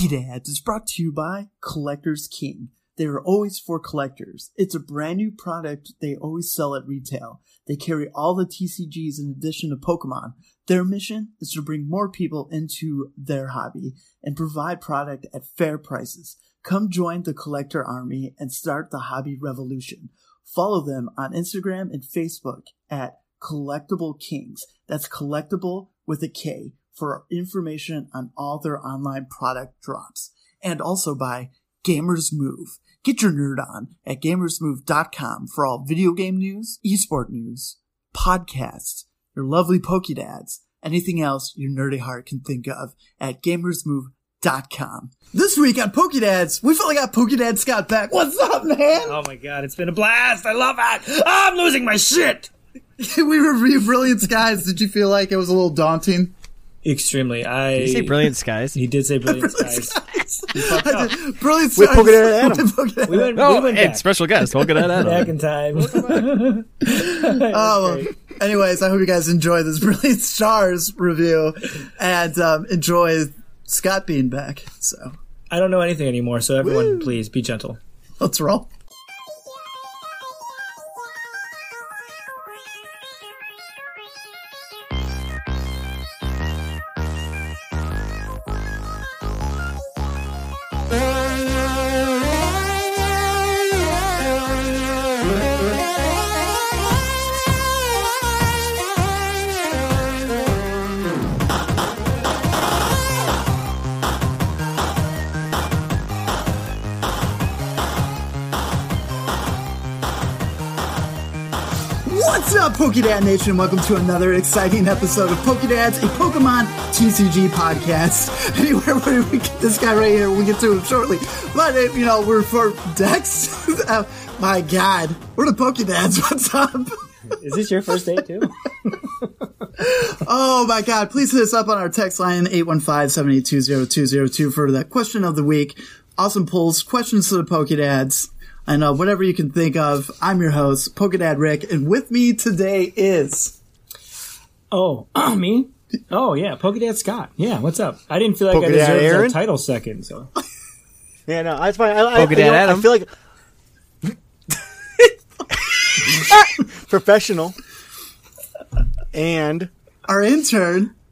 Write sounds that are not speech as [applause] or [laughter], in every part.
Dads is brought to you by Collectors King. They are always for collectors. It's a brand new product they always sell at retail. They carry all the TCGs in addition to Pokemon. Their mission is to bring more people into their hobby and provide product at fair prices. Come join the collector army and start the hobby revolution. Follow them on Instagram and Facebook at Collectible Kings. That's collectible with a K for information on all their online product drops. And also by Gamers Move. Get your nerd on at gamersmove.com for all video game news, esport news, podcasts, your lovely Pokedads, anything else your nerdy heart can think of at gamersmove.com. This week on Pokedads, we finally got Pokedad Scott back. What's up, man? Oh my god, it's been a blast! I love it! I'm losing my shit! [laughs] we reviewed Brilliant Skies. Did you feel like it was a little daunting? Extremely. I Did you say brilliant skies? He did say brilliant skies. I did- Brilliant With Skies. [laughs] Pokedad Adam. With Pokedad We went, we Oh, went hey, back, special guest. Welcome to that. back [laughs] Adam. in time. Oh, well, anyways, I hope you guys enjoy this brilliant [laughs] stars review and um, enjoy Scott being back. So I don't know anything anymore, so everyone, please be gentle. let's roll. What's up, Pokedad Nation? Welcome to another exciting episode of Pokedads, a Pokemon TCG podcast. [laughs] Anywhere where we get this guy right here, we'll get to him shortly. But, if, you know, we're for Dex. [laughs] uh, my God, we're the Pokedads. [laughs] What's up? Is this your first date, too? Oh my God. Please hit us up on our text line 815-782-0202 for that question of the week. Awesome polls, questions to the Pokedads, and uh, whatever you can think of. I'm your host, Pokedad Rick, and with me today is [laughs] Oh, [clears throat] me? Oh, yeah, Pokedad Scott. Yeah, what's up? I didn't feel like I Pokedad deserved Aaron? that title second, so. Yeah, no, that's fine. I, I, Polka you know, Dad Adam. I feel like professional and our intern. [laughs]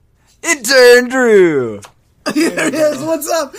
It's Andrew. Here he is. What's up?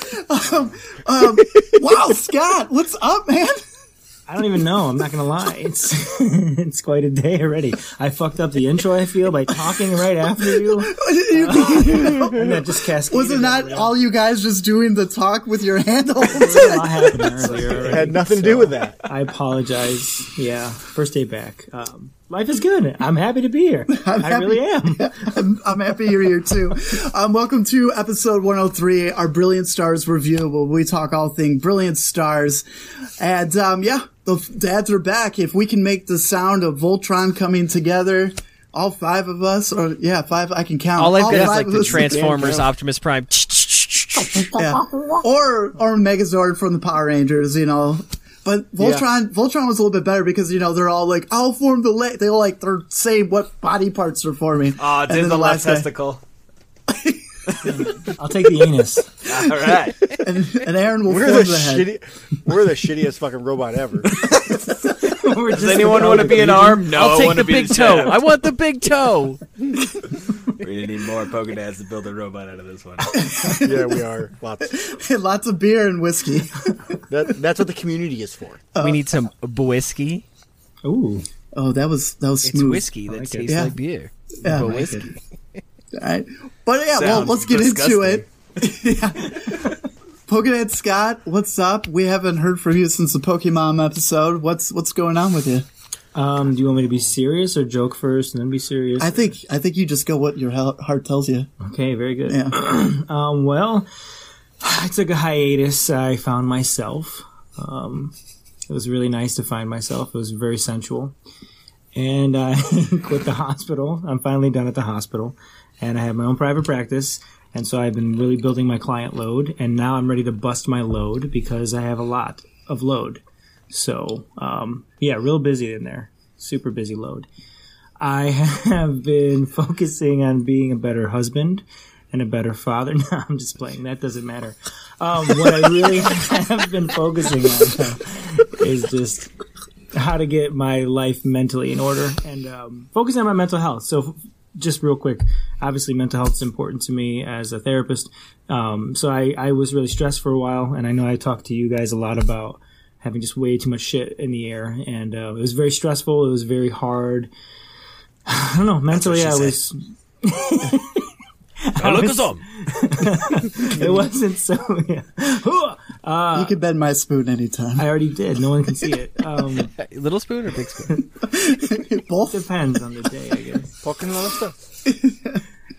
Um, um, wow, Scott, what's up, man? [laughs] I don't even know. I'm not gonna lie. It's [laughs] it's quite a day already. I fucked up the intro. I feel by talking right after you, and that just cascaded. Was it not everywhere. all you guys just doing the talk with your [laughs] hand the whole A lot happened earlier already. had nothing to do with that. I apologize. Yeah, first day back. Um, life is good. I'm happy to be [laughs] here. I really am. I'm, I'm happy you're here too. Um, welcome to episode 103, our Brilliant Stars review, where we talk all things Brilliant Stars. And um, yeah, the f- dads are back. If we can make the sound of Voltron coming together, all five of us, or yeah, five, I can count. All I've got is five like of the us- Transformers Optimus Prime. Yeah. Or or Megazord from the Power Rangers, you know. But Voltron Voltron was a little bit better because you know they're all like I'll form the leg. They all like they're saying what body parts are forming. Oh, it's And in then the left last guy- testicle. I'll take the [laughs] anus. [laughs] All [laughs] right. and Aaron will We're form the, the, head. shitty, we're the shittiest fucking robot ever. [laughs] Does anyone want to be an arm? No, I'll I take wanna the be big the toe. shaft. I want the big toe. We need more Pokedads to build a robot out of this one. Yeah, we are. [laughs] Lots. Lots of beer and whiskey. [laughs] That, that's what the community is for. we need some whiskey. Ooh, Oh, that was that was It's smooth. whiskey that like it. tastes Yeah. like beer. Yeah, I But like whiskey. All right. But yeah, well, Sounds let's get into disgusting. it. [laughs] yeah. Pokedead Scott, what's up? We haven't heard from you since the Pokemon episode. What's what's going on with you? um, do you want me to be serious or joke first and then be serious? I think I think you just go what your he- heart tells you. Okay, very good. Yeah. Um, well, [sighs] I took a hiatus. I found myself. Um, it was really nice to find myself. It was very sensual. And I [laughs] quit the hospital. I'm finally done at the hospital. And I have my own private practice. And so I've been really building my client load. And now I'm ready to bust my load because I have a lot of load. So, um, yeah, real busy in there. Super busy [laughs] load. I have been focusing on being a better husband and a better father. [laughs] No, I'm just playing. That doesn't matter. Um, what I really [laughs] have been focusing on though, is just how to get my life mentally in order and um, focus on my mental health. So, just real quick, obviously, mental health is important to me as a therapist. Um, so, I, I was really stressed for a while, and I know I talked to you guys a lot about having just way too much shit in the air, and uh, it was very stressful. It was very hard. [sighs] I don't know. Mentally, I she was. I was- It wasn't so. [laughs] Yeah. Hoo-ah! you could bend my spoon anytime. [laughs] I already did. No one can see it. Um, [laughs] [laughs] Little spoon or big spoon? Both. depends on the day, I guess. Fucking a lot of stuff.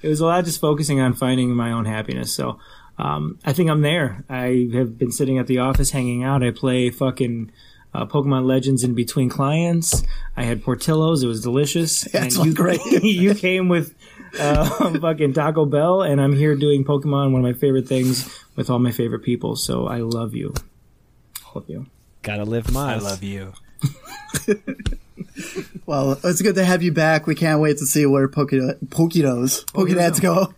it was a lot of just focusing on finding my own happiness. So um, I think I'm there. I have been sitting at the office hanging out. I play fucking uh, Pokemon Legends in between clients. I had Portillo's. It was delicious. [laughs] That's great. [laughs] you came with uh, [laughs] fucking Taco Bell, and I'm here doing Pokemon, one of my favorite things, with all my favorite people. So I love you. I Love you. Gotta live I mine. love you. Well, it's good to have you back. We can't wait to see where Pokedo- Pokedos, Pokedads go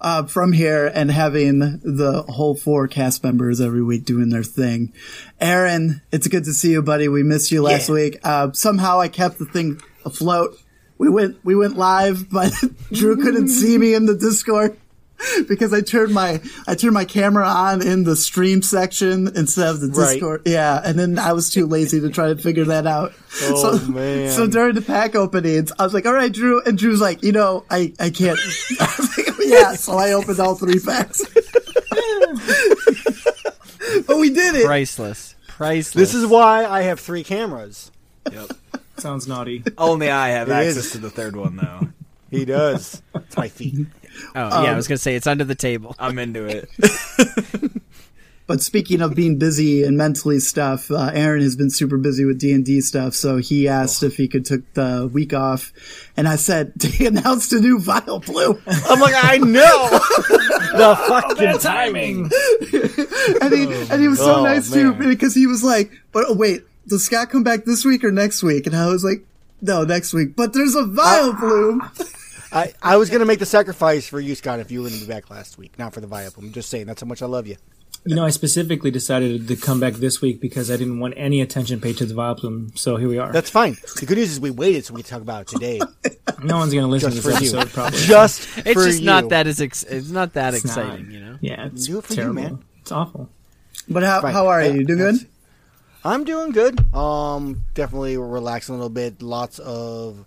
uh, from here and having the whole four cast members every week doing their thing. Aaron, it's good to see you, buddy. We missed you last week. Uh, somehow I kept the thing afloat. We went, we went live, [laughs] but Drew couldn't see me in the Discord. [laughs] Because I turned my I turned my camera on in the stream section instead of the Right. Discord, yeah, and then I was too lazy to try to figure that out. Oh, [laughs] man. So during the pack openings, I was like, "All right, Drew," and Drew's like, "You know, I I can't." [laughs] I was like, "Oh, yeah, so I opened all three packs. [laughs] but we did it. Priceless. Priceless. This is why I have three cameras. Yep. Sounds naughty. Only I have access is. to the third one, though. He does. it's my feet. Oh, yeah, I was gonna say it's under the table. I'm into [laughs] it. But speaking of being busy and mentally stuff, uh, Aaron has been super busy with D and D stuff. So he asked if he could take the week off, and I said [laughs] they announced a new Vile Blue, I'm like, [laughs] I know. the fucking timing. and he and he was so Oh, nice too man. because he was like, "But oh, wait, does Scott come back this week or next week?" And I was like. No, next week. But there's a Vile Bloom. I, I was gonna make the sacrifice for you, Scott, if you were gonna be back last week, not for the vibe. I'm just saying that's how much I love you. You know, I specifically decided to come back this week because I didn't want any attention paid to the Vileplume. So here we are. That's fine. The good news is we waited so we could talk about it today, no one's going to listen just to for this you. episode, probably. just It's for just you. not that as ex- it's not that It's not. exciting, you know. Yeah, it's Do it for you, terrible. man. It's awful. But how, Right. how are Yeah, you? You doing good? [laughs] I'm doing good. Um, definitely relaxing a little bit. Lots of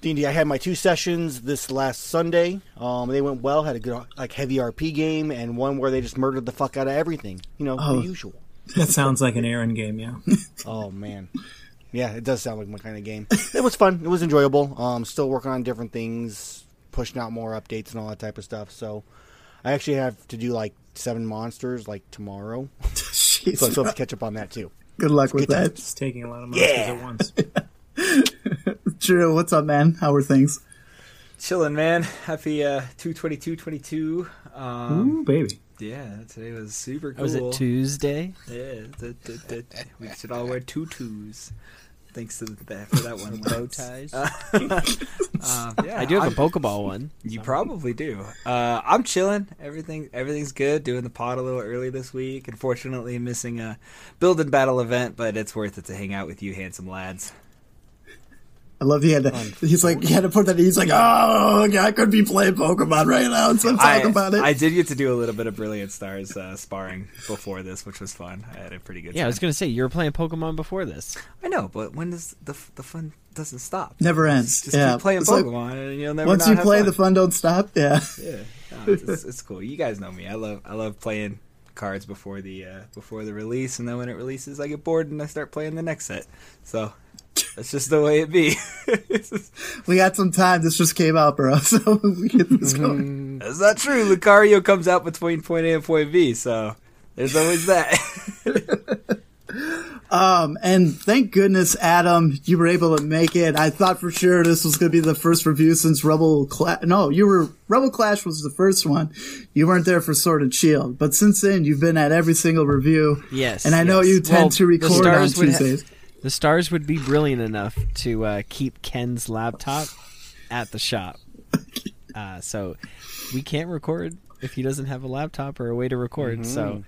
D&D. I had my two sessions this last Sunday. Um, they went well. Had a good like heavy RP game and one where they just murdered the fuck out of everything. You know, the usual. That sounds like an Aaron game, yeah. Oh man. Yeah, it does sound like my kind of game. It was fun. It was enjoyable. Um, still working on different things, pushing out more updates and all that type of stuff. So, I actually have to do like seven monsters like tomorrow, Jeez. so I still have to catch up on that too. Good luck with that. It's taking a lot of monsters at once. [laughs] Drew, what's up, man? How are things? Chilling, man. Happy uh, 222 Um, Ooh, baby. yeah, today was super cool. Was it Tuesday? Yeah, th- th- th- we should all wear tutus. Thanks to that for that one. Bow Lance. ties. [laughs] Uh, yeah, I [laughs] do have I'm- a Pokeball one. You probably do. Uh, I'm chilling. Everything everything's good. Doing the pod a little early this week. Unfortunately, missing a build and battle event, but it's worth it to hang out with you, handsome lads. I love he had to, he's like, he had to put that, he's like, oh, yeah, I could be playing Pokemon right now, so I'm talking I, about it. I did get to do a little bit of Brilliant Stars uh, sparring before this, which was fun. I had a pretty good. Yeah, I time. was gonna say you were playing Pokemon before this. I know, but when does the f- the fun doesn't stop? Never ends. Just yeah. keep playing It's like, Pokemon, and you'll never. once not you have play, fun. the fun don't stop. Yeah. Yeah, no, it's, it's, it's cool. You guys know me. I love I love playing cards before the uh, before the release, and then when it releases, I get bored and I start playing the next set. So that's just the way it be. [laughs] [laughs] We got some time. This just came out, bro. [laughs] So we get this Mm-hmm. going. that's not true. Lucario comes out between point A and point B, so there's always that. [laughs] Um, and thank goodness, Adam, you were able to make it. I thought for sure this was going to be the first review since Rebel Clash. No, you were, Rebel Clash was the first one. You weren't there for Sword and Shield. But since then, you've been at every single review. Yes, And I know yes. you tend Well, to the record on stars would ha- Tuesdays. The stars would be brilliant enough [laughs] to uh, keep Ken's laptop at the shop. Uh, so we can't record if he doesn't have a laptop or a way to record. So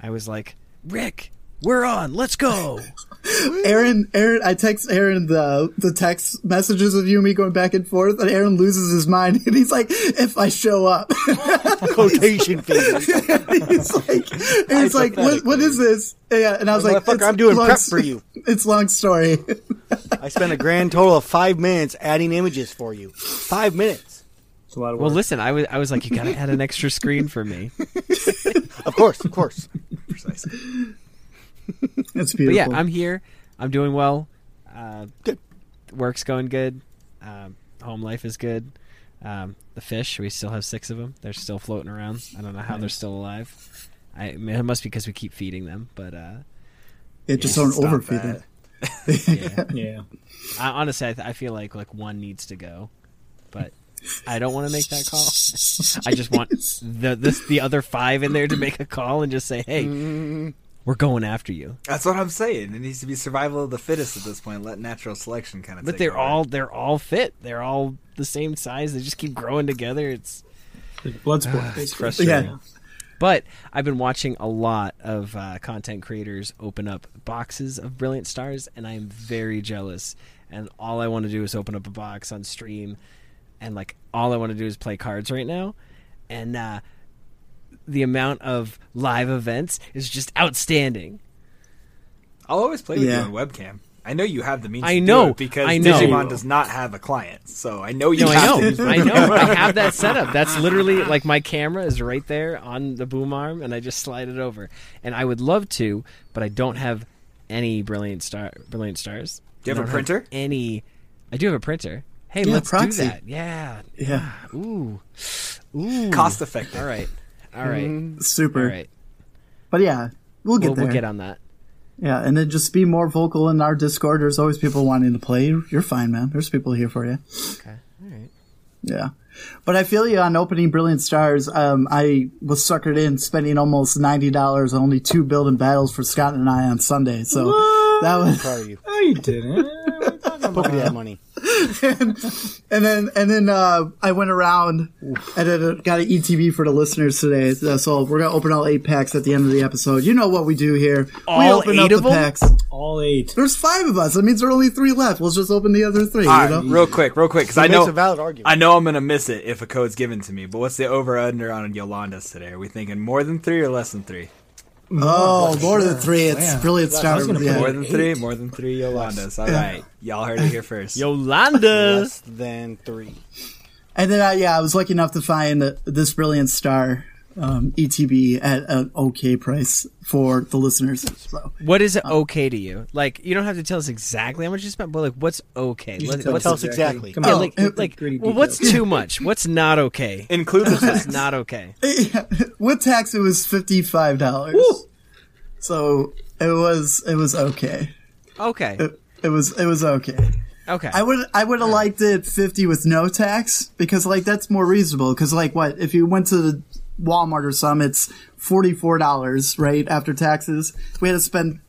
I was like, Rick, we're on. Let's [laughs] go. Aaron, Aaron, I text Aaron the the text messages of you and me going back and forth, and Aaron loses his mind, [laughs] and he's like, "If I show [laughs] up," Quotation fingers. he's like, Aaron's like, what, "What is this?" Yeah, and I was like, Motherfucker, "It's I'm doing long prep s- for you. [laughs] It's long story. [laughs] I spent a grand total of five minutes adding images for you. Five minutes. It's a lot of work. Well, listen, I was I was like, you gotta add an extra screen for me. Of course, of course. Precisely. That's But yeah, beautiful. I'm here. I'm doing well. Uh, Work's going good. Um, home life is good. Um, the fish, we still have six of them. They're still floating around. I don't know how they're still alive. I, I mean, it must be because we keep feeding them. But uh, it just Yeah, don't stop overfeed that. it. yeah. [laughs] yeah. I, honestly, I, th- I feel like like one needs to go, but I don't want to make that call. I just want the this the other five in there to make a call and just say, "Hey, we're going after you." That's what I'm saying. It needs to be survival of the fittest at this point. Let natural selection kind of. But take they're over. all they're all fit. They're all the same size. They just keep growing together. It's Blood sport. it's frustrating. but I've been watching a lot of uh, content creators open up boxes of brilliant stars, and I am very jealous. And all I want to do is open up a box on stream, and like all I want to do is play cards right now, and uh, the amount of live events is just outstanding. I'll always play with Yeah. you on webcam. I know you have the means. I to do know. it because I know. Digimon does not have a client, so I know you. No, I have to use know, I webcam. know, I have that setup. That's literally like my camera is right there on the boom arm, and I just slide it over. And I would love to, but I don't have any brilliant star, brilliant stars. Do you I have a don't printer? Any? I do have a printer. Hey, Yeah, let's proxy. do that. Yeah. Yeah, Ooh. Ooh. Cost effective. All right. All right. All super. right. But yeah, we'll Mm-hmm. get We'll, there. we'll get on that. Yeah, and then just be more vocal in our Discord. There's always people wanting to play. You're fine, man. There's people here for you. Okay. All right. Yeah. But I feel you on opening Brilliant Stars. Um, I was suckered in spending almost ninety dollars on only two building battles for Scott and I on Sunday. So that was Proud of you. No, you didn't. Poke me that money. and then and then uh, I went around and then got an ETB for the listeners today. So we're gonna open all eight packs at the end of the episode. You know what we do here. we All open eight up of the 'em? packs. All eight. There's five of us. That means there are only three left. Let's just open the other three. All you right, know? real quick, real quick, because I Makes know a valid argument. I know I'm gonna miss it if a code's given to me. But what's the over under on Yolanda's today? Are we thinking more than three or less than three? Oh, more than three. It's brilliant start. gonna yeah. More than three, more than three Yolandas. All right, y'all heard it here first. Yolanda. Less than three. And then, I, yeah, I was lucky enough to find the, this brilliant star um, ETB at an okay price for the listeners. So, [laughs] What is Oh. okay to you? Like you don't have to tell us exactly how much you spent, but like what's okay? What- tell what's Tell us exactly. Come Yeah, on. Yeah, Oh, like, it- like gritty well, what's details. too much? What's not okay? [laughs] Include the What's tax. not okay? with tax, it was fifty five dollars. So it was it was okay. Okay, It, it was it was okay. okay. Uh, I would I would have liked it fifty with no tax because like that's more reasonable. Because like what if you went to the Walmart or some, it's forty four dollars right after taxes. We had to spend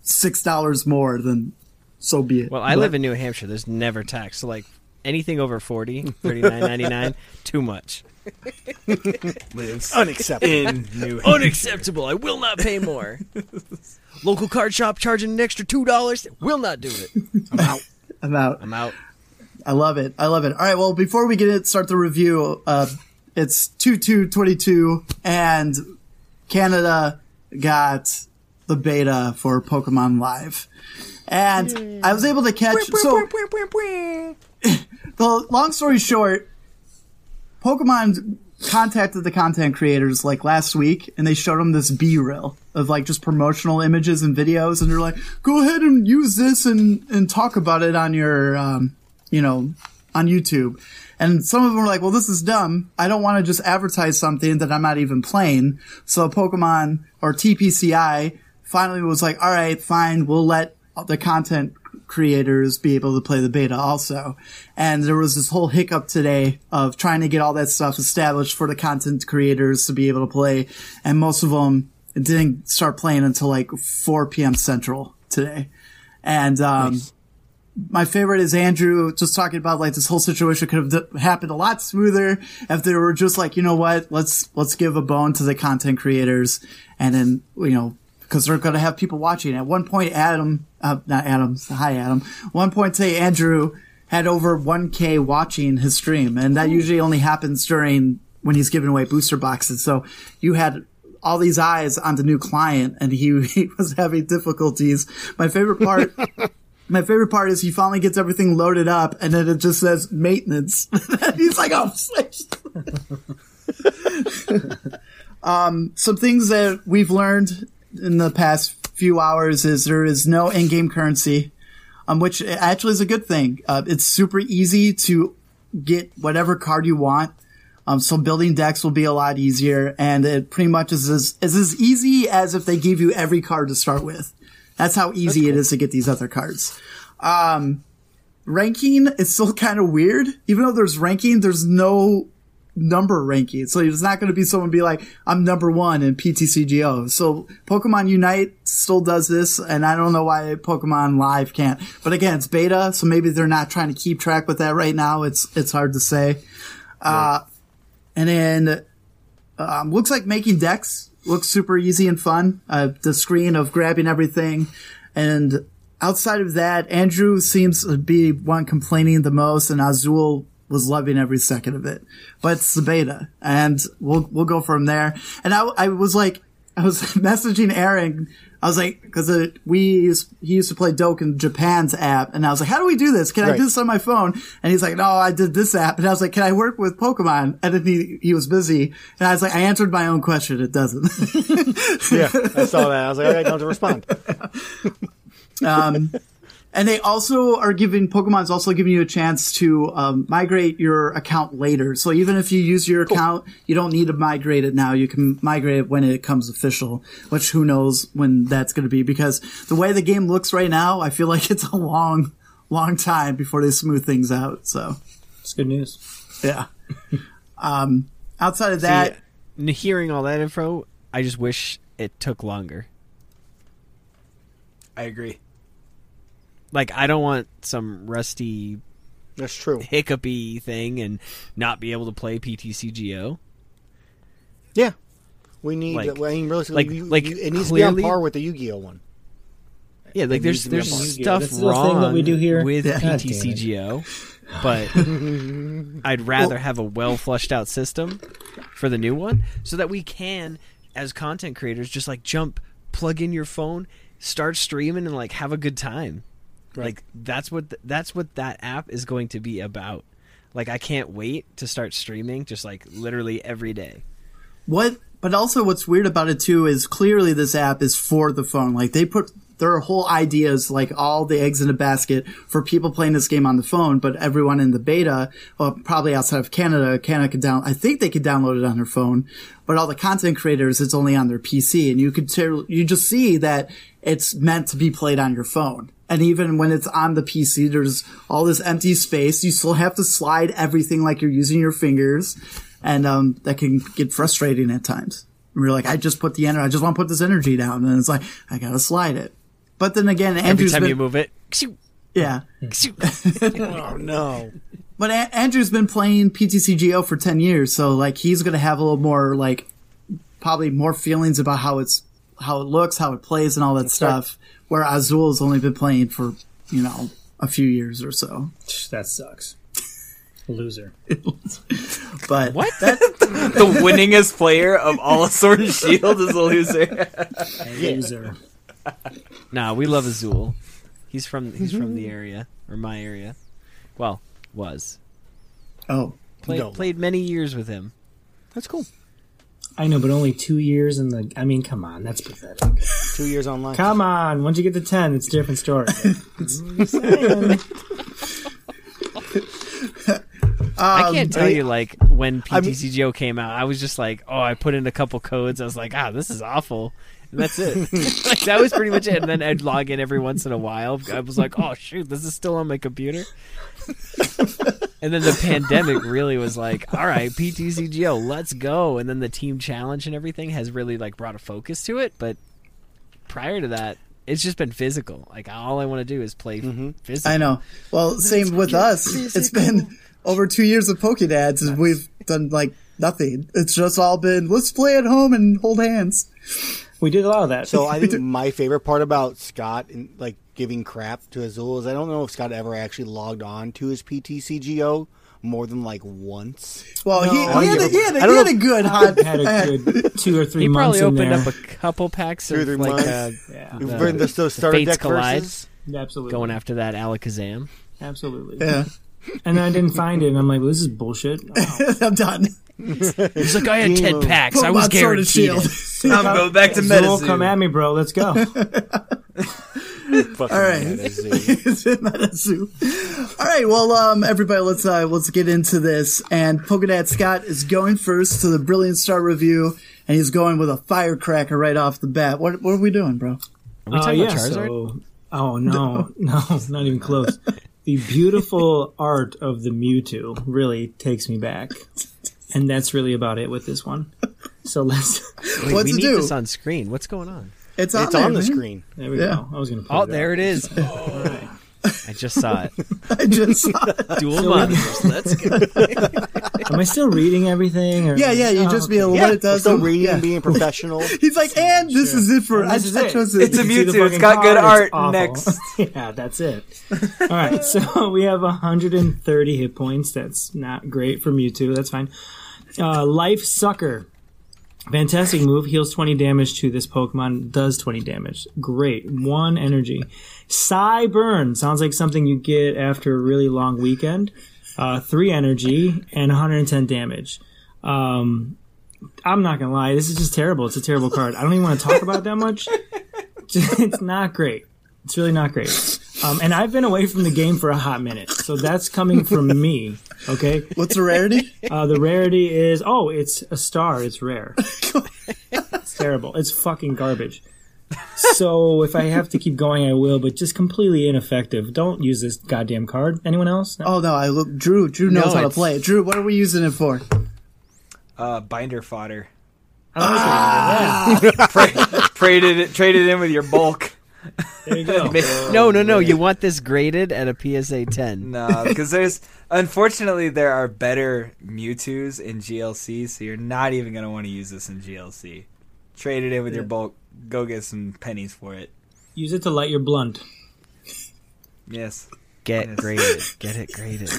six dollars more than so be it. well, I live in New Hampshire. There's never tax. So like anything over 40, 39.99, too much. lives [laughs] Unacceptable. in New Unacceptable. I will not pay more. Local card shop charging an extra two dollars. Will not do it. I'm out. I'm out. I love it. I love it. All right. Well, before we get it, start the review. Uh, it's two two twenty two, and Canada got the beta for Pokemon Live, and I was able to catch. So the long story short, Pokemon contacted the content creators like last week, and they showed them this B reel of like just promotional images and videos, and they're like, "Go ahead and use this and and talk about it on your um, you know, on YouTube." And some of them were like, "Well, this is dumb. I don't want to just advertise something that I'm not even playing." So Pokemon or TPCI finally was like, "All right, fine, we'll let the content creators be able to play the beta also. And there was this whole hiccup today of trying to get all that stuff established for the content creators to be able to play. And most of them didn't start playing until like 4 p.m. Central today. And, um, my favorite is Andrew just talking about like this whole situation could have happened a lot smoother if they were just like, you know what, let's let's give a bone to the content creators, and then you know because they're going to have people watching. At one point, Adam, uh, not Adam, hi Adam. One point, say Andrew had over 1K watching his stream, and that usually only happens during when he's giving away booster boxes. So you had all these eyes on the new client, and he, [laughs] he was having difficulties. My favorite part. My favorite part is he finally gets everything loaded up, and then it just says maintenance. [laughs] he's like, "Oh, [laughs] um, some things that we've learned in the past few hours is there is no in-game currency, um, which actually is a good thing. Uh, it's super easy to get whatever card you want. Um, so building decks will be a lot easier, and it pretty much is as, is as easy as if they gave you every card to start with. That's how easy it is to get these other cards. Um, ranking is still [laughs] kind of weird. Even though there's ranking, there's no number ranking. So it's not going to be someone be like, I'm number one in PTCGO. So Pokemon Unite still does this, and I don't know why Pokemon Live can't. But again, it's beta, so maybe they're not trying to keep track with that right now. It's it's hard to say. Uh, and then um, looks like making decks looks super easy and fun. Uh, the screen of grabbing everything, and outside of that, Andrew seems to be one complaining the most, and Azul was loving every second of it. But it's the beta, and we'll we'll go from there. And I I was like I was [laughs] messaging Aaron. I was like, because we used, he used to play Doke in Japan's app, and I was like, how do we do this? Can I Right. do this on my phone? And he's like, no, I did this app, and I was like, can I work with Pokemon? And then he he was busy, and I was like, I answered my own question. It doesn't. [laughs] Yeah, I saw that. I was like, all right, don't have to respond. And they also are giving Pokemon's also giving you a chance to um, migrate your account later. So even if you use your account, you don't need to migrate it now. You can migrate it when it comes official, which who knows when that's going to be because the way the game looks right now, I feel like it's a long, long time before they smooth things out. So It's good news. yeah. [laughs] um, outside of that, N- Hearing all that info, I just wish it took longer. I agree. Like I don't want some rusty That's true. hiccupy thing and not be able to play PTCGO. Yeah, we need. Like- I mean, realistically, like- you- like, you- it needs to clearly- be on par with the Yu-Gi-Oh one. Yeah, like there's needs to be there's a bond. stuff This is the wrong thing that we do here. with Yeah. God [laughs] PTCGO, but I'd rather have a well flushed out system for the new one so that we can, as content creators, just like jump, plug in your phone, start streaming, and like have a good time. Like that's what th- that's what that app is going to be about. Like I can't wait to start streaming, just like literally every day. What? But also, what's weird about it too is clearly this app is for the phone. Like they put their whole ideas, like all the eggs in a basket for people playing this game on the phone. But everyone in the beta, well, probably outside of Canada, Canada could down. I think they could download it on their phone. But all the content creators, it's only on their PC, and you could tell, you just see that it's meant to be played on your phone. And even when it's on the PC, there's all this empty space. You still have to slide everything like you're using your fingers and um, that can get frustrating at times. And We're like, I just put the energy, I just want to put this energy down, and it's like I gotta slide it. But then again, Every Andrew's time been, [laughs] you move it, kshoo, yeah. kshoo. Oh no! But a- Andrew's been playing PTCGO for ten years, so like he's gonna have a little more like probably more feelings about how it's how it looks, how it plays, and all that stuff. Where Azul's only been playing for you know a few years or so. That sucks. Loser. But what? The winningest player of all of Sword and Shield is a loser. Loser. Nah, we love Azul. He's from he's from the area or my area. Well, was oh, played No. played many years with him. That's cool. I know, but only two years in the. I mean, come on, that's pathetic. Two years online. Come on, once you get to ten, it's a different story. I can't tell Um, I- you like when I mean- PTCGO came out. I was just like, oh, I put in a couple codes. I was like, ah, this is awful. And that's [laughs] it. [laughs] like that was pretty much it. And then I'd log in every once in a while. I was like, oh shoot, this is still on my computer. and then the pandemic really was like, all right, PTCGO, let's go. And then the team challenge and everything has really like brought a focus to it. But prior to that, it's just been physical. Like all I want to do is play Mm-hmm. physical. I know. Well, same with us. It's been over two years of Pokedads, and we've done like nothing. It's just all been let's play at home and hold hands. We did a lot of that. So I think my favorite part about Scott and like giving crap to Azul is I don't know if Scott ever actually logged on to his PTCGO more than like once. Well, No, he, he, I had a, don't- he had a, I don't he had know. a good hot. had a good two or three He months probably in opened there. up a couple packs Two or of three like months. uh, yeah, We've the- been the, so starter fates deck collide. versus. absolutely. going after that Alakazam. absolutely. yeah, And then I didn't find it, and I'm like, well, this is bullshit. Oh, Wow. [laughs] I'm done. He's like, I had Game ten over. packs. I Pokemon was Sword and guaranteed. [laughs] Shield. it. I'm going back to Zul, medicine. come at me, bro. Let's go. Fucking All right. Metazoo. It's [laughs] in Metazoo. All right, well, um, everybody, let's uh, let's get into this. And Polkadot Scott is going first to the Brilliant Star review, and he's going with a firecracker right off the bat. What what are we doing, bro? Are we Uh, talking yeah, about Charizard? so- oh no, [laughs] no, not even close. The beautiful art of the Mewtwo really takes me back, and that's really about it with this one. So let's. Wait, What's we it need do? this on screen. What's going on? It's on, It's there, on the man. screen. There we Yeah. go. I was gonna. Put Oh, it there up. it is. I just saw [laughs] it. [laughs] I just saw it. Dual monitors. Let's [laughs] go. Am I still reading everything? Or... Yeah, yeah, you Oh, just be able to Yeah, let it does. still reading yeah. and [laughs] being professional. He's like, and this is it for And I, this is I it. chose It's a it. You see the Mewtwo. It's fucking got good card, art. it's awful. [laughs] Next. yeah, that's it. [laughs] All right, so we have 130 hit points. That's not great for Mewtwo. That's fine. Uh, Life Sucker. Fantastic move. Heals 20 damage to this Pokemon. Does 20 damage. Great. One energy. Psy Burn. Sounds like something you get after a really long weekend. Uh, three energy and 110 damage. Um, I'm not gonna lie, this is just terrible. It's a terrible card. I don't even want to talk about it that much. [laughs] It's not great. It's really not great. Um, and I've been away from the game for a hot minute, so that's coming from me. Okay. [laughs] What's the rarity? Uh, the rarity is oh, it's a star. It's [laughs] rare. It's terrible. It's fucking garbage. So if I have to keep going, I will. But just completely ineffective. Don't use this goddamn card. Anyone else? No? oh no, I look. Drew, Drew knows No, how to it's- play it. Drew, what are we using it for? Uh, binder fodder. Ah. I Traded it. Traded in with your don't bulk. like it. [laughs] There you go. no, no, no. You want this graded at a PSA 10. No, because there's unfortunately there are better Mewtwo's in GLC, so you're not even gonna want to use this in GLC. Trade it in with your bulk. Go get some pennies for it. Use it to light your blunt. Yes, Get Yes. graded. Get it graded.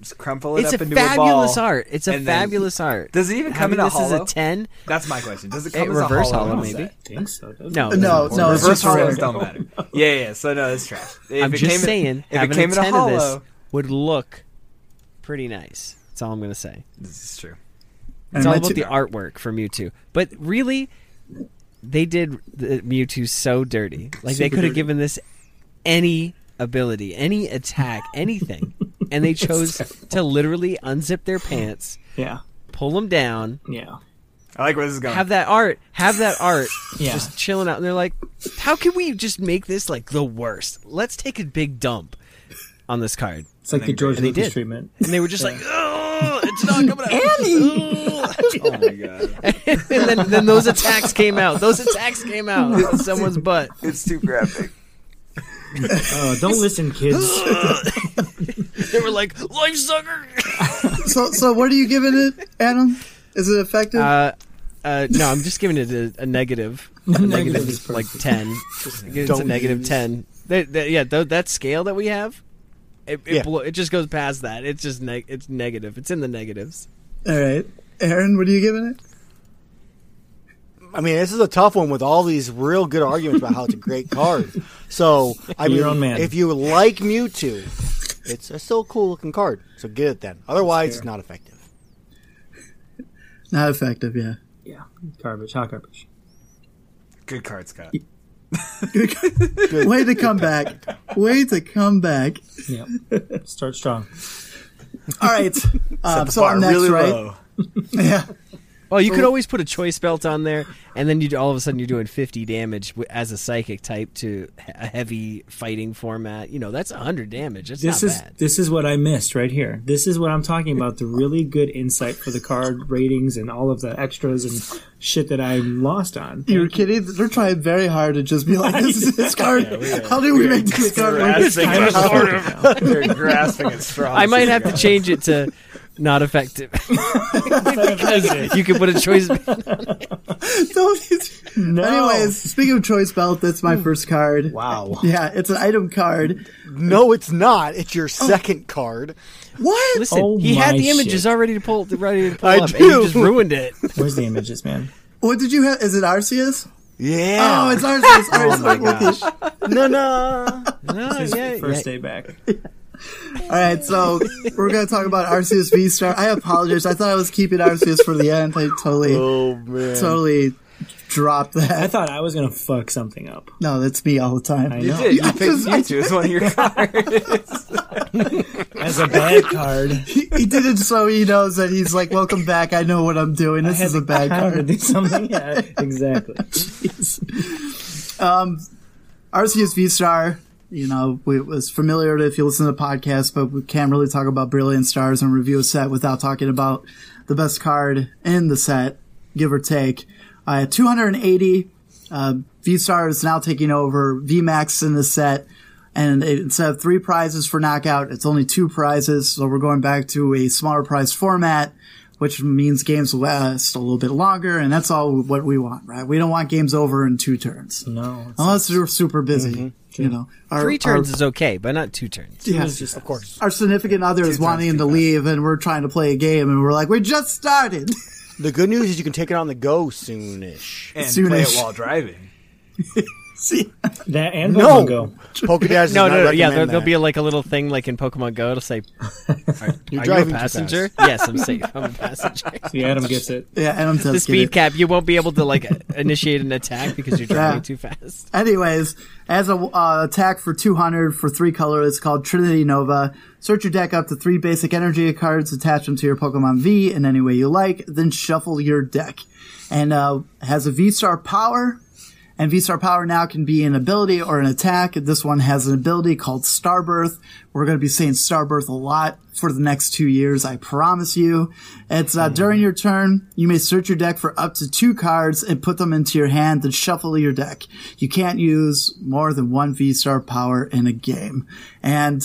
just crumple it It's up a into a ball. fabulous art. It's a and then- fabulous art. Does it even come Having in a this is hollow? a 10. That's my question. Does it It come as a reverse hollow? hollow, set? maybe? I think so. doesn't No, it? No, no, it's Reverse just for hollows don't matter. Yeah, yeah. So no, it's trash. If I'm it just came in- saying, if it having came a in a 10 of this hollow, would look pretty nice. That's all I'm going to say. this is true. It's And all my about two- the artwork for Mewtwo. But really, they did the Mewtwo so dirty. Like they Super could have dirty. given this any ability, any attack, anything, [laughs] and they chose to literally unzip their pants, Yeah. pull them down, Yeah. I like where this is going. have that art, have that art, Yeah. just chilling out. And they're like, how can we just make this like the worst? Let's take a big dump on this card. It's like the George they Lucas did. treatment. And they were just like, oh, it's not coming out. oh my god, [laughs] and then, then those attacks came out. Those attacks came out on someone's butt. it's too graphic. Oh, don't listen, kids. They were like, "Life sucker." [laughs] So, so what are you giving it, Adam? Is it effective? Uh, uh, no, I'm just giving it a, a negative, a Negative [laughs] negative, is like perfect. ten. it's a Don't negative use. ten. That, that, yeah, th- that scale that we have, it it, Yeah. blo- it just goes past that. It's just neg- it's negative. It's in the negatives. All right, Aaron, what are you giving it? I mean, this is a tough one with all these real good arguments about how it's a great card. [laughs] So, I Be mean, your own man. if you like Mewtwo, it's a still cool looking card. So get it then. Otherwise, it's not effective. Not effective, yeah. yeah, garbage, hot garbage. Good card, Scott. Way to come back. Way to come back. [laughs] Yep. Start strong. [laughs] All right. Um, so Bar I'm next, really right? low. [laughs] Yeah. Well, you could always put a choice belt on there, and then you all of a sudden you're doing 50 damage w- as a psychic type to he- a heavy fighting format. You know, that's 100 damage. That's This not is bad. this is what I missed right here. This is what I'm talking about. The really good insight for the card ratings and all of the extras and shit that I [laughs] lost on. You're kidding? They're trying very hard to just be like, this is this card. How do we make [laughs] this card work? Grasping Time at is hard straws. now. [laughs] They're grasping at straws. I might have to change it to not effective. because you can put a choice belt. [laughs] Don't- No. Anyways, speaking of choice belt, that's my first card. Oh. Hmm. Wow. Yeah, it's an item card. No, it's not. It's your Oh. second card. What? Listen, Oh he my had the images shit. already to pull, ready to pull I up, and you do. just ruined it. Where's the images, man? What did you have? Is it Arceus? Yeah. Oh, [laughs] it's uh, Arceus. [laughs] Oh my Arceus. gosh. no, no. No, This is yeah, the first yeah. day back. All right, so we're going to talk about Arceus V Star. I apologize. I thought I was keeping Arceus for the end. I totally, Oh man. totally dropped I that. thought I was gonna fuck something up. No, that's me all the time. I You know. did. You I picked just- I- Mewtwo as one [laughs] of your cards. That's a bad card. He, he did it so he knows that he's like, welcome back. I know what I'm doing. This I had is a to- bad [laughs] I had to card. do something. Yeah, [laughs] exactly. Arceus V Star, you know, we- it was familiar to if you listen to the podcast, but we can't really talk about Brilliant Stars and review a set without talking about the best card in the set, give or take. Uh, 280, uh, V Star is now taking over VMAX in the set. And it- instead of three prizes for knockout, it's only two prizes. So we're going back to a smaller prize format, which means games last a little bit longer. And that's all what we want, right? We don't want games over in two turns. No, it's- Unless you're super busy, you know. Our, Three turns Our, is okay, but not two turns. yeah. it's just- Of course. our significant other is wanting him to leave, and we're trying to play a game, and we're like, we just started. [laughs] Oh. The good news is you can take it on the go soonish. and Soon [laughs] play as- it while driving. See, that and No. Pokemon Go. Pokedash [laughs] does No, not no, no, yeah, recommend there, there'll that. be a, like a little thing like in Pokemon Go. It'll say, You're "Are you a driving too passenger?" fast. yes, I'm safe. I'm a passenger. Yeah, Adam gets it. yeah, Adam does the get speed it. cap, you won't be able to like initiate an attack because you're driving Yeah. too fast. Anyways, as a uh, attack for 200 for three color, it's called Trinity Nova. Search your deck up to three basic energy cards, attach them to your Pokemon V in any way you like, then shuffle your deck. And uh, has a V Star power, and V Star power now can be an ability or an attack. This one has an ability called Starbirth. We're going to be saying Starbirth a lot for the next two years, I promise you. It's uh, during your turn, you may search your deck for up to two cards and put them into your hand, then shuffle your deck. You can't use more than one V Star power in a game. And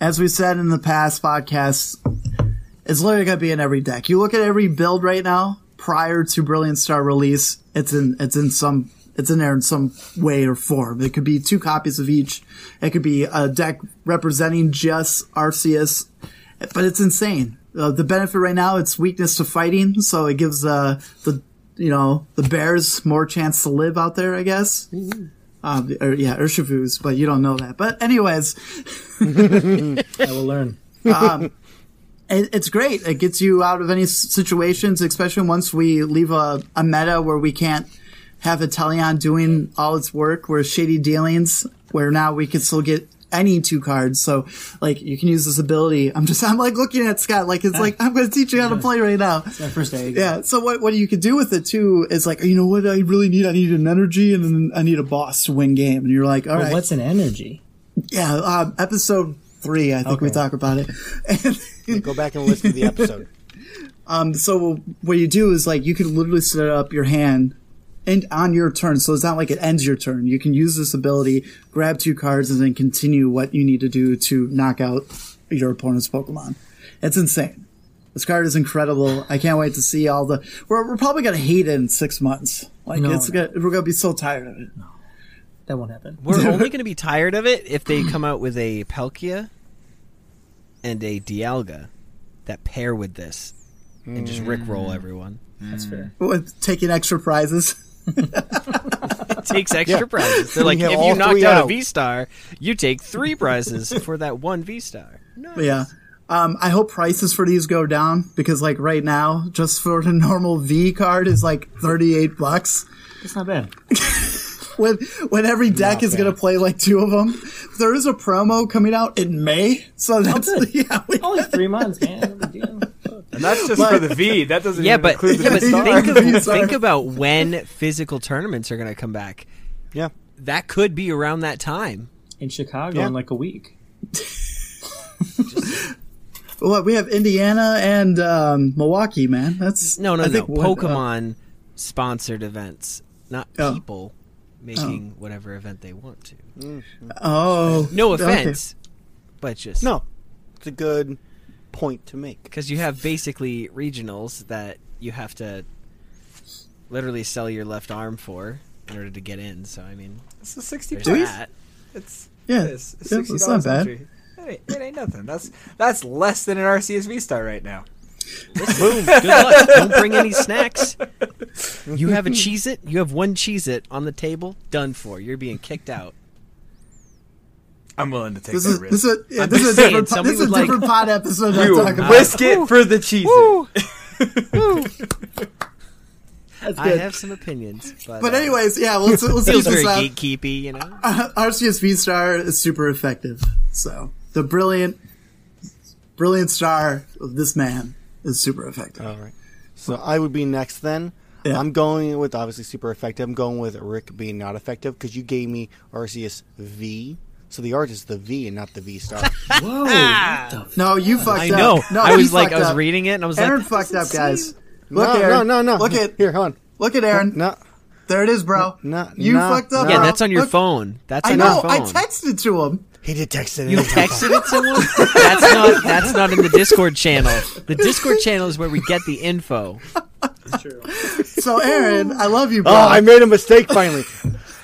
as we said in the past podcasts, it's literally going to be in every deck. You look at every build right now prior to Brilliant Star release. It's in it's in some it's in there in some way or form. It could be two copies of each. It could be a deck representing just Arceus, but it's insane. Uh, the benefit right now it's weakness to fighting, so it gives uh, the you know the bears more chance to live out there, I guess. Um, or, yeah, Urshivu's, but you don't know that. But anyways, I will learn. it, it's great. It gets you out of any s- situations, especially once we leave a, a meta where we can't have Italian doing all its work, where shady dealings, where now we can still get any two cards. So, like, you can use this ability. I'm just, [laughs] I'm like looking at Scott, like, it's like, I'm going to teach you how to play right now. My first day. Yeah. So what what you could do with it too is like, you know what I really need? I need an energy and then I need a boss to win game. And you're like, all right. But What's an energy? yeah. Um, episode three, I think we Okay. talk about it. [laughs] And Go back and listen to the [laughs] episode. so what you do is like you can literally set up your hand and on your turn so it's not like it ends your turn you can use this ability grab two cards and then continue what you need to do to knock out your opponent's pokemon it's insane this card is incredible i can't wait to see all the we're, we're probably gonna hate it in six months like No, it's gonna, we're gonna be so tired of it That won't happen. We're only going to be tired of it if they come out with a Palkia and a Dialga that pair with this and just rickroll everyone. That's fair. with taking extra prizes Takes extra prizes. They're like, have if all you knocked three out a out." V star, you take three prizes for that one V star. But yeah um, I hope prices for these go down because, like, right now, just for the normal V card is like thirty-eight bucks. That's not bad. when when every deck is going to play like two of them. There is a promo coming out in May, so that's Oh, [laughs] good. yeah. we- Oh, Only three months, man. No big deal. Fuck. And that's just Like- for the V. That doesn't Yeah, even but, include the yeah, but star. think, of, Sorry. think about when physical tournaments are going to come back. Yeah. That could be around that time. in Chicago Yeah. in like a week. What we have Indiana and um, Milwaukee, man. That's No, no, I no. think what, uh, Pokemon sponsored events, not Oh. people making whatever event they want to. oh, No okay. offense, but just No, it's a good point to make. because you have basically regionals that you have to literally sell your left arm for in order to get in. So I mean, It's a sixty there's bucks. that. It's Yeah, it's a yeah, sixty it's dollars not bad. entry. It ain't, it ain't nothing. That's that's less than an RCSV star right now. Boom. Good luck. Don't bring any snacks. You have a cheese it. You have one cheese it on the table. Done for. You're being kicked out. I'm willing to take This that is risk. this is yeah, I'm this just is a different saying, po- this is a somebody would different like- pod episode. we I'm will talking about. risk it for the cheese. That's I good. have some opinions, but But uh, anyways, yeah, [laughs] let's let's use feels very this uh, up. Uh, gatekeepy, you know. RCSV star is super effective. So the brilliant, brilliant star of this man is super effective. Oh, All right. So I would be next then. Yeah. I'm going with obviously super effective. I'm going with Rick being not effective because you gave me Arceus V. So the art is the V and not the V star. Whoa! what the f- no, you fucked I up. know. No, I you was like, fucked I was up. reading it, and I was Aaron like, fucked up, guys. Look, no, no, Aaron. no, no. Look at here. Hold on. look at Aaron. No, There it is, bro. No, you no, fucked up. no. "Yeah, bro. that's on your Look- phone. That's I on know. your phone." I texted to him. he did text it. You [laughs] in. texted it to him? That's not. That's not in the Discord channel. The Discord channel is where we get the info. [laughs] So Aaron, I love you, bro. Oh, I made a mistake finally.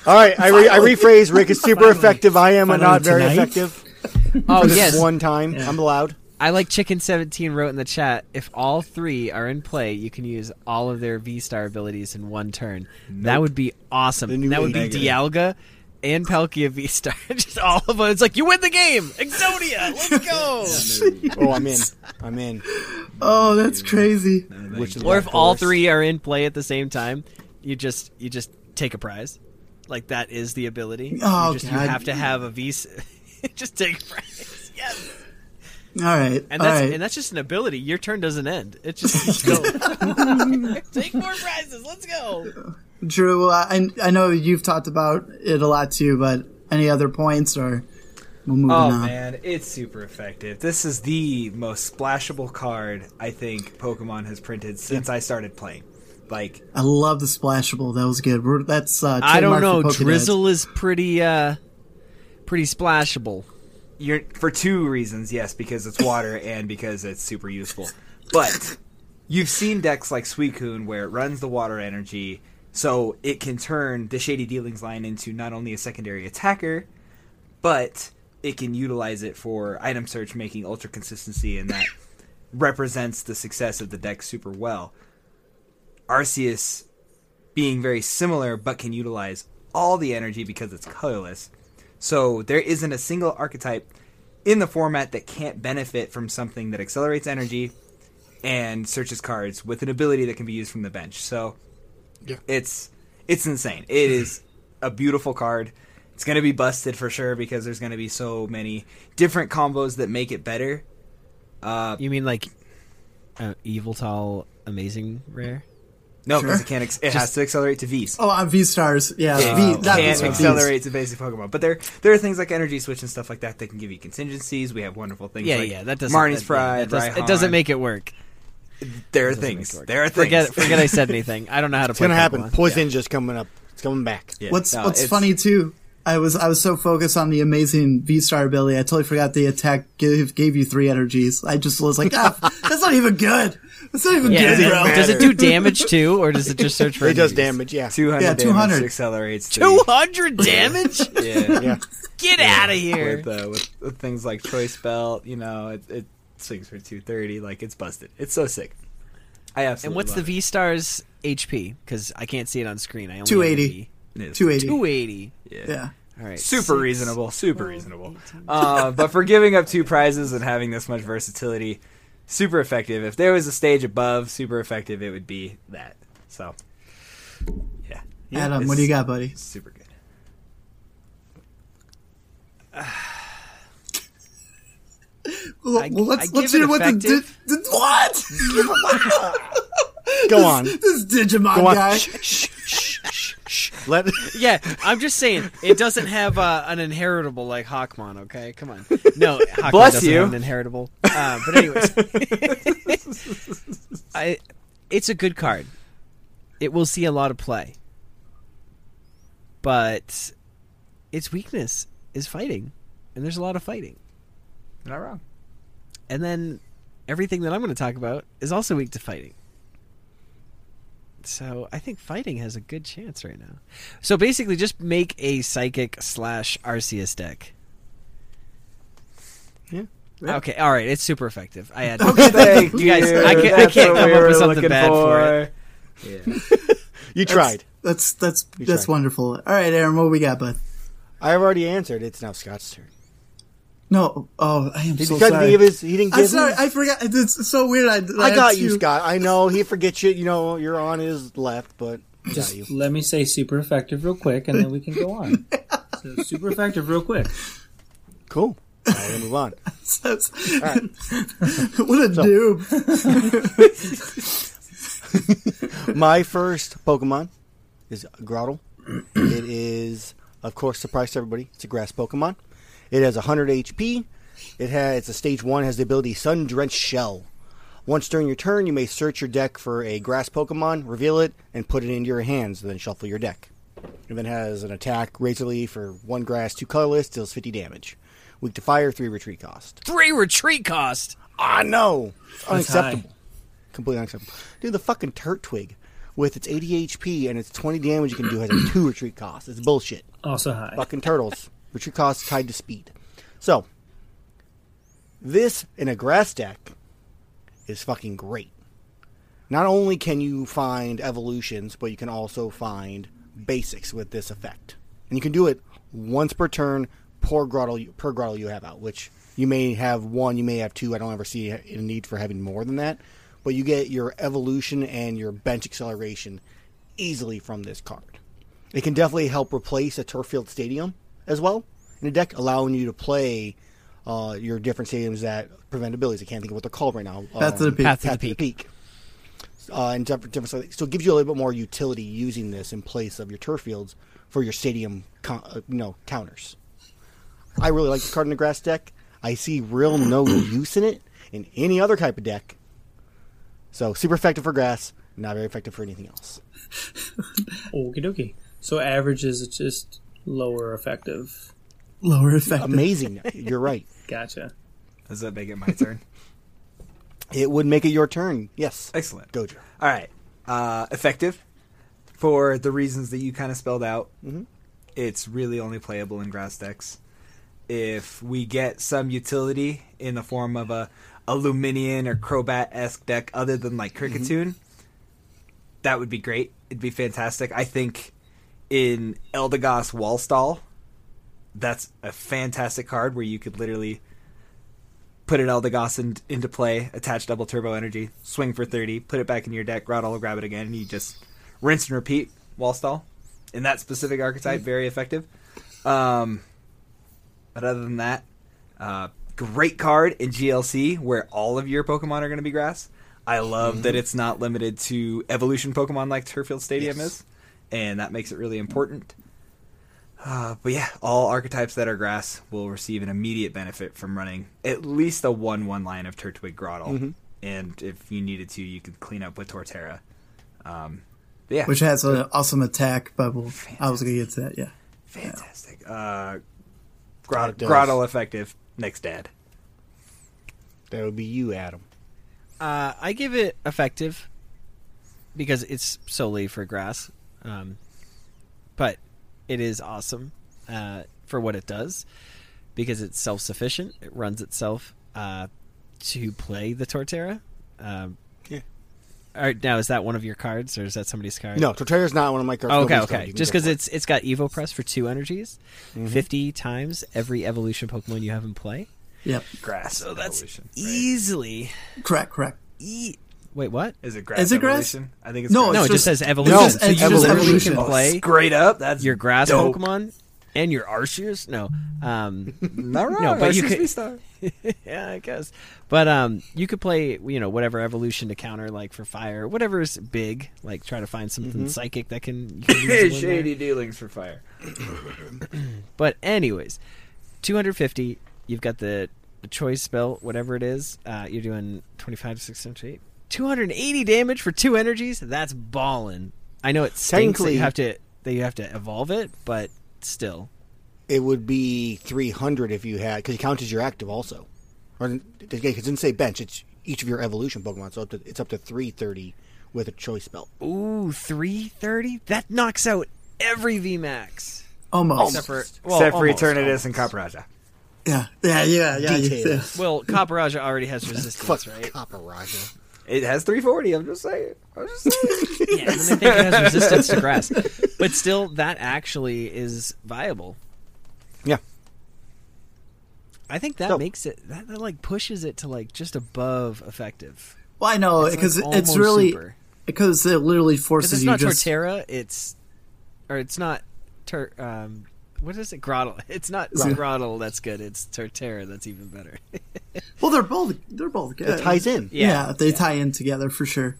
All right, I, re- I rephrase. Rick is super effective. I am a Finally not very tonight. effective. Oh This yes, one time I'm allowed. I like Chicken Seventeen wrote in the chat. If all three are in play, you can use all of their V Star abilities in one turn. That would be Then awesome. you That win. would be Negative. Dialga and Palkia V Star. [laughs] Just all of them. It's like you win the game. Exodia, let's go. Oh, I'm in. I'm in. oh, that's crazy. Which is or if like the all worst. three are in play at the same time, you just you just take a prize. Like that is the ability. Oh, you, just, you God. have to have a V. s- [laughs] just take a prize. [laughs] Yes. All right, And all that's right. and that's just an ability. Your turn doesn't end. It just go. [laughs] [laughs] Take more prizes. Let's go. Drew, I, I know you've talked about it a lot too, but any other points or we're moving Oh on? man, it's super effective. This is the most splashable card I think Pokemon has printed since I started playing. Like I love the splashable. That was good. We're, that's uh, I don't trademark know. for Pokedex. Drizzle is pretty uh pretty splashable. you're for two reasons, yes, because it's water and because it's super useful. But you've seen decks like Suicune where it runs the water energy, so it can turn the Shady Dealings line into not only a secondary attacker, but it can utilize it for item search, making ultra consistency, and that represents the success of the deck super well. Arceus being very similar, but can utilize all the energy because it's colorless. So there isn't a single archetype in the format that can't benefit from something that accelerates energy and searches cards with an ability that can be used from the bench. So it's it's insane. It is a beautiful card. It's going to be busted for sure because there's going to be so many different combos that make it better. Uh, You mean like uh, Evil Tall Amazing Rare? no, because it can't. Ex- it has to accelerate to V's. Oh, on V stars. Yeah, Yeah, V. Not V can't stars. accelerate the basic Pokemon, but there there are things like energy switch and stuff like that that can give you contingencies. We have wonderful things. Yeah, like yeah, that doesn't. Marnie's that- Pride. that does- Raihan. it doesn't make it work. There are doesn't make things. it work. There are things. Forget it. Forget I said anything. I don't know how to It's play. gonna happen. Pokemon. Poison just coming up. It's coming back. [laughs] Yeah, What's no, What's it's- funny too? I was I was so focused on the amazing V star ability, I totally forgot the attack gave gave you three energies. I just was like, ah, that's not even good. That's not even good, Yeah, does, bro. it, does it do damage too, or does it just search for? It does damage. Yeah. 200 Yeah, damage 200. accelerates. [laughs] the- Two hundred damage? [laughs] Yeah, Yeah. Get out of here! With, uh, with, with things like choice belt, you know, it, it swings for 230. Like it's busted. It's so sick. I and absolutely. what's the love V Star's HP? Because I can't see it on screen. I only 280. it. It's- [laughs] Two eighty. Two eighty. Yeah. Yeah. All right. Super reasonable. Super reasonable. Uh, but for giving up two prizes and having this much versatility, super effective. If there was a stage above super effective, it would be that. So, yeah. Yeah, Adam, what do you it's got, buddy? Super good. Well, I- well, let's I let's give hear it what the, di- effective. di- what. Go [laughs] on. This Digimon Go on. guy. Shh, shh, shh, shh, shh. Let Yeah, I'm just saying it doesn't have uh, an inheritable like Hawkmon. Okay, come on. [laughs] No, Hawkmon Bless doesn't you. have an inheritable. Uh, but anyways, [laughs] I it's a good card. It will see a lot of play, but its weakness is fighting, and there's a lot of fighting. You're not wrong. And then everything that I'm going to talk about is also weak to fighting. So I think fighting has a good chance right now. So basically, just make a psychic slash Arceus deck. Yeah. Yeah. Okay. All right. It's super effective. I had. [laughs] Thank you. Guys, I can't- I That's can't what come we up with were something looking bad for for. Yeah. you tried. That's that's You that's tried. wonderful. All right, Aaron, what we got, bud? I've already answered. It's now Scott's turn. No, oh, I am He so didn't sorry. give his. He didn't I'm give. sorry, his. I forgot. It's so weird. I, I, had got you, two- Scott. I know he forgets you. You know you're on his left, but I got Just you. let me say super effective real quick, and then we can go [laughs] on. so super effective real quick. Cool. All right, we'll move on. That's- [laughs] what a noob. [laughs] My first Pokemon is Grottle. it is, of course, surprise to everybody. It's a grass Pokemon. It has 100 HP. It has it's a stage one has the ability Sun Drenched Shell. Once during your turn, you may search your deck for a grass Pokemon, reveal it, and put it into your hands, then shuffle your deck. It then has an attack, Razor Leaf, for one grass, two colorless, deals 50 damage. Weak to fire, three retreat cost. Three retreat cost. I know. It's That's high. unacceptable. Completely unacceptable. Dude, the fucking Turt Twig with its 80 HP and its 20 damage you can do has a 2 retreat cost. It's bullshit. Also high. Fucking turtles. retreat cost tied to speed. So, this in a grass deck is fucking great. Not only can you find evolutions, but you can also find basics with this effect. And you can do it once per turn per grottle you, per grottle you have out, which you may have one, you may have two. I don't ever see a need for having more than that. But you get your evolution and your bench acceleration easily from this card. It can definitely help replace a turf field stadium as well in a deck, allowing you to play uh, your different stadiums that prevent abilities. I can't think of what they're called right now. Um, Path to the Peak. Path to the Path to the peak. Uh, and different, different stuff. So it gives you a little bit more utility using this in place of your turf fields for your stadium, con- uh, you know, counters. I really like the card in the grass deck. I see real no [clears throat] use in it in any other type of deck. So super effective for grass, not very effective for anything [laughs] else. Okie dokie. So average is just lower effective. Lower effective. Amazing. You're right. Gotcha. Does that make it my [laughs] turn? It would make it your turn. Yes. Excellent. Gojo. All right. Uh, effective for the reasons that you kind of spelled out. It's really only playable in grass decks. If we get some utility in the form of a Illuminian or Crobat esque deck other than like Cricketune, that would be great. It'd be fantastic. I think in Eldegoss Wallstall, that's a fantastic card where you could literally put an Eldegoss in, into play, attach double turbo energy, swing for 30, put it back in your deck, Groudon will grab it again, and you just rinse and repeat wall stall. In that specific archetype, very effective. Um, but other than that, uh, great card in GLC where all of your Pokemon are going to be grass. I love that it's not limited to evolution Pokemon like Turfield Stadium Yes. is, and that makes it really important. Uh, but yeah, all archetypes that are grass will receive an immediate benefit from running at least a 1 1 line of Turtwig Grottle. And if you needed to, you could clean up with Torterra. Um, but yeah, Which has an awesome attack, but we'll, I was going to get to that, yeah. fantastic. Uh, Grot- It does. Grottle effective. Next dad. That would be you, Adam. Uh, I give it effective because it's solely for grass, um, but it is awesome uh, for what it does because it's self-sufficient. It runs itself uh, to play the Torterra. Um, Yeah. All right, now is that one of your cards or is that somebody's card? No, Torterra's not one of my cards. Oh, okay, Nobody's card. Mm-hmm. okay. You can Just go because for it. it's it's got Evo Press for two energies, fifty times every evolution Pokemon you have in play. Yep. Grass. So that's e- evolution, right? easily. Correct, correct. E- Wait, what? Is it grass? Is it grass? evolution? I think it's No, grass. No, it It's just just- says evolution. just- so you it's just literally evolution. can play straight up. That's your grass dope. Pokemon and your Arceus. No, um, [laughs] Not wrong. No, but you Arceus could- Beastar. yeah, I guess. But um, you could play, you know, whatever evolution to counter, like for fire, whatever is big. Like try to find something psychic that can. You [laughs] can use in one way. Mm-hmm. Shady dealings for fire. But anyways, 250. You've got the, the choice spell, whatever it is. Uh, you're doing 25 to 678. 280 damage for two energies. That's ballin'. I know it stinks that Technically- you have to that you have to evolve it, but still. It would be 300 if you had, because it counts as your active also. Or, yeah, 'cause it didn't say bench, it's each of your evolution Pokemon, so up to, it's up to 330 with a choice belt. Ooh, 330. That knocks out every VMAX. Almost. Except for well, Except for almost, Eternatus almost. and Copperaja. Yeah, yeah, yeah, yeah. yeah. Details. Well, Copperaja already has resistance, [laughs] Fuck right? Copper Raja. It has 340. I'm just saying. I'm just [laughs] saying. Yeah, and I think it has resistance to grass. But still, that actually is viable. Yeah. I think that So- makes it that, that like pushes it to like just above effective. Well, I know like, because it's almost really super. because it literally Because forces it's you not just Torterra, it's or it's not ter, um, what is it? Grottle. [laughs] It's not it- Grottle that's good. It's Torterra that's even better. well, they're both they're both good. It ties in. Yeah, Yeah, they tie in together for sure.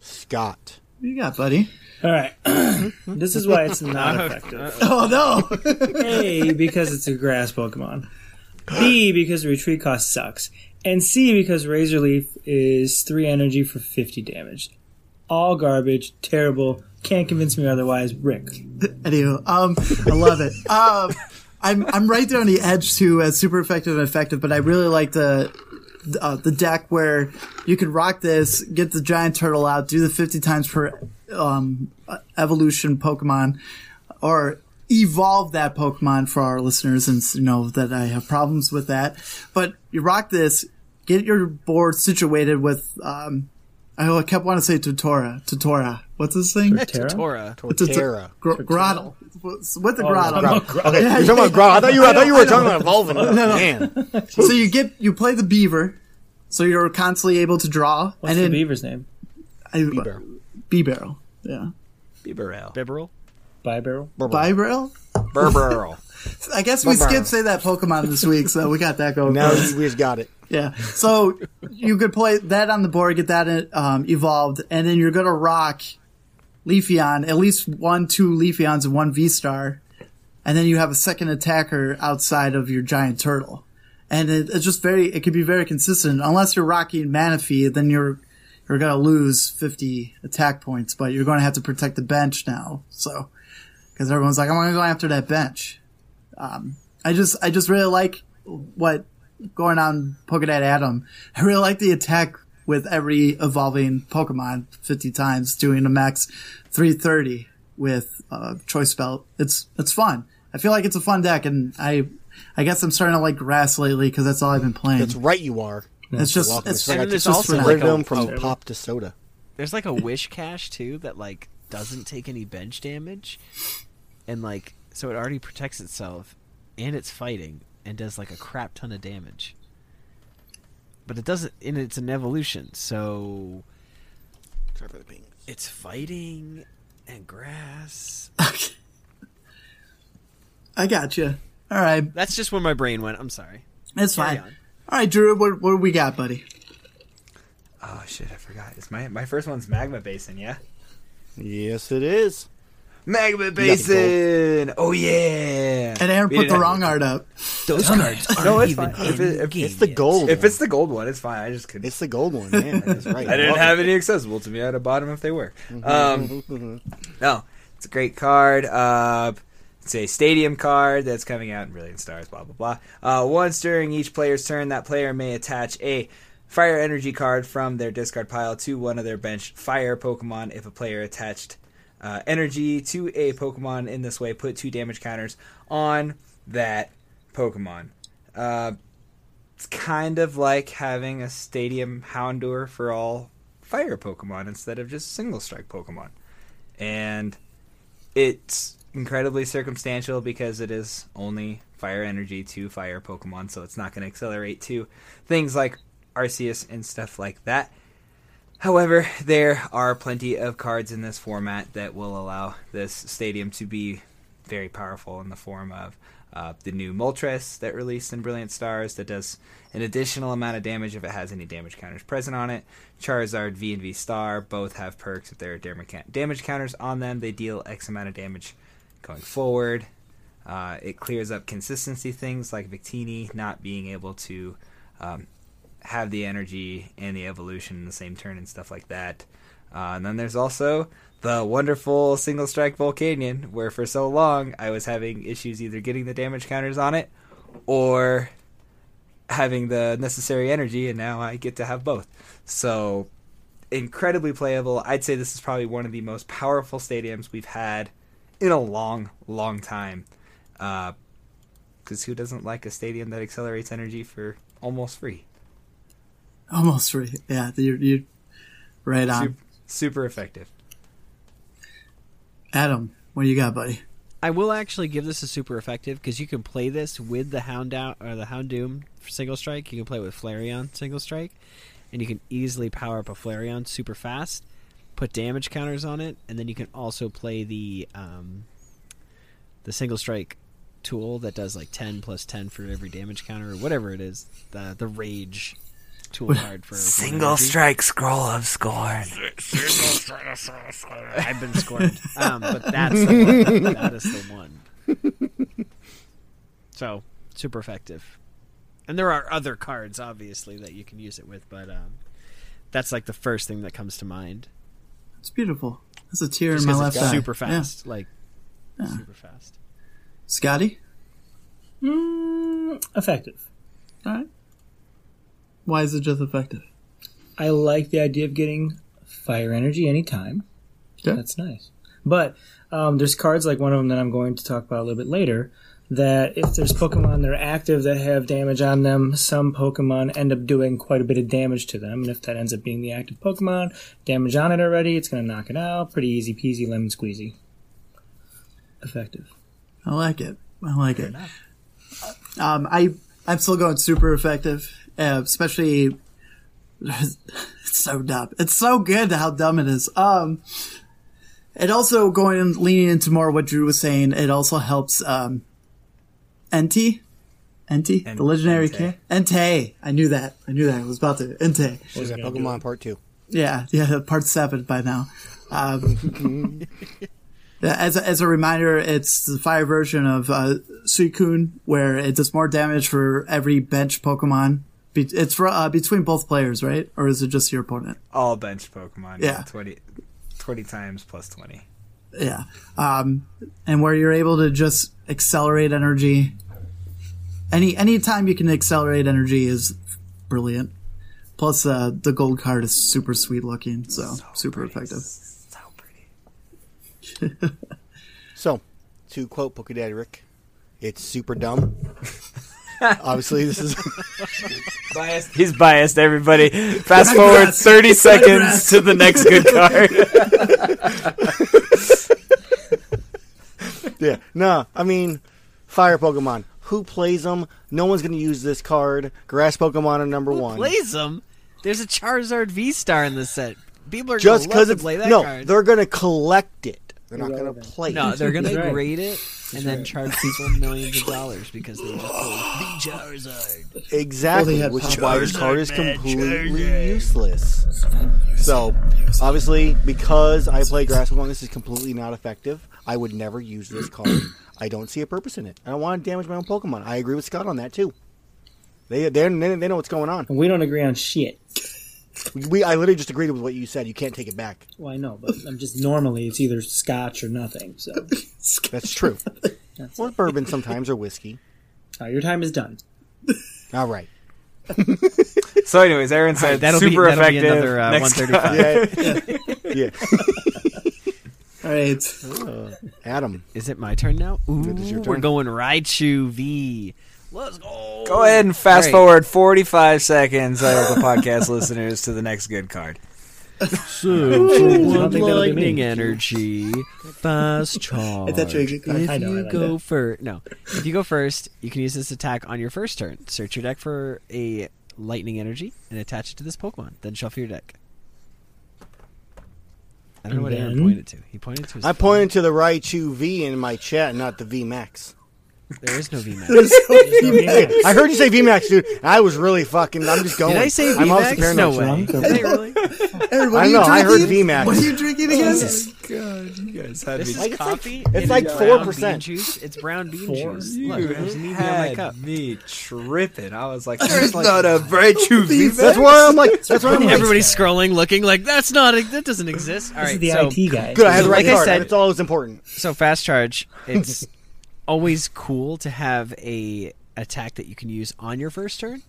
Scott. What you got, buddy? All right. [clears throat] this is why it's [laughs] not effective. Oh [laughs] no! A, because it's a grass Pokemon. B, because the retreat cost sucks. And C, because Razor Leaf is 3 energy for 50 damage. All garbage, terrible, can't convince me otherwise. [laughs] Rick. Anywho, um, I love it. Um, I'm I'm right there on the edge to uh, super effective and effective, but I really like the uh, the deck where you can rock this, get the giant turtle out, do the 50 times per um, uh, evolution Pokemon, or evolve that Pokemon for our listeners and s- know that I have problems with that. But you rock this, get your board situated with. Um, I kept wanting to say Totora. Totora. What's this thing? Terra? Oh, Torterra. It's a t- Torterra. gr- grottle. With the grottle. Okay, you're talking about Growl. I thought you were, I thought you were talking about evolving. Man. So you get you play the beaver, so you're constantly able to draw. What's and the then beaver's name? beaver. barrel. Yeah. Bibarel. Bibarel. Bibarrel? Bibarrel? Burburl. I guess we Bibarel. skipped say that Pokemon this week, so we got that going. Now for us. you- we just got it. Yeah. So you could play that on the board, get that in, um, evolved, and then you're going to rock Leafeon, at least one, two Leafeons and one V Star. And then you have a second attacker outside of your giant turtle. And it, it's just very, it could be very consistent. Unless you're rocking Manaphy, then you're, you're going to lose 50 attack points, but you're going to have to protect the bench now. So, because everyone's like, I'm going to go after that bench. Um, I just, I just really like what going on Pokedex Adam. I really like the attack with every evolving Pokemon 50 times, doing a max 330 with uh, Choice Belt. It's it's fun. I feel like it's a fun deck, and I I guess I'm starting to like grass lately because that's all I've been playing. That's right, you are. it's just Welcome. it's I got And there's just also rid like of a- them from pop to soda. There's like a wish cache too that like doesn't take any bench damage, and like so it already protects itself, and it's fighting and does like a crap ton of damage. But it doesn't, and it's an evolution, so Sorry for the ping. it's fighting and grass. [laughs] I got you. All right, That's just where my brain went. I'm sorry. it's Carry fine. on. All right, Drew, what what do we got, buddy? Oh shit, I forgot. It's my my first one's Magma Basin, yeah? Yes, it is. Magma Basin! Oh yeah. And Aaron We put didn't the have- wrong art up. Those cards aren't No, it's even fine. If it- if- It's the gold. If one. it's the gold one, it's fine. I just couldn't it's the gold one, man. That's [laughs] right. I didn't Welcome. have any accessible to me. I had a bottom if they were. Um, no, it's a great card. Uh, it's a stadium card that's coming out in Brilliant Stars. Blah blah blah. Uh, once during each player's turn, that player may attach a fire energy card from their discard pile to one of their bench fire Pokemon. If a player attached uh, energy to a Pokemon in this way, put two damage counters on that Pokemon. Uh, it's kind of like having a stadium houndour for all fire pokemon instead of just single strike pokemon and it's incredibly circumstantial because it is only fire energy to fire pokemon so it's not going to accelerate to things like arceus and stuff like that However, there are plenty of cards in this format that will allow this stadium to be very powerful in the form of uh, the new Moltres that released in Brilliant Stars that does an additional amount of damage if it has any damage counters present on it. Charizard V and V Star both have perks if there are dam- damage counters on them. They deal X amount of damage going forward. Uh, it clears up consistency things like Victini not being able to um, have the energy and the evolution in the same turn and stuff like that. Uh, and then there's also the wonderful single strike Volcanion, where for so long I was having issues either getting the damage counters on it or having the necessary energy, and now I get to have both. So incredibly playable. I'd say this is probably one of the most powerful stadiums we've had in a long, long time. Because who doesn't like a stadium that accelerates energy for almost free? Almost right. Yeah, you're, you're right on. Super, super effective. Adam, what you got, buddy? I will actually give this a super effective because you can play this with the Hound out or the Houndoom single strike. You can play it with Flareon single strike, and you can easily power up a Flareon super fast, put damage counters on it, and then you can also play the um, the single strike tool that does like ten plus ten for every damage counter or whatever it is. The the rage tool card for Single strike. strike scroll of scorn. I've been scorned. Um, but that's the one. That is the one. So super effective, and there are other cards obviously that you can use it with, but um, that's like the first thing that comes to mind. It's beautiful. That's a tear Just in my 'cause left it's eye. super Yeah. fast, like super fast. Scotty, Mm, effective. all right. Why is it just effective? I like the idea of getting fire energy anytime. Yeah. That's nice. But um, there's cards like one of them that I'm going to talk about a little bit later that if there's Pokemon that are active that have damage on them, some Pokemon end up doing quite a bit of damage to them. And if that ends up being the active Pokemon, damage on it already, it's going to knock it out. Pretty easy peasy, lemon squeezy. Effective. I like it. I like it. Um, I I'm still going super effective, uh, especially. [laughs] It's so dumb. It's so good how dumb it is. Um, it also going and leaning into more what Drew was saying. It also helps. Um, Enti, Enti, En- the legendary Entei. Ente. Entei. I knew that. I knew that. I was about to Entei. What Yeah, Pokemon Part Two. Yeah, yeah, [laughs] part seven by now. Um, yeah, as a, as a reminder, it's the fire version of uh, Suicune, where it does more damage for every bench Pokemon. Be- it's for, uh, between both players, right? Or is it just your opponent? All bench Pokemon. Yeah. 20, 20 times plus 20. Yeah. Um, and where you're able to just accelerate energy. Any any time you can accelerate energy is brilliant. Plus, uh, the gold card is super sweet looking, so, super pretty. effective. So pretty. So, to quote Poke Daddy Rick, it's [laughs] super dumb. Obviously, this is Biased. He's biased, everybody. Fast forward Digress. 30 seconds Digress. to the [laughs] next good card. yeah. No, I mean, fire Pokemon. Who plays them? No one's going to use this card. Grass Pokemon are number Who one. plays them? There's a Charizard V Star in this set. People are Just gonna love because to it's play that no, card. they're going to collect it. They're not going to Irrelevant. play No, it. they're gonna That's right. grade it and then charge [laughs] people millions of dollars because they just pulled the Charizard. Exactly, Well, they had which is Charizard, why this card is man, completely Charizard. useless. So, obviously, because I play Grass Pokemon, this is completely not effective. I would never use this card. I don't see a purpose in it. I don't want to damage my own Pokemon. I agree with Scott on that too. They they they know what's going on. And we don't agree on shit. We I literally just agreed with what you said. You can't take it back. Well, I know, but I'm just normally it's either scotch or nothing. So [laughs] That's true. or bourbon sometimes or whiskey. Uh, your time is done. All right. So, anyways, Aaron said that'll be- super that'll be effective. another, uh, next 135. card. Yeah. [laughs] yeah. [laughs] All right. Adam. Is it my turn now? Ooh, is your we're turn. going Raichu V. Let's go. Go ahead and fast All right. forward 45 seconds, I hope the podcast [laughs] listeners, to the next good card. I don't So, think that'll be me. lightning energy, [laughs] fast charge. It's actually a good card. If I know, I you like go that. first, no. If you go first, you can use this attack on your first turn. Search your deck for a lightning energy and attach it to this Pokemon. Then shuffle your deck. I don't know what Aaron then- pointed to. He pointed to. His I phone. pointed to the Raichu V in my chat, not the V Max. There is no [laughs] VMAX. I heard you say V Max, dude. and I was really fucking. I'm just going. Did I say I'm also VMAX? paranoid, No Sean. way. Drunk. [laughs] Did I really? Aaron, what I are you know, I heard drinking? VMAX. What are you drinking again? Oh God, you guys had This me. is Like, it's like- coffee. it's and like brown 4%. bean juice. It's brown bean juice. You Look, I was You needing on my had cup. me tripping. I was like, There's "There's not not a [laughs] virtue That's why [laughs] I'm like. That's why I'm like. Everybody's scrolling, looking like that's not. That doesn't exist. All This is right, the so IT guy. Good, I had the So right like I card. said- That's all that's important. so fast charge. [laughs] It's always cool to have a attack that you can use on your first turn.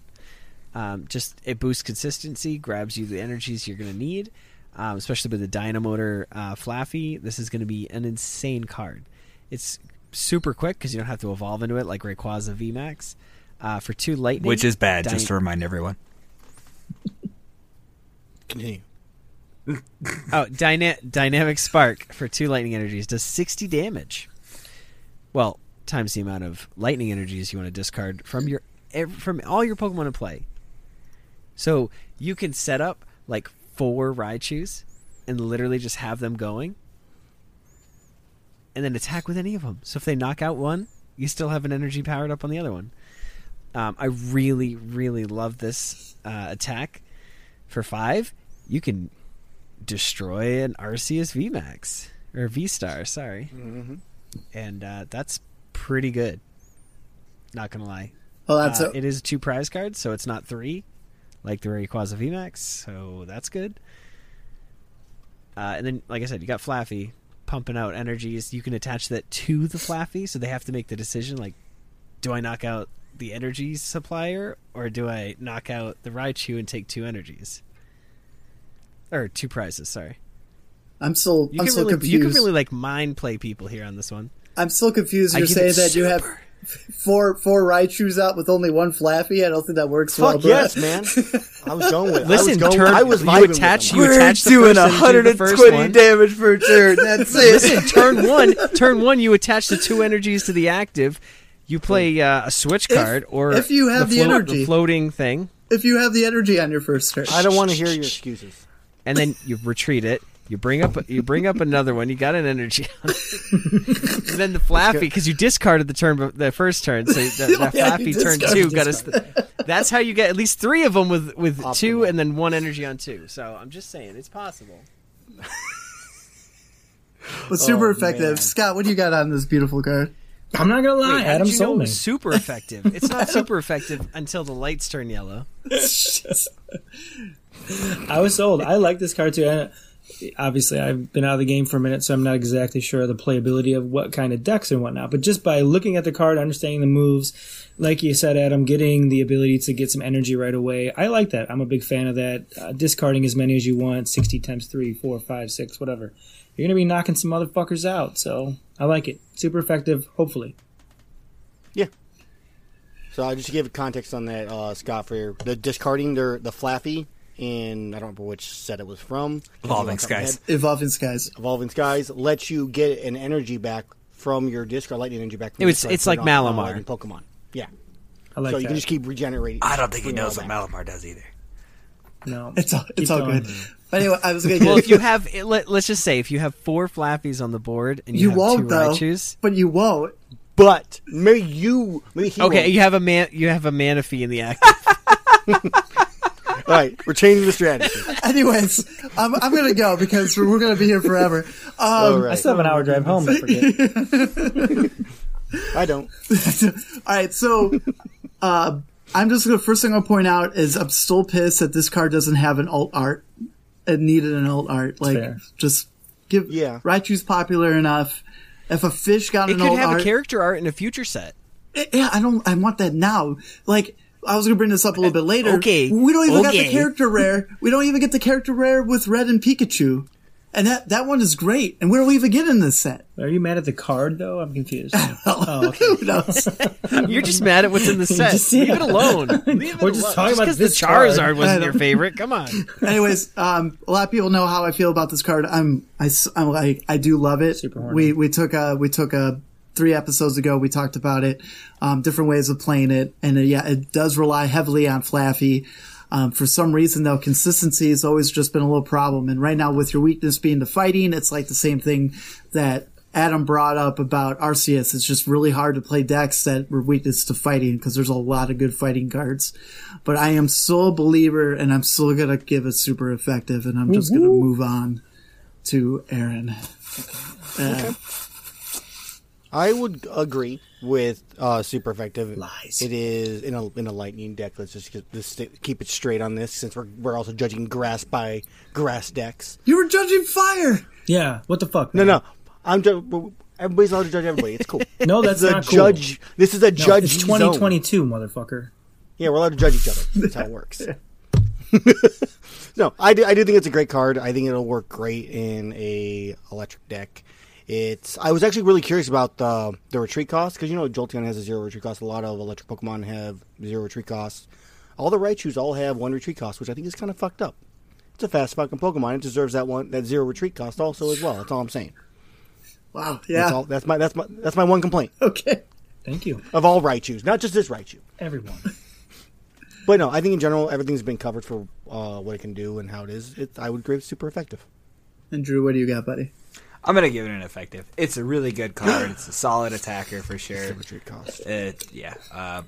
Um, just it boosts consistency, grabs you the energies you're going to need, um, especially with the Dynamotor uh, Flaffy. This is going to be an insane card. It's super quick because you don't have to evolve into it like Rayquaza VMAX. Uh, for two lightning, Which is bad, Dy- just to remind everyone. Continue. [laughs] Oh, dyna- dynamic spark for two lightning energies does sixty damage. Well, times the amount of lightning energies you want to discard from your ev- from all your Pokemon in play. So you can set up like four Raichus and literally just have them going, and then attack with any of them. So if they knock out one, you still have an energy powered up on the other one. Um, I really, really love this uh, attack. For five, you can destroy an Arceus VMAX or V Star, sorry. And uh, that's pretty good. Not gonna lie, Well, Oh, that's Uh, a- it is two prize cards, so it's not three, like the Rayquaza VMAX. So that's good. Uh, and then, like I said, you got Flaffy pumping out energies. You can attach that to the Flaffy, so they have to make the decision: like, do I knock out the energy supplier, or do I knock out the Raichu and take two energies, or two prizes? Sorry. I'm still You I'm can still really, confused. You can really like mind play people here on this one. I'm still confused. I You're give saying it that you have super. four four Raichu's out with only one Flappy. I don't think that works well. Fuck bro. yes, [laughs] man. I was going with. it. I was Listen, going. turn- I was you vibing with attach- them. you attach the first energy to the first one. damage per turn. [laughs] That's Listen, turn one, turn one. You attach the two energies to the active. You play uh, a switch card, or if you have the float- energy. floating thing, If you have the energy on your first turn, I don't want to hear your excuses. and then you retreat it. You bring up, you bring up another one. You got an energy, [laughs] on it. and then the Flappy because you discarded the turn, bef- the first turn. So [laughs] the, that Yeah, Flappy you turn discarded two got us. that's how you get at least three of them with with two, Optimal. and then one energy on two. So I'm just saying, it's possible. but super Oh, effective. man. Scott, what do you got on this beautiful card? I'm not gonna lie, Wait, how Adam did you know it sold me. was super effective? [laughs] It's not super effective until the lights turn yellow. [laughs] I was sold. I like this card too. And obviously, I've been out of the game for a minute, so I'm not exactly sure of the playability of what kind of decks and whatnot. But just by looking at the card, understanding the moves, like you said, Adam, getting the ability to get some energy right away, I like that. I'm a big fan of that. Uh, discarding as many as you want 60 times 3, 4, 5, 6, whatever. You're going to be knocking some motherfuckers out, so I like it. Super effective, hopefully. So I just give context on that, uh, Scott, for the discarding their the Flaffy, and I don't remember which set it was from. Evolving Off the top of my Skies. head. Evolving Skies. Evolving Skies lets you get an energy back from your discard, lightning energy back. It From your was- discard it's for like an all- all Malamar. lightning Pokemon. Yeah, I like so that. you can just keep regenerating. I don't think he Bring it knows all what Malamar does either. no. It's all, it's Keep all going. good. But anyway, I was gonna get Well, [laughs] if you have, it- let, let's just say, if you have four flappies on the board and you, You have won't two though. Raichus, But you won't. But maybe you, maybe he. okay, won't. you have a man, you have a manaphy in the active. all right, we're changing [laughs] the strategy. Um, Anyways, I'm, I'm gonna go because we're, we're gonna be here forever. Um, all I right, still have an hour drive home, I forget. I don't. [laughs] All right, so uh, I'm just gonna first thing I'll point out is I'm still pissed that this card doesn't have an alt art. It needed an alt art. Like fair. just give Yeah. Raichu's popular enough. If a fish got It an could alt have art, eh, a character art in a future [laughs] set. yeah, I don't. I want that now. Like I was gonna bring this up a little bit later. Okay, we don't even got the okay. character rare. We don't even get the character rare with Red and Pikachu, and that that one is great. And we don't even get in this set. [laughs] Are you mad at the card, though? I'm confused. Oh, [laughs] Who knows? You're just mad at what's [laughs] in the set. just- Leave it alone. [laughs] Leave it We're just alone. talking about 'cause this the card. Charizard I wasn't your [laughs] don't- favorite. Come on. [laughs] Anyways, um, a lot of people know how I feel about this card. I'm, I, s- I'm like, I do love it. Super horny. we we took a we took a three episodes ago. We talked about it, um, different ways of playing it, and uh, yeah, it does rely heavily on Flaffy. Um, for some reason, though, consistency has always just been a little problem. And right now, with your weakness being the fighting, it's like the same thing that Adam brought up about Arceus. It's just really hard to play decks that were weakness to fighting because there's a lot of good fighting cards. But I am still a believer, and I'm still gonna give it super effective. And I'm just gonna move on to Aaron. I would agree with uh, super effective. Lies. It is in a in a lightning deck. Let's just, get- just sti- keep it straight on this, since we're we're also judging grass by grass decks. You were judging fire. Yeah, what the fuck? No, no, I'm ju- everybody's allowed to judge everybody. It's cool. [laughs] No, that's This is a not cool. judge. This is a No, judge. It's zone. 2022, motherfucker. Yeah, we're allowed to judge each other. That's how it works. no, I do, I do think it's a great card. I think it'll work great in a electric deck. It's. I was actually really curious about the the retreat cost because you know Jolteon has a zero retreat cost. A lot of electric Pokemon have zero retreat costs. All the Raichus all have one retreat cost, which I think is kind of fucked up. It's a fast fucking Pokemon. It deserves that one that zero retreat cost also as well. That's all I'm saying. Wow. That's Yeah. all. That's my that's my that's my one complaint Okay. Thank you, of all Raichus, not just this Raichu. [laughs] everyone. But no, I think in general everything's been covered for uh, what it can do and how it is. It, I would agree, it's super effective. And Drew, what do you got, buddy? I'm gonna give it an effective. It's a really good card. It's a solid attacker for sure. Retreat cost. It, yeah. Uh,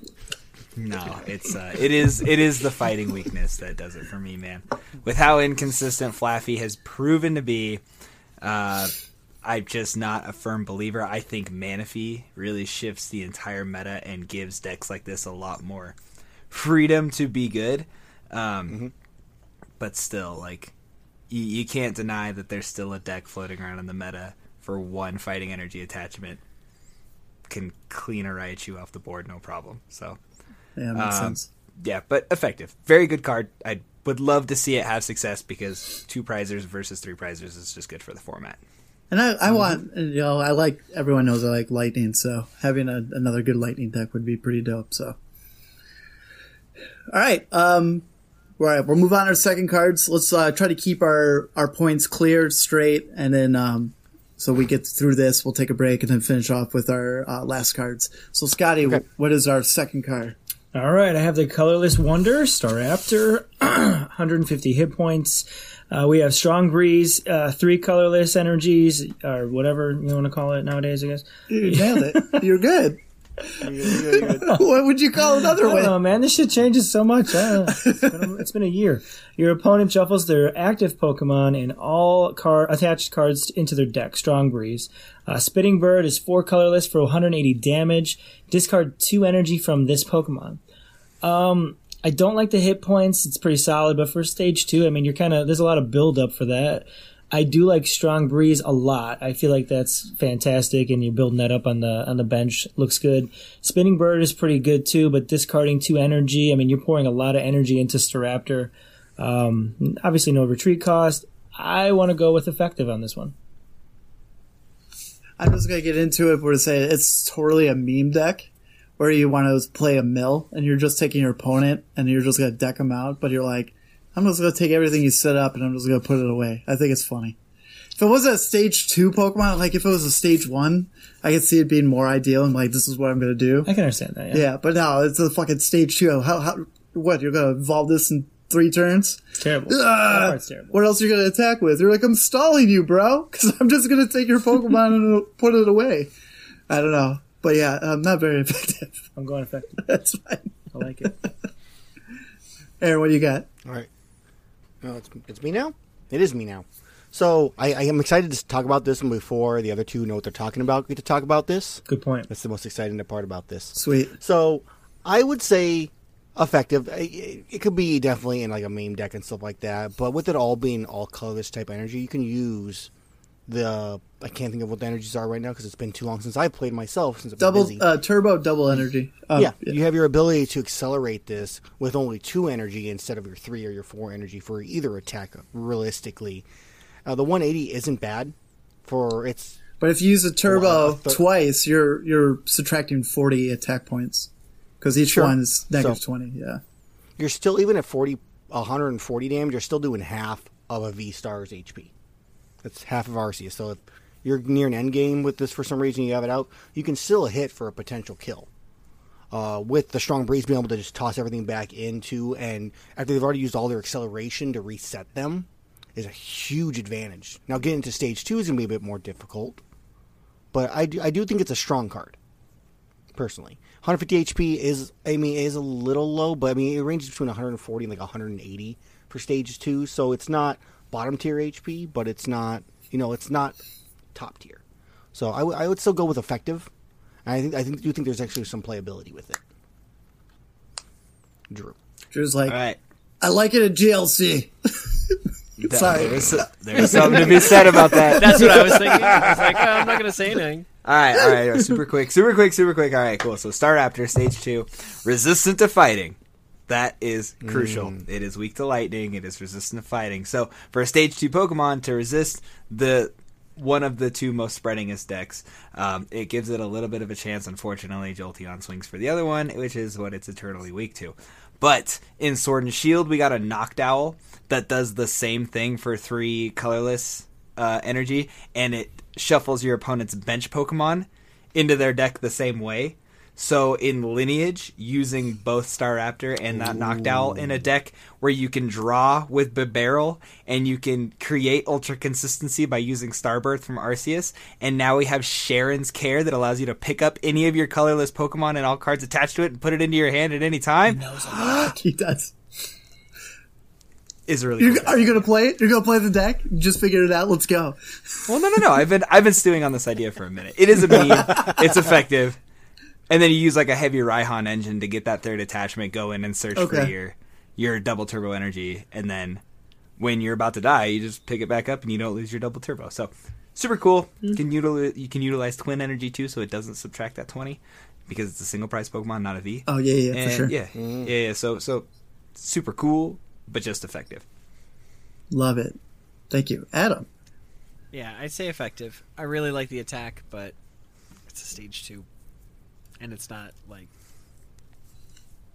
no, it's uh, it is it is the fighting weakness that does it for me, man. With how inconsistent Flaffy has proven to be, uh, I'm just not a firm believer. I think Manaphy really shifts the entire meta and gives decks like this a lot more freedom to be good. Um, But still, like you, you can't deny that there's still a deck floating around in the meta for one fighting energy attachment can clean a Raichu off the board no problem. So Yeah, makes Um, sense. yeah, but effective. Very good card. I would love to see it have success because two prizers versus three prizers is just good for the format. And I, I want, and, you know, I like, everyone knows I like lightning, so having a, another good lightning deck would be pretty dope, so. All right, um, all right, we'll move on to our second cards. Let's uh, try to keep our, our points clear, straight, and then, um, so we get through this, we'll take a break and then finish off with our uh, last cards. So, Scotty, what is our second card? All right, I have the colorless wonder [clears throat] Staraptor, 150 hit points. Uh, we have strong breeze, uh, three colorless energies, or whatever you want to call it nowadays. I guess. You nailed it. [laughs] You're good. [laughs] what would you call another I don't one? know, man. This shit changes so much. I don't know. It's been, a, it's been a year. Your opponent shuffles their active Pokemon and all car attached cards into their deck. Strong Breeze. Uh, Spitting Bird is four colorless for 180 damage. Discard two energy from this Pokemon. Um, I don't like the hit points. It's pretty solid, but for stage two, I mean, you're kind of there's a lot of build up for that. I do like Strong Breeze a lot. I feel like that's fantastic, and you're building that up on the on the bench. Looks good. Spinning Bird is pretty good too, but discarding two energy. I mean, you're pouring a lot of energy into Staraptor. Um, obviously, no retreat cost. I want to go with effective on this one. I'm just gonna get into it. Where to say it's totally a meme deck, where you want to play a mill and you're just taking your opponent and you're just gonna deck them out. But you're like, I'm just gonna take everything you set up and I'm just gonna put it away. I think it's funny. If it was a stage two Pokemon, like if it was a stage one, I could see it being more ideal and like this is what I'm gonna do. I can understand that. Yeah, Yeah, but no, it's a fucking stage two. How how what you're gonna evolve this in three turns? terrible. Ah! That part's terrible. What else are you gonna attack with? You're like, I'm stalling you, bro, because I'm just gonna take your Pokemon and [laughs] put it away. I don't know, but yeah, I'm not very [laughs] effective. I'm going effective. That's fine. I like it. Aaron, what do you got? All right. No, it's, it's me now? It is me now. So I, I am excited to talk about this one before the other two know what they're talking about. Get to talk about this. [laughs] Good point. That's the most exciting part about this. Sweet. So I would say effective. I- It, it could be definitely in like a meme deck and stuff like that. But with it all being all colorless type energy, you can use the. I can't think of what the energies are right now because it's been too long since I played myself. Since I've been Double busy. uh, turbo, double energy. Um, yeah, you have your ability to accelerate this with only two energy instead of your three or your four energy for either attack. Realistically, uh, the 180 isn't bad for its But if you use a turbo Well, I thought- twice, you're you're subtracting 40 attack points because each Sure. one is negative So- 20. Yeah. you're still even at 40 140 damage you're still doing half of a v star's hp that's half of arceus so if you're near an end game with this for some reason you have it out you can still hit for a potential kill uh, with the strong breeze being able to just toss everything back into, and after they've already used all their acceleration to reset them, is a huge advantage. Now getting to stage two is going to be a bit more difficult, but I do, I do think it's a strong card, personally. 150 HP is I mean is a little low, but I mean it ranges between 140 and like 180 for stage two, so it's not bottom tier HP, but it's not you know it's not top tier. So I, w- I would still go with effective. And I think I think do think there's actually some playability with it. Drew. Drew's like, All right. I like it at GLC. [laughs] Sorry. There's, there's something to be said [laughs] about that. That's what I was thinking. I was like, oh, I'm not going to say anything. All right, all right, all right, super quick, super quick, super quick. All right, cool. So Star Raptor, stage two, resistant to fighting. That is crucial. It is weak to lightning. It is resistant to fighting. So for a stage two Pokemon to resist the one of the two most spreadingest decks, um, it gives it a little bit of a chance. Unfortunately, Jolteon swings for the other one, which is what it's eternally weak to. But in Sword and Shield, we got a Knocked Owl that does the same thing for three colorless uh, energy, and it shuffles your opponent's bench Pokemon into their deck the same way. So in lineage, using both Star Raptor and that Knocked Owl in a deck where you can draw with Bibarel and you can create ultra consistency by using Starbirth from Arceus, and now we have Sharon's Care that allows you to pick up any of your colorless Pokemon and all cards attached to it and put it into your hand at any time. [gasps] he does. Is a really cool You're, deck. are you going to play it? You're going to play the deck? Just figured it out. Let's go. Well, no, no, no. I've been I've been stewing on this idea for a minute. It is a meme. it's effective. And then you use like a heavy Raihan engine to get that third attachment, go in and search for Okay. your your double turbo energy, and then when you're about to die, you just pick it back up and you don't lose your double turbo. So super cool. Mm-hmm. Can utilize you can utilize twin energy too, so it doesn't subtract that twenty because it's a single price Pokemon, not a V. Oh, yeah, yeah, And for sure. Yeah, yeah, yeah. So so super cool, but just effective. Love it. Thank you. Adam. Yeah, I'd say effective. I really like the attack, but it's a stage two, and it's not like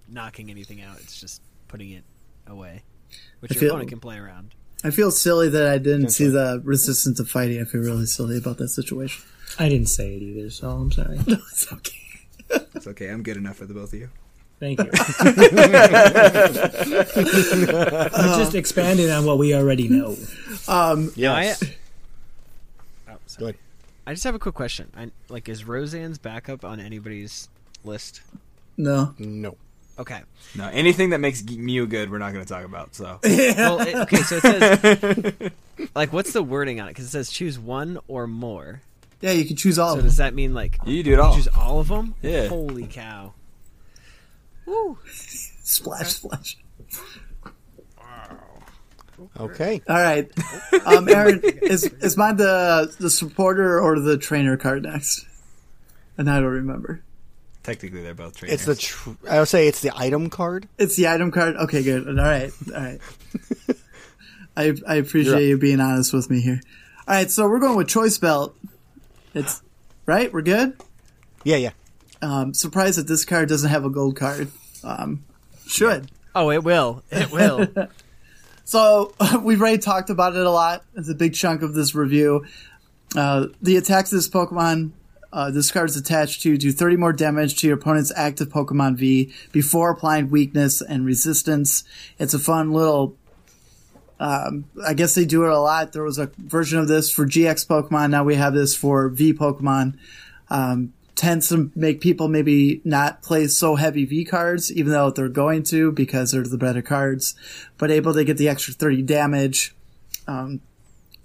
knocking anything out. It's just putting it away, which I your feel- opponent can play around. I feel silly that I didn't see the resistance to fighting. I feel really silly about that situation. [laughs] I didn't say it either, so I'm sorry. It's okay. It's okay. I'm good enough for the both of you. Thank you. I just expanded on what we already know. Um, Yes. I, Go ahead. oh, I just have a quick question. I, like, is Roseanne's backup on anybody's list? No. No. Okay. No, anything that makes G- Mew good, we're not going to talk about. So [laughs] Well, it, okay. So it says, like, what's the wording on it? Because it says choose one or more. Yeah, you can choose all Oh. So of them. does that mean like you do it all. choose all of them? Yeah. Holy cow. Splash, splash. Okay. All right. Um, [laughs] Aaron, is, is mine the, the supporter or the trainer card next? And I don't remember. Technically, they're both trainers. It's the tr- I would say it's the item card. It's the item card. Okay, good. All right, all right. [laughs] I I appreciate you being honest with me here. All right, so we're going with choice belt. It's right. We're good. Yeah, yeah. Um, surprised that this card doesn't have a gold card. Um, should. Oh, it will. It [laughs] will. So [laughs] we've already talked about it a lot. It's a big chunk of this review. Uh, the attacks of this Pokemon, uh, this card is attached to do 30 more damage to your opponent's active Pokemon V before applying weakness and resistance. It's a fun little. Um, I guess they do it a lot. There was a version of this for GX Pokemon. Now we have this for V Pokemon. Um, tends to make people maybe not play so heavy V cards, even though they're going to because they're the better cards but able to get the extra 30 damage um,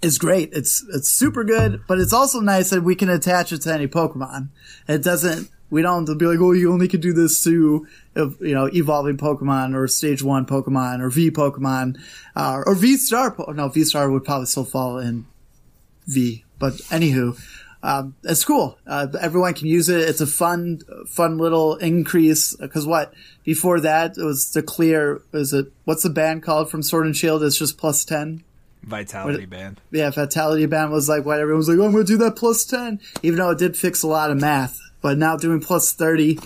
is great. It's it's super good, but it's also nice that we can attach it to any Pokemon. It doesn't. We don't have to be like, oh, you only can do this to if, you know evolving Pokemon or stage one Pokemon or V Pokemon uh, or V Star. Po- no, V Star would probably still fall in V. But anywho, um, it's cool. Uh, everyone can use it. It's a fun, fun little increase. Because what before that it was the clear. Is it what's the band called from Sword and Shield? It's just plus ten. Vitality Band. Yeah, fatality ban was like what everyone's like. Oh, I'm going to do that plus ten, even though it did fix a lot of math. But now doing plus thirty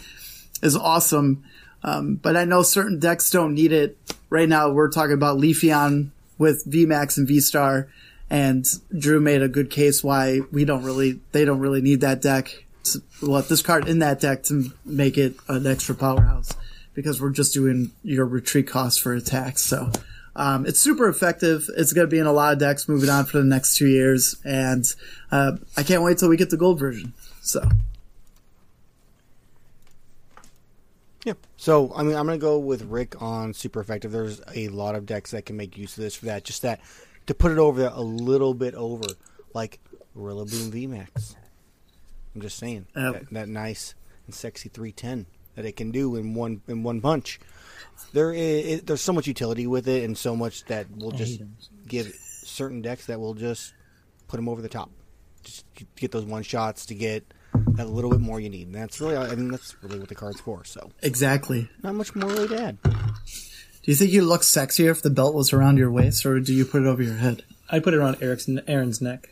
is awesome. Um, but I know certain decks don't need it. Right now, we're talking about Leafeon with VMAX and V Star, and Drew made a good case why we don't really they don't really need that deck. to, well, this card in that deck to make it an extra powerhouse because we're just doing your retreat costs for attacks. So um, it's super effective. It's going to be in a lot of decks moving on for the next two years, and uh, I can't wait till we get the gold version. So Yeah. So I mean, I'm gonna go with Rick on super effective. There's a lot of decks that can make use of this for that. Just that to put it over there a little bit over, like Gorilla Boom VMAX. I'm just saying Oh. that, that nice and sexy 310 that it can do in one in one punch. There is it, there's so much utility with it, and so much that will just give certain decks that will just put them over the top. Just to get those one shots to get that little bit more you need. And that's really I mean that's really what the card's for. So. exactly. Not much more really to add. Do you think you look sexier if the belt was around your waist, or do you put it over your [laughs] head? I put it around Eric's Aaron's neck.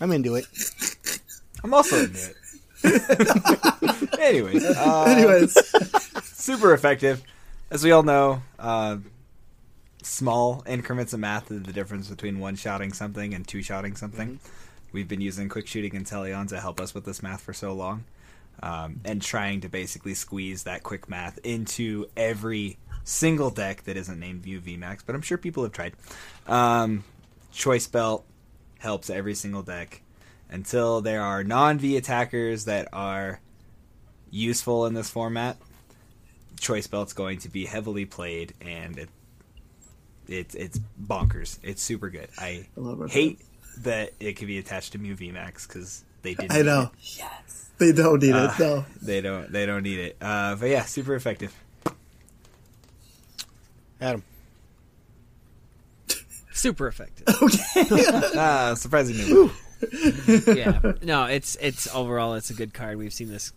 I'm into it. I'm also into [laughs] it. Anyways, uh, Anyways, super effective. As we all know, uh, small increments of math is the difference between one shotting something and two shotting something. We've been using quick shooting and teleon to help us with this math for so long, um, and trying to basically squeeze that quick math into every single deck that isn't named View VMAX. But I'm sure people have tried. Um, choice belt helps every single deck until there are non-V attackers that are useful in this format choice belt's going to be heavily played and it, it's it's bonkers it's super good i, love it. hate that it could be attached to mu vmax because they didn't I know. Yes. They don't need Ah. it. No. they don't they don't need it uh but yeah super effective Adam. Super effective. ah surprising move yeah. No, it's it's overall it's a good card. We've seen this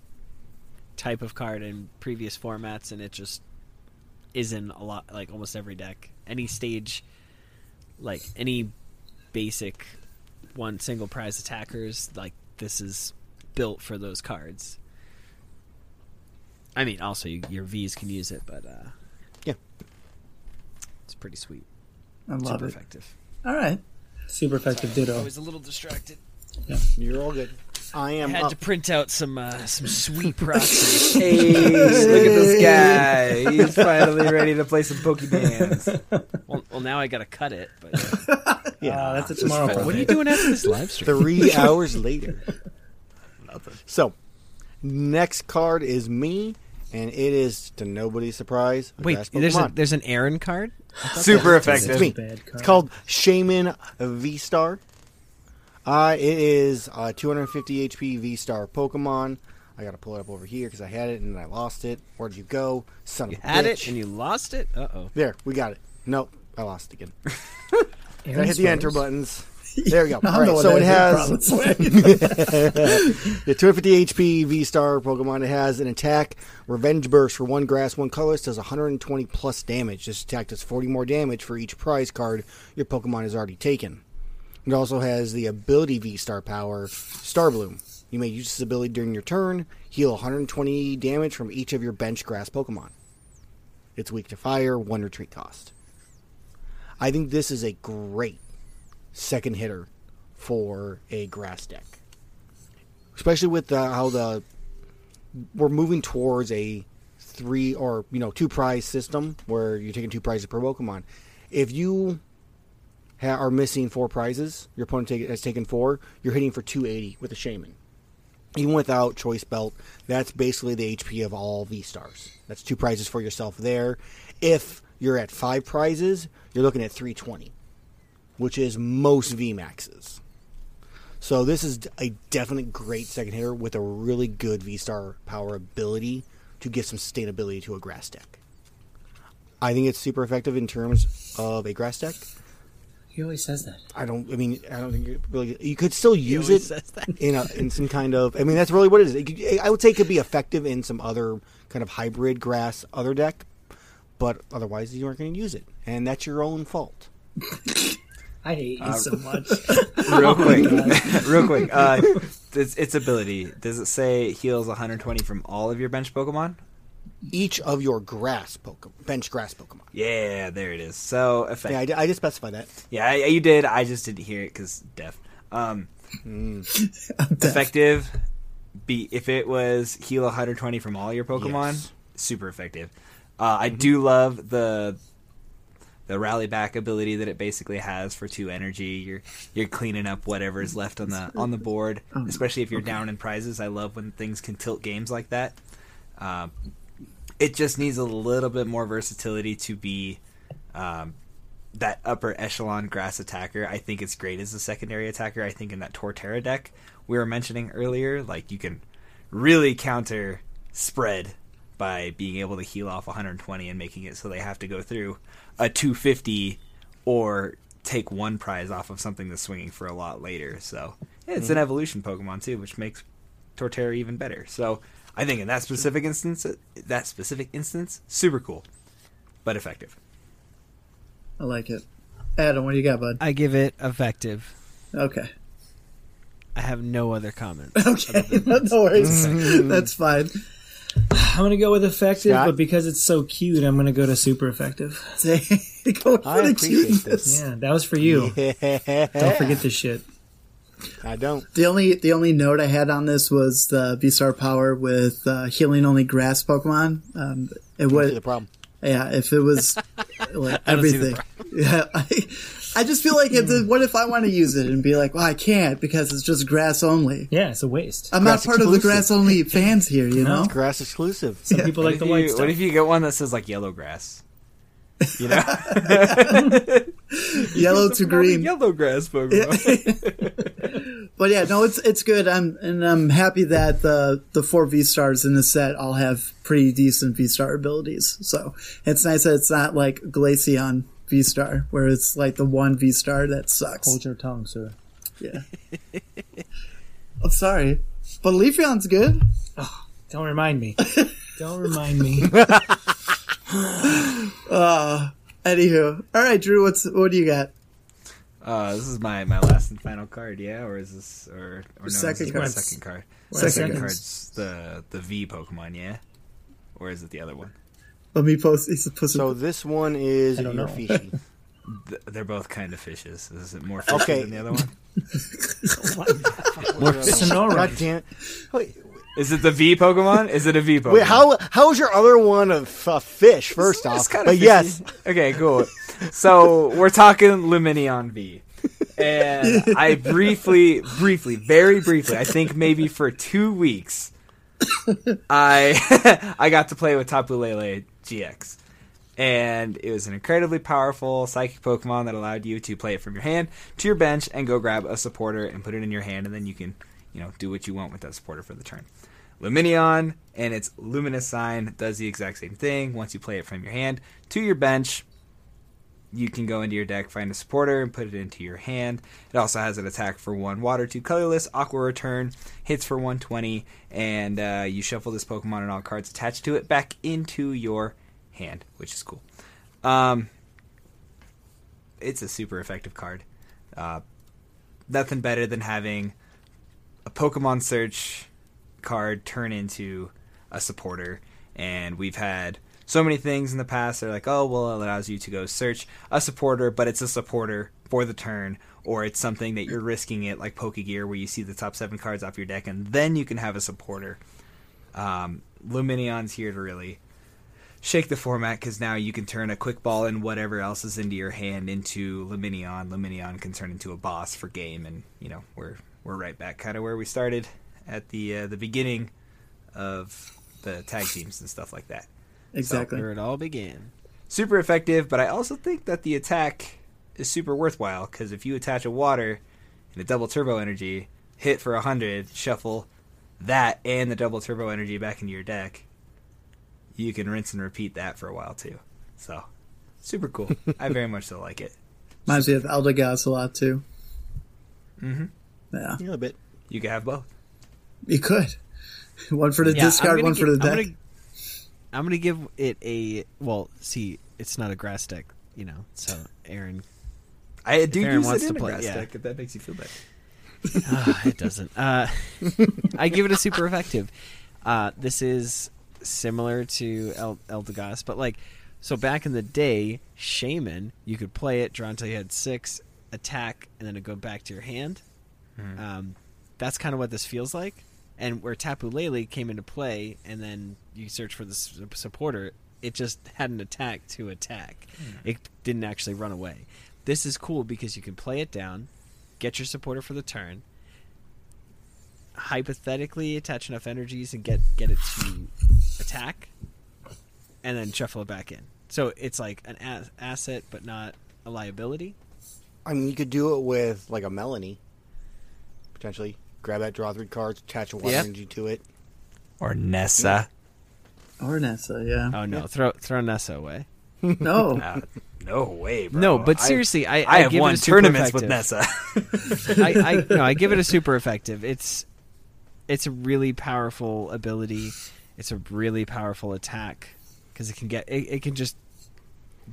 type of card in previous formats and it just is in a lot like almost every deck. Any stage like any basic one single prize attackers, like this is built for those cards. I mean also you, your V's can use it, but uh Yeah. It's pretty sweet. I love Super it. effective. All right. Super effective I ditto. was a little distracted. You're all good. I I am had up. to [laughs] print out some uh, some sweet proxies. hey look at this [laughs] guy he's finally ready to play some pokemans Well, well, now I gotta cut it. [laughs] But Uh, that's a tomorrow what fair. problem. are you doing after this live stream? Three hours later. Nothing. So, next card is me, and it is to nobody's surprise. [laughs] a Wait, grass there's a, Pokemon. there's an Aaron card. super It's effective me. Bad card. It's called Shaman V Star. Uh, it is uh, 250 HP V Star Pokemon. I gotta pull it up over here because I had it and I lost it. Where'd you go, son You of a had bitch? it and you lost it. Uh oh. there, we got it. Nope, I lost it again. [laughs] Aaron's I hit the first. enter buttons. There we go. I'm All the right, one so that it has has [laughs] [laughs] the The 250 HP V Star Pokemon has an attack, Revenge Burst for one grass, one colorless, does 120 plus damage. This attack does 40 more damage for each prize card your Pokemon has already taken. It also has the ability V Star power, Star Bloom. You may use this ability during your turn, heal 120 damage from each of your bench grass Pokemon. It's weak to fire, one retreat cost. I think this is a great second hitter for a grass deck especially with the, how the we're moving towards a three or you know two prize system where you're taking two prizes per Pokemon. If you ha- are missing four prizes, your opponent take, has taken four. You're hitting for 280 with a Shaman, even without Choice Belt. That's basically the HP of all V Stars. That's two prizes for yourself there. If you're at five prizes, you're looking at 320, which is most V Maxes. So this is a definite great second hitter with a really good V Star power ability to give some sustainability to a grass deck. I think it's super effective in terms of a grass deck. He always says that. I don't. I mean, I don't think it really. You could still use always it says that. in a, in some kind of. I mean, that's really what it is. It could, I would say it could be effective in some other kind of hybrid grass other deck, but otherwise you aren't going to use it, and that's your own fault. I hate you so much. real quick, [laughs] real quick. Uh, its, its ability does it say heals 120 from all of your bench Pokemon? Each of your grass Pokemon, bench grass Pokemon. Yeah, there it is. So effective. Yeah, I, di- I did specify that. [laughs] Yeah, I, you did. I just didn't hear it because deaf. Um, one. effective be if it was heal 120 from all your Pokemon, Yes. super effective. Uh, I do love the the rally back ability that it basically has for two energy. You're you're cleaning up whatever is left on the on the board, especially if you're down in prizes. I love when things can tilt games like that. Um, it just needs a little bit more versatility to be um, that upper echelon grass attacker. I think it's great as a secondary attacker. I think in that Torterra deck we were mentioning earlier, like you can really counter spread by being able to heal off 120 and making it so they have to go through a 250 or take one prize off of something that's swinging for a lot later. So yeah, it's an evolution Pokemon too, which makes Torterra even better. So I think in that specific instance, that specific instance, super cool, but effective. I like it. Adam, what do you got, bud? I give it effective. Okay. I have no other comments. Okay. no worries. Mm. That's fine. I'm gonna go with effective, Scott? but because it's so cute, I'm gonna go to super effective. Say, [laughs] go for I the appreciate cuteness. Yeah, that was for you. Don't forget this shit. I don't. The only the only note I had on this was the Beastar power with uh, healing only grass Pokemon. Um, it What is would the problem? yeah, if it [laughs] was like everything. [laughs] Yeah, I, I just feel like if Hmm. the, what if I want to use it and be like, well, I can't because it's just grass only. Yeah, it's a waste. I'm Grass not part of the exclusive. grass only fans here, you know. Grass exclusive. Some people like If the you- white stuff. What if you get one that says like yellow grass? You know, Yellow [laughs] to green. yellow grass Pokemon. [laughs] But yeah, no, it's it's good. I'm and I'm happy that the the four V stars in the set all have pretty decent V star abilities. So it's nice that it's not like Glaceon V star, where it's like the one V star that sucks. Hold your tongue, sir. Yeah. [laughs] I'm sorry, but Leafeon's good. Don't remind me. Don't remind me. Uh, Anywho, all right, Drew, what's what do you got? Uh, this is my, my last and final card, yeah, or is this or, or no, Second second, is card. card. second card? Second second card. card's the the V Pokemon, yeah, or is it the other one? Let me post. He's supposed So this one is don't know. Yorfishi. Th- they're both kind of fishes. Is it more fishy Okay. than the other [laughs] one? Sonora. God damn it. Wait, Is it the V Pokemon? Is it a V Pokemon? wait, how how is your other one a, f- a fish? First It's off, kinda but fishy. yes, [laughs] Okay, cool. So we're talking Luminion V. And [laughs] I briefly, briefly, very briefly, I think maybe for two weeks, I [laughs] I got to play with Tapu Lele GX. And it was an incredibly powerful psychic Pokemon that allowed you to play it from your hand to your bench and go grab a supporter and put it in your hand, and then you can, you know, do what you want with that supporter for the turn. Luminion and its luminous sign does the exact same thing. Once you play it from your hand to your bench, you can go into your deck, find a supporter, and put it into your hand. It also has an attack for one water, two colorless, aqua return, hits for 120, and uh, you shuffle this Pokemon and all cards attached to it back into your hand, which is cool. Um, it's a super effective card. Uh, nothing better than having a Pokemon search card turn into a supporter. And we've had so many things in the past. They're like, oh, well, it allows you to go search a supporter, but it's a supporter for the turn, or it's something that you're risking it, like Pokegear, where you see the top seven cards off your deck, and then you can have a supporter. Um, Luminion's here to really shake the format because now you can turn a quick ball and whatever else is into your hand into Luminion. Luminion can turn into a boss for game, and you know we're we're right back kind of where we started at the uh, the beginning of the tag teams and stuff like that. [laughs] exactly. Where it all began. Super effective, but I also think that the attack is super worthwhile because if you attach a water and a double turbo energy, hit for hundred, shuffle that and the double turbo energy back into your deck, you can rinse and repeat that for a while too. So, super cool. [laughs] I very much so like it. Reminds me of Eldegoss a lot too. Mm-hmm. a Yeah, little bit. You can have both. you could. [laughs] One for the Yeah, I'm discard, gonna one for gi- the deck. I'm gonna, I'm gonna give it a well. See, it's not a grass deck, you know. So Aaron, I do Aaron use wants it in to a play- grass yeah. deck if that makes you feel better. Ah, [laughs] it doesn't. Uh, I give it a super effective. Uh, this is similar to El- Eldegoss, but like, so back in the day, Shaman, you could play it, draw until you had six, attack, and then it go back to your hand. Um, that's kind of what this feels like. and where Tapu Lele came into play, and then you search for the s- supporter, it just had an attack to attack. It didn't actually run away. This is cool because you can play it down, get your supporter for the turn, hypothetically attach enough energies and get get it to attack, and then shuffle it back in. So it's like an a- asset, but not a liability. I mean, you could do it with like a Melanie, potentially. Grab that, draw three cards, attach a water Yeah. energy to it. Or Nessa. Or Nessa, yeah. Oh no, throw throw Nessa away. No. [laughs] Uh, no way, bro. No, but I- seriously, I- I I have give it won a super tournaments with effective. Nessa. [laughs] I, I no, I give it a super effective. It's it's a really powerful ability. It's a really powerful attack because it can get it, it can just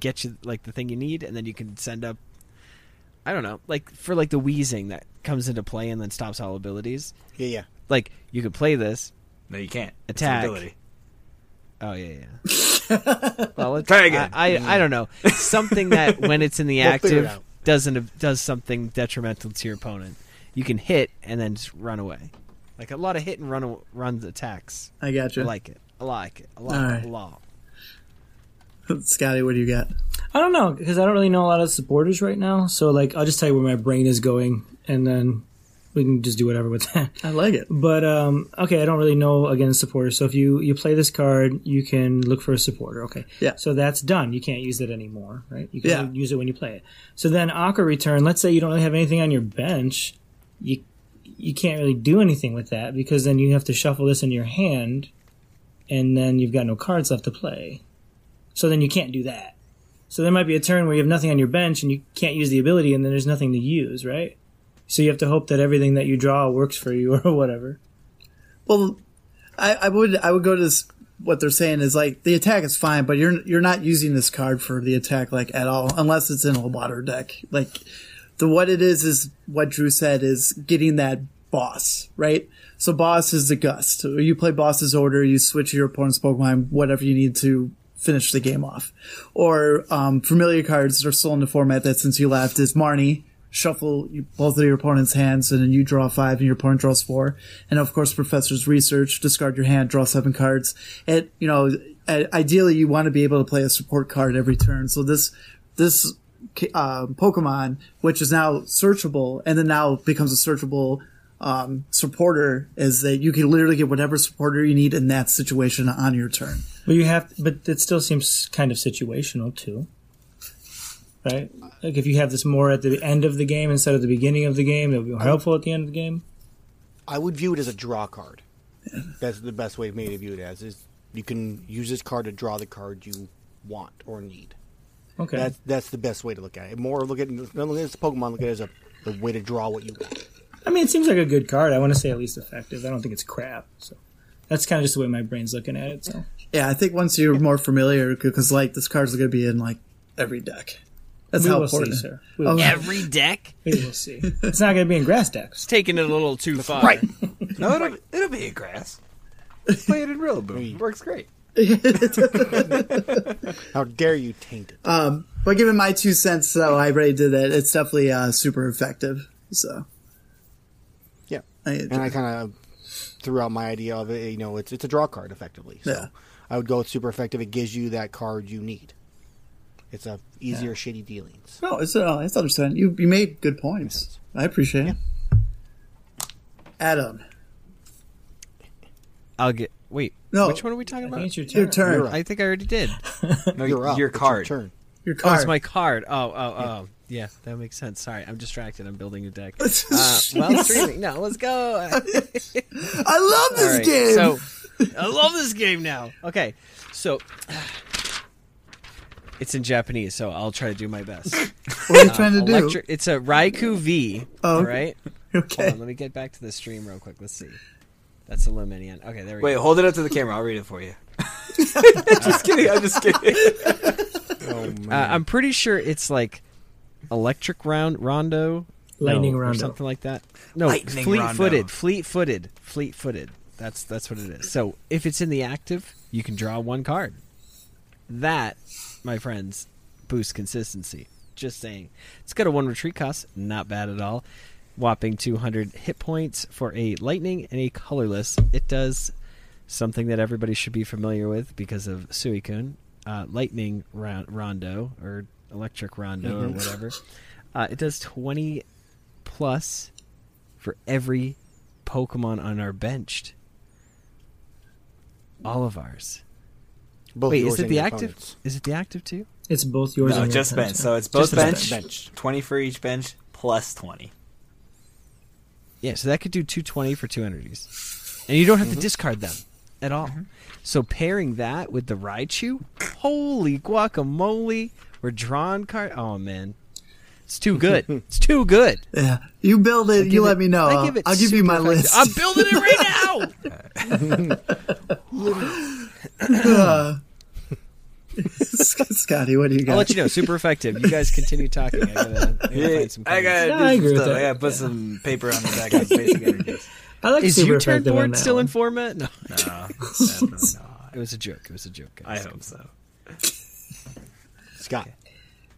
get you like the thing you need, and then you can send up. I don't know, like for like the wheezing that comes into play and then stops all abilities. Yeah, yeah. Like you could play this. no, you can't. It's Attack. an ability. Oh yeah, yeah. [laughs] well, it's, Try again. I, I I don't know something that when it's in the We'll figure it active out. doesn't does something detrimental to your opponent. You can hit and then just run away. Like a lot of hit and run run attacks. I [laughs] I gotcha. like it. I like it. I like All it right. a lot. Scotty, what do you got? I don't know because I don't really know a lot of supporters right now. So like, I'll just tell you where my brain is going, and then we can just do whatever with that. I like it. But um, okay, I don't really know again supporters. So if you you play this card, you can look for a supporter. Okay, Yeah. So that's done. You can't use it anymore, right? You can Yeah. only use it when you play it. So then Aqua Return. Let's say you don't really have anything on your bench. You you can't really do anything with that because then you have to shuffle this in your hand, and then you've got no cards left to play. So then you can't do that. So there might be a turn where you have nothing on your bench and you can't use the ability, and then there's nothing to use, right? So you have to hope that everything that you draw works for you [laughs] or whatever. Well, I, I would I would go to this. What they're saying is like the attack is fine, but you're you're not using this card for the attack like at all, unless it's in a water deck. Like the what it is is what Drew said is getting that boss right. So boss is the gust. You play boss's order, you switch your opponent's Pokemon, whatever you need to finish the game off. Or um, familiar cards that are still in the format that since you left is Marnie. Shuffle you- both of your opponent's hands, and then you draw five, and your opponent draws four. And of course, Professor's Research: discard your hand, draw seven cards. It you know, i- ideally, you want to be able to play a support card every turn. So this this uh, Pokemon, which is now searchable, and then now becomes a searchable um, supporter, is that you can literally get whatever supporter you need in that situation on your turn. But you have, but it still seems kind of situational too, right? Like if you have this more at the end of the game instead of the beginning of the game, that would be more helpful at the end of the game. I would view it as a draw card. That's the best way for me to view it as is you can use this card to draw the card you want or need. Okay, That's that's the best way to look at it. More look at don't look at it as Pokemon. Look at it as a, a way to draw what you want. I mean, it seems like a good card. I want to say at least effective. I don't think it's crap. So that's kind of just the way my brain's looking at it. So Yeah, I think once you're more familiar, because like this card's going to be in like every deck. That's we how will see, important. it- sir. We will, Okay. Every deck we will see. It's not going to be in grass decks. taking it a little too far. Right. No, it'll, it'll be a grass. Play it in real boom. Works great. How dare you taint it? But given my two cents, so I already did that. It's definitely uh, super effective. So yeah, I, and I kind of threw out my idea of it. You know, it's it's a draw card effectively. So Yeah. I would go with super effective. It gives you that card you need. It's a easier shitty dealings. no, it's uh, it's understand. You you made good points. I appreciate it. Adam, I'll get. Wait. No. Which one are we talking I think about? it's your turn. your turn. You're up. I think I already did. No, You're up. Your It's card. turn. Your Oh, card. it's my card. Oh, oh, oh. Yeah, that makes sense. Sorry, I'm distracted. I'm building [laughs] a deck. Uh, well, streaming. No, let's go. I love this All right, game. So I love this game now. Okay, so [sighs] it's in Japanese, so I'll try to do my best. [laughs] what are [laughs] uh, you trying to do? Electri- it's a Raikou V. Oh, all okay. [laughs] right. Hold okay. on, let me get back to the stream real quick. Let's see. That's a Luminion. Okay, there we Wait, go. hold it up to the camera. I'll read it for you. [laughs] just kidding. I'm just kidding. Uh, I'm pretty sure it's like Electric Round Rondo. Lightning no, or Rondo. something like that. No, Lightning Rondo. fleet-footed, fleet-footed, fleet-footed. That's that's what it is. So if it's in the active, you can draw one card. That, my friends, boosts consistency. Just saying, it's got a one retreat cost, not bad at all. whopping 200 hit points for a lightning and a colorless. It does something that everybody should be familiar with because of Suicune, uh, lightning ron- rondo or electric rondo or whatever. Uh, it does 20 plus for every Pokemon on our benched. All of ours. Both Wait, yours is it and the your active? opponent's. Is it the active too? It's both yours No, and just your bench. So it's Just both the bench, bench. twenty for each bench, plus twenty. Yeah, so that could do 220 for two energies. And you don't have Mm-hmm. to discard them at all. So pairing that with the Raichu, holy guacamole, we're drawing card. Oh, man. It's [laughs] too good. it's too good. Yeah, you build it. You give let it- me know. I give it Uh, I'll give you super my card- list. I'm building it right [laughs] now. [laughs] Scotty, what do you got? I'll let you know. Super effective. You guys continue talking. I gotta, I gotta find some. I cards. gotta Yeah, do I some agree with stuff. that. I gotta put some paper on the [laughs] back of basic energies. I like Is super your turn effective on board that still one. in format? No, No, definitely not. it was a joke. It was a joke. I guys. hope so. Scott.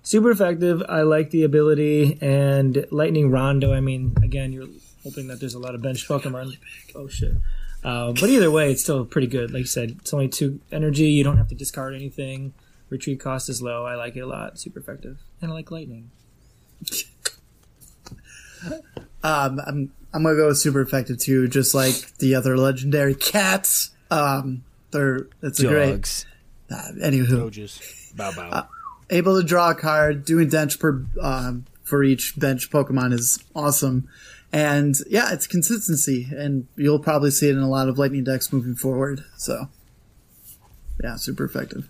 super effective. I like the ability and lightning rondo. I mean, again, you're hoping that there's a lot of bench Pokemon. Oh shit! Uh, but either way, it's still pretty good. Like you said, it's only two energy. You don't have to discard anything. Retreat cost is low. I like it a lot. Super effective, and I like lightning. Um, I'm I'm gonna go with super effective too, just like the other legendary cats. Um, they're it's a great. Dogs. Uh, anywho, Doges. Bow bow. able to draw a card, doing bench per um, for each bench Pokemon is awesome, and yeah, it's consistency, and you'll probably see it in a lot of lightning decks moving forward. So, yeah, super effective.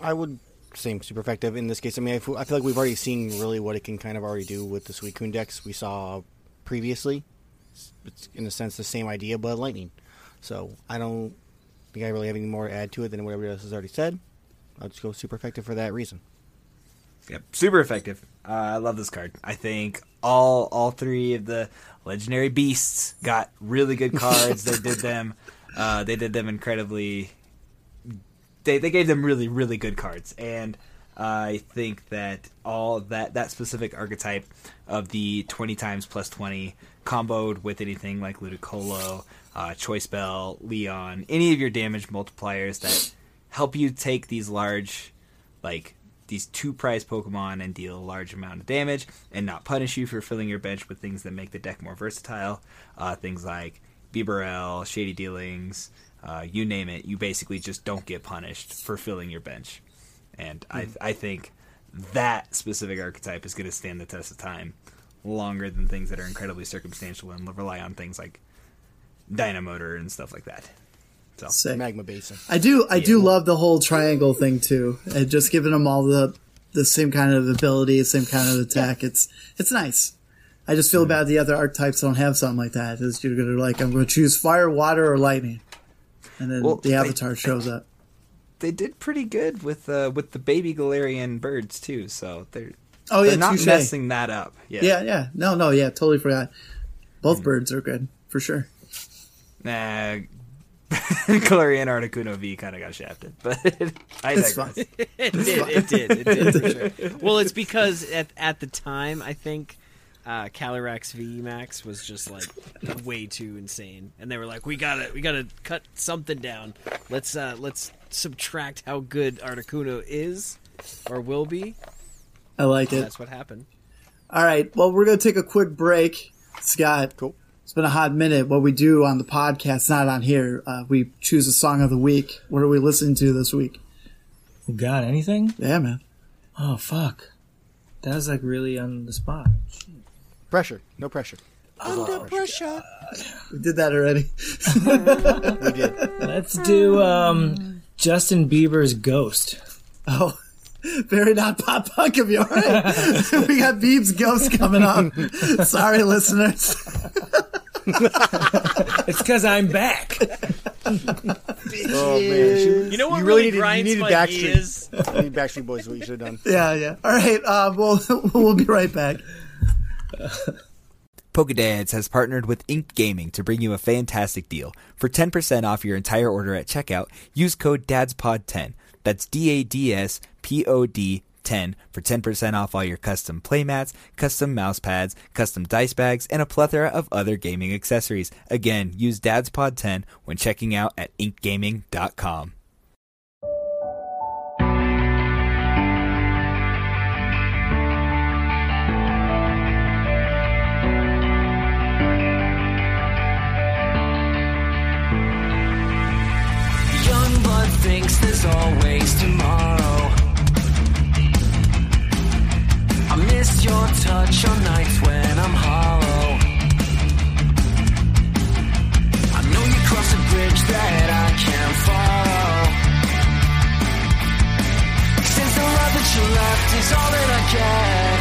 I would same super effective in this case. I mean, I feel, I feel like we've already seen really what it can kind of already do with the Suicune decks we saw previously. It's- It's in a sense the same idea, but lightning. So I don't think I really have any more to add to it than what everybody else has already said. I'll just go super effective for that reason. Yep, super effective. Uh, I love this card. I think all all three of the legendary beasts got really good cards. they did them. Uh, they did them incredibly. They they gave them really really good cards, and I think that all that that specific archetype of the twenty times plus twenty comboed with anything like Ludicolo, uh, Choice Bell, Leon, any of your damage multipliers that help you take these large like these two prize Pokemon and deal a large amount of damage and not punish you for filling your bench with things that make the deck more versatile. Uh, things like Beeborel, Shady Dealings, uh, you name it. You basically just don't get punished for filling your bench. And I, I think that specific archetype is going to stand the test of time longer than things that are incredibly circumstantial and rely on things like Dynamotor and stuff like that. Sick. Magma Basin. I do I do love the whole triangle thing too, and just giving them all the the same kind of ability, same kind of attack. It's it's nice. I just feel bad the other archetypes don't have something like that. Is you're gonna like I'm gonna choose fire, water, or lightning, and then Well, the I- avatar shows up. They did pretty good with uh, with the baby Galarian birds too, so they're Oh yeah, They're not touche. messing that up. Yeah. Yeah, yeah. No, no, yeah. Totally forgot. Both Hmm. birds are good for sure. Nah. [laughs] Galarian Articuno V kind of got shafted, but [laughs] I It's digress. fine. It did. [laughs] It did. It did for sure. Well, it's because at at the time, I think uh, Calyrex V Max was just like way too insane, and they were like, "We gotta, we gotta cut something down. Let's uh, let's subtract how good Articuno is or will be." I like And it. that's what happened. All right. Well, we're going to take a quick break. Scott. Cool. It's been a hot minute. What we do on the podcast, not on here, uh, we choose a song of the week. What are we listening to this week? You got anything? Yeah, man. Oh fuck! That was like really on the spot. Pressure. No pressure. Oh, Under pressure. We did that already. We did. Let's do um, Justin Bieber's Ghost. Oh, [laughs] very not pop punk of yours. [laughs] we got Beeb's Ghost coming up. [laughs] Sorry, listeners. [laughs] It's because I'm [laughs] back. Oh man, You know what really, You really did- you grinds needed my Backstreet. gears? she, need Backstreet Boys. is What you should have done. Yeah, yeah. All right. Uh, we'll, [laughs] we'll be right back. Pokedads has partnered with Ink Gaming to bring you a fantastic deal. For 10% off your entire order at checkout, use code DADSPOD10. That's D A D S P O D 10 for 10% off all your custom playmats, custom mouse pads, custom dice bags, and a plethora of other gaming accessories. Again, use dadspod 10 when checking out at inkgaming.com. Young blood thinks there's always tomorrow. I miss your touch on nights when I'm hollow. I know you cross a bridge that I can't follow. Since the love that you left is all that I get,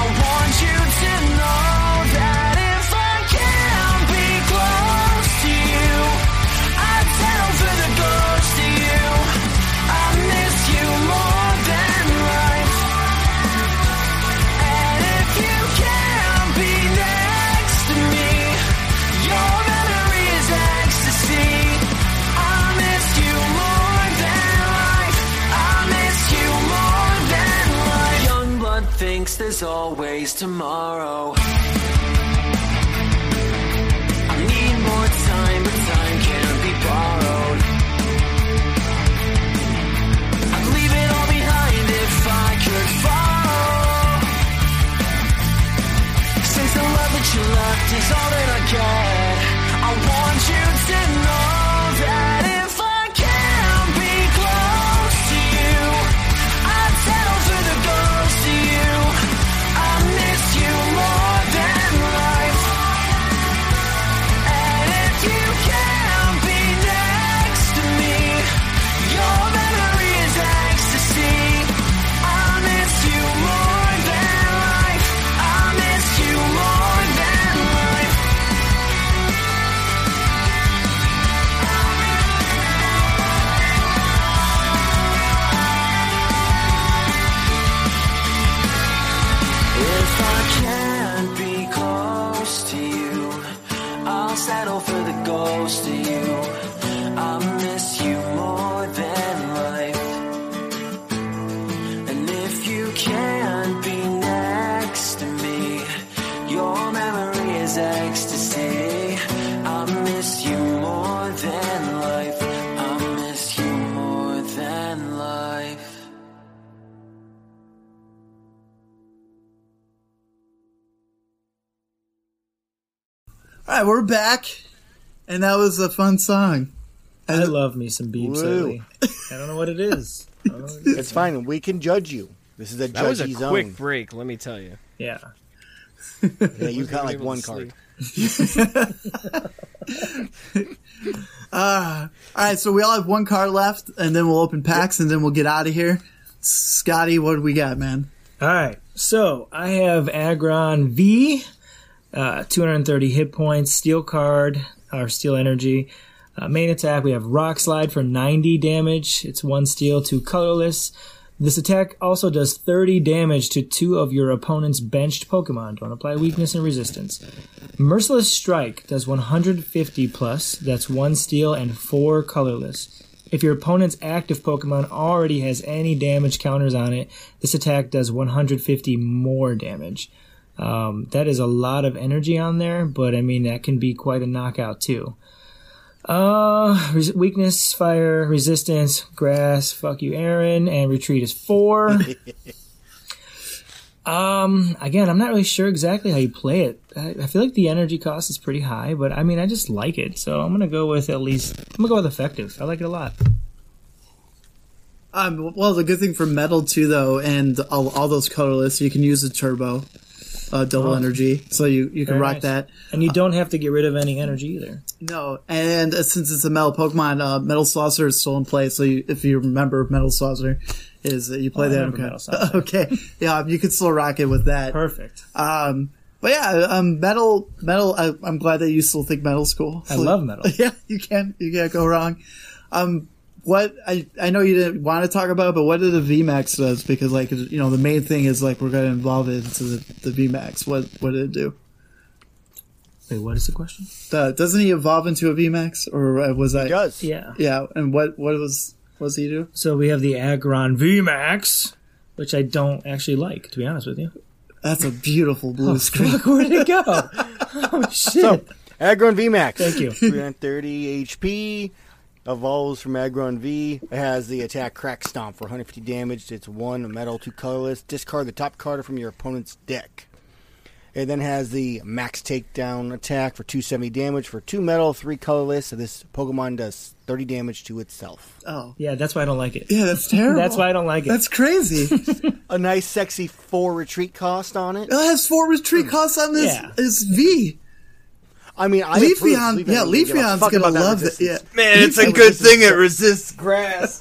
I want you to know. that if I can be close to you, I'd settle for the ghost of you. I miss you more than life. And if you can't be next to me, your memory is ecstasy. I miss you more than life. I miss you more than life. Young blood thinks there's always tomorrow. I need more time, but time can't be borrowed. I'd leave it all behind if I could fall. Since the love that you left is all that I get, I want you to know that if I can be close to you, I'd settle for the ghost of you. I miss you more than life. And if you can't be next to me, your memory is ecstasy. I miss you more than life. I miss you more than life. If I can't be close to you, I'll settle for the ghost of you. I miss you more than life. And if you can't be next to me, your memory is ecstasy. I miss you more than life. I miss you more than life. All right, we're back, and that was a fun song. I love me some beeps Woo. lately. I don't know what it is. I don't know what it is. It's fine. We can judge you. This is a That was a judgy quick zone. break, let me tell you. Yeah. [laughs] Yeah, you got like able to one card. sleep. All right, so we all have one card left, and then we'll open packs, and then we'll get out of here. Scotty, what do we got, man? All right. So I have Agron V, uh, 230 hit points, steel card, or steel energy. Uh, main attack, we have Rock Slide for 90 damage. It's one steel, two colorless. This attack also does 30 damage to two of your opponent's benched Pokemon. Don't apply weakness and resistance. Merciless Strike does 150 plus. That's one steel and four colorless. If your opponent's active Pokemon already has any damage counters on it, this attack does 150 more damage. Um, that is a lot of energy on there, but I mean, that can be quite a knockout too. Uh, res- weakness, fire, resistance, grass, fuck you, Aaron, and retreat is four. [laughs] um, again, I'm not really sure exactly how you play it. I, I feel like the energy cost is pretty high, but I mean, I just like it, so I'm gonna go with at least, I'm gonna go with effective. I like it a lot. Um, well, the good thing for metal too, though, and all, all those colorless, you can use a turbo, uh, double energy, so you you can Very rock nice. that. And you don't have to get rid of any energy either. No, and uh, since it's a metal Pokemon, uh, Metal Saucer is still in play. So you, if you remember, Metal Saucer is uh, you play Oh, I that. remember okay. Metal [laughs] Saucer. okay, yeah, you could still rock it with that. Perfect. Um, but yeah, um, metal, metal. I, I'm glad that you still think metal's cool. I love metal. [laughs] yeah, you can't you can't go wrong. Um, what I I know you didn't want to talk about, it, but what did the VMAX does? Because like you know the main thing is like we're going to involve it into the, the VMAX. What what did it do? Wait, what is the question? The, doesn't he evolve into a VMAX or uh, was I? Does Yeah. Yeah, and what what was what does he do? So we have the Agron VMAX. which I don't actually like, to be honest with you. That's a beautiful blue screen. Oh, Fuck, where'd it go? [laughs] oh shit! [laughs] Aggro and VMAX. Thank you. 330 HP. Evolves from Aggro and V. It has the attack Crack Stomp for 150 damage. It's one metal, two colorless. Discard the top card from your opponent's deck. It then has the Max Takedown attack for 270 damage for two metal, three colorless. So this Pokemon does 30 damage to itself. Oh, Yeah, that's why I don't like it. yeah, that's terrible. That's why I don't like it. That's crazy. A nice, sexy four retreat cost on it. It has four retreat costs on this. Yeah. It's V. I mean, I approve. Leafeon, yeah, doesn't give a Leafeon's fuck gonna about that love it. resistance. Yeah, [laughs] Man, it's a good thing it resists grass.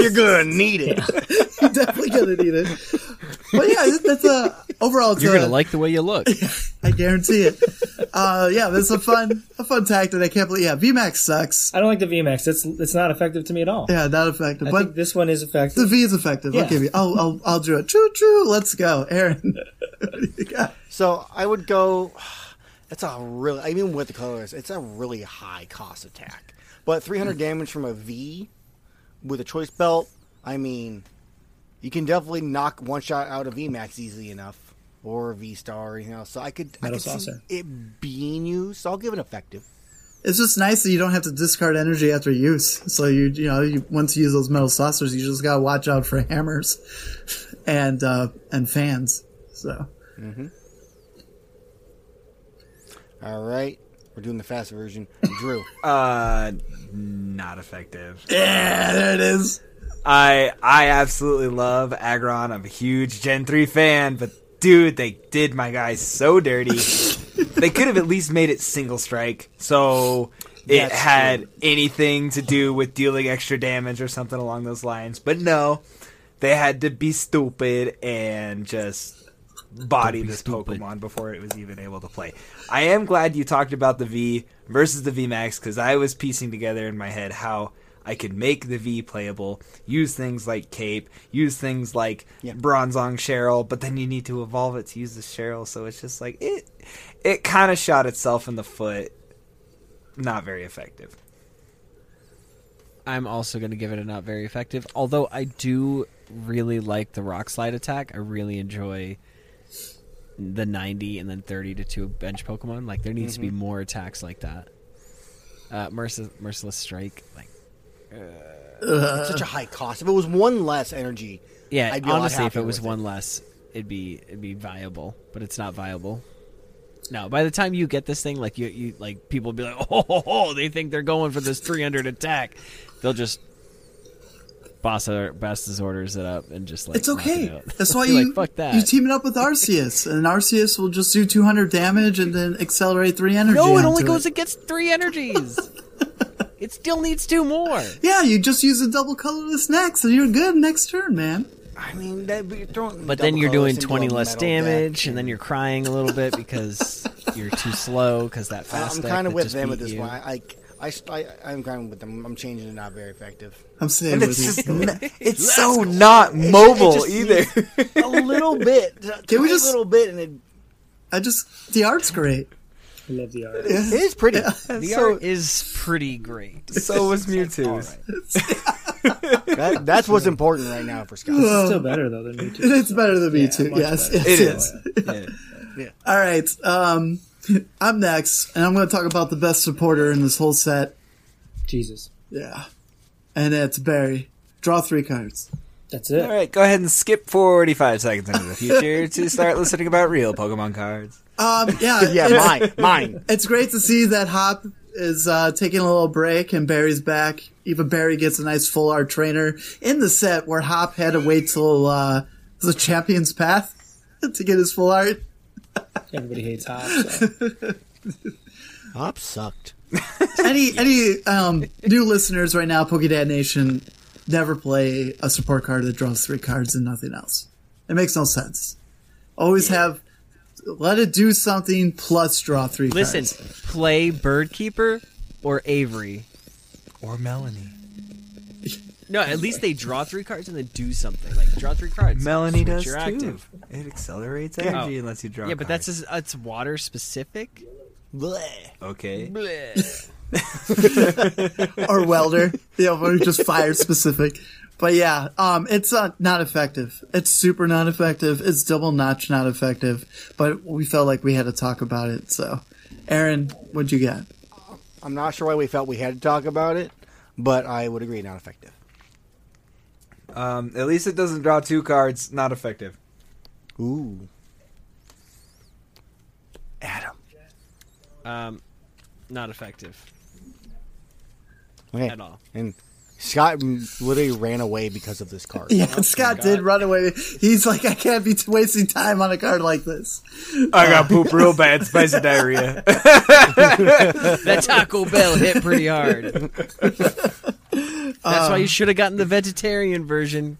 You're gonna need it. you're definitely gonna need it. But yeah, this- that's a overall. It's [laughs] You're a- gonna like the way you look. I guarantee it. Uh, yeah, that's a fun, a fun tactic. I can't believe. Yeah, VMAX sucks. I don't like the VMAX. It's it's not effective to me at all. Yeah, not effective. I but think this one is the effective. V is effective. I'll Yeah. give you. I'll, I'll, I'll do it. True, true. Let's go, Aaron. [laughs] So I would go. [sighs] It's a really even with the colors, it's a really high cost attack. But 300 Mm. damage from a V with a choice belt. I mean, you can definitely knock one shot out of V max easily enough, or V star, you know. So I could, I Metal could see saucer. it being used. So I'll give it effective. It's just nice that you don't have to discard energy after use. So you you know you, once you use those metal saucers, you just gotta watch out for hammers [laughs] and uh, and fans. So All right, we're doing the fast version. [laughs] Drew, Uh, not effective. yeah, there it is. I I absolutely love Agron. I'm a huge Gen 3 fan, but dude, they did my guy so dirty. [laughs] they could have at least made it single strike. So it That's had anything to do with dealing extra damage or something along those lines. But no, they had to be stupid and just body this stupid. Pokemon before it was even able to play. I am glad you talked about the V versus the V Max because I was piecing together in my head how I could make the V playable, use things like Cape, use things like Yeah. Bronzong Cheryl, but then you need to evolve it to use the Cheryl, so it's just like it it kind of shot itself in the foot. Not very effective. I'm also going to give it a not very effective. Although I do really like the rock slide attack. I really enjoy the 90 and then 30 to 2 bench Pokemon. Like there needs to be more attacks like that. Uh, merciless, merciless strike. Like such a high cost. If it was one less energy, yeah, I'd be a lot honestly, if happier it was with one less, it'd be it'd be viable. But it's not viable. No, by the time you get this thing, like you, you like people will be like, [laughs] oh, ho, ho, they think they're going for this 300 attack. They'll just boss or boss's orders it up and just like It's knock it okay. out. That's why [laughs] Be like, you fuck that. you team it up with Arceus, and Arceus will just do 200 damage and then accelerate three energy. no, it onto only goes against three energies. [laughs] it still needs two more. Yeah, you just use a double colorless next, and you're good next turn, man. I mean, that, but you're throwing. But then double you're colors doing into a 20 less metal deck. damage, and then you're crying a little bit because you're too slow because that I- fast. Uh, I'm deck kind of that with just them with beat this you. one. I, I, I, am kind of with them. I'm changing it. Not very effective. I'm saying And with it's you. just n- it's so not mobile either. a little bit. [laughs] Can we we just- just a little bit? And it, I just the art's great. I love the art. [laughs] it is [laughs] pretty. The So- art is pretty great. so was Mewtwo's. That, that's what's important right now for Scott. It's still better though than me [laughs] too. It's better than me too. much Yes, yes, It yes. is. [laughs] All right. Um, [laughs] I'm next, and I'm going to talk about the best supporter in this whole set. Jesus, Yeah, and it's Barry. Draw three cards. that's it. All right, go ahead and skip 45 seconds into the future to start listening about real Pokemon cards. Um, [laughs] yeah, [laughs] Yeah, it's, mine, mine. it's great to see that Hop is uh, taking a little break, and Barry's back. Even Barry gets a nice full art trainer in the set where Hop had to wait till uh, the Champions Path [laughs] to get his full art. Everybody hates Hop. So. Hop sucked. any any um, new listeners right now, Pokedad Nation, never play a support card that draws three cards and nothing else. It makes no sense. Always have let it do something plus draw three Listen, cards. play Bird Keeper or Avery or Melanie. No, at least they draw three cards and then do something. Like draw three cards. Melanie switch does your too. active. It accelerates energy and lets you draw. Yeah, but that's cards. just, it's water specific. okay. Bleh. or welder. You know, or just fire specific. But yeah, um, it's uh, not effective. It's super not effective. It's double notch not effective. But we felt like we had to talk about it. So, Aaron, what'd you get? I'm not sure why we felt we had to talk about it, but I would agree, not effective. Um, at least it doesn't draw two cards. Not effective. Ooh. Adam. Um, not effective Okay. at [laughs] all. And Scott m- literally ran away because of this [laughs] [laughs] card. Yeah, Scott did run away. He's like, I can't be wasting time on a card like this. I got poop real bad. Spicy diarrhea. That Taco Bell hit pretty hard. That's why Um, you should have gotten the vegetarian version.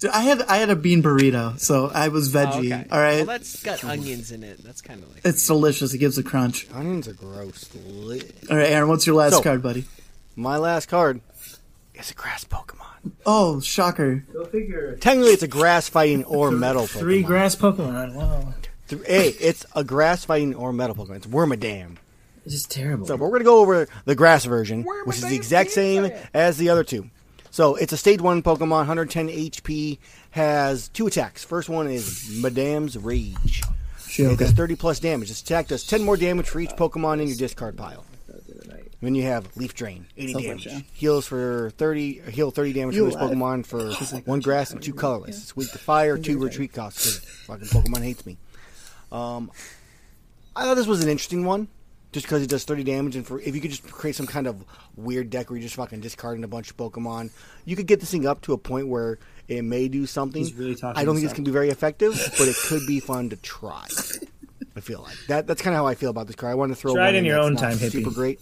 Dude, I had I had a bean burrito, so I was Oh, veggie. okay. All right, Well, that's got onions in it. That's kind of like it's delicious. It gives a crunch. Onions are gross. Li- All right, Aaron, what's your last So- card, buddy? My last card is a grass Pokemon. Oh, shocker! Go figure. Technically, it's a grass fighting or metal Pokemon. Three grass Pokemon. Wow. Th- Hey, it's a grass fighting or metal Pokemon. It's Wormadam. This is terrible. So we're going to go over the grass version, which is the exact same as the other two. So it's a stage one Pokemon, 110 HP, has two attacks. First one is Madame's Rage. It Shocker. does 30 plus damage. This attack does 10 more damage for each Pokemon in your discard pile. Then you have Leaf Drain, 80 Sounds damage. like that. Heals for 30, heal 30 damage You for each lied. Pokemon [laughs] for one grass and two colorless. It's weak to fire, two retreat costs. 'cause Fucking Pokemon hates me. Um, I thought this was an interesting one, just because it does 30 damage, and for if you could just create some kind of weird deck where you're just fucking discarding a bunch of Pokemon, you could get this thing up to a point where it may do something. He's really talking I don't think this it's up. gonna be very effective, but it could be fun to try. I feel like that. That's kind of how I feel about this card. I want to throw Try it one in your that's own not time, hippie. [laughs] Super great.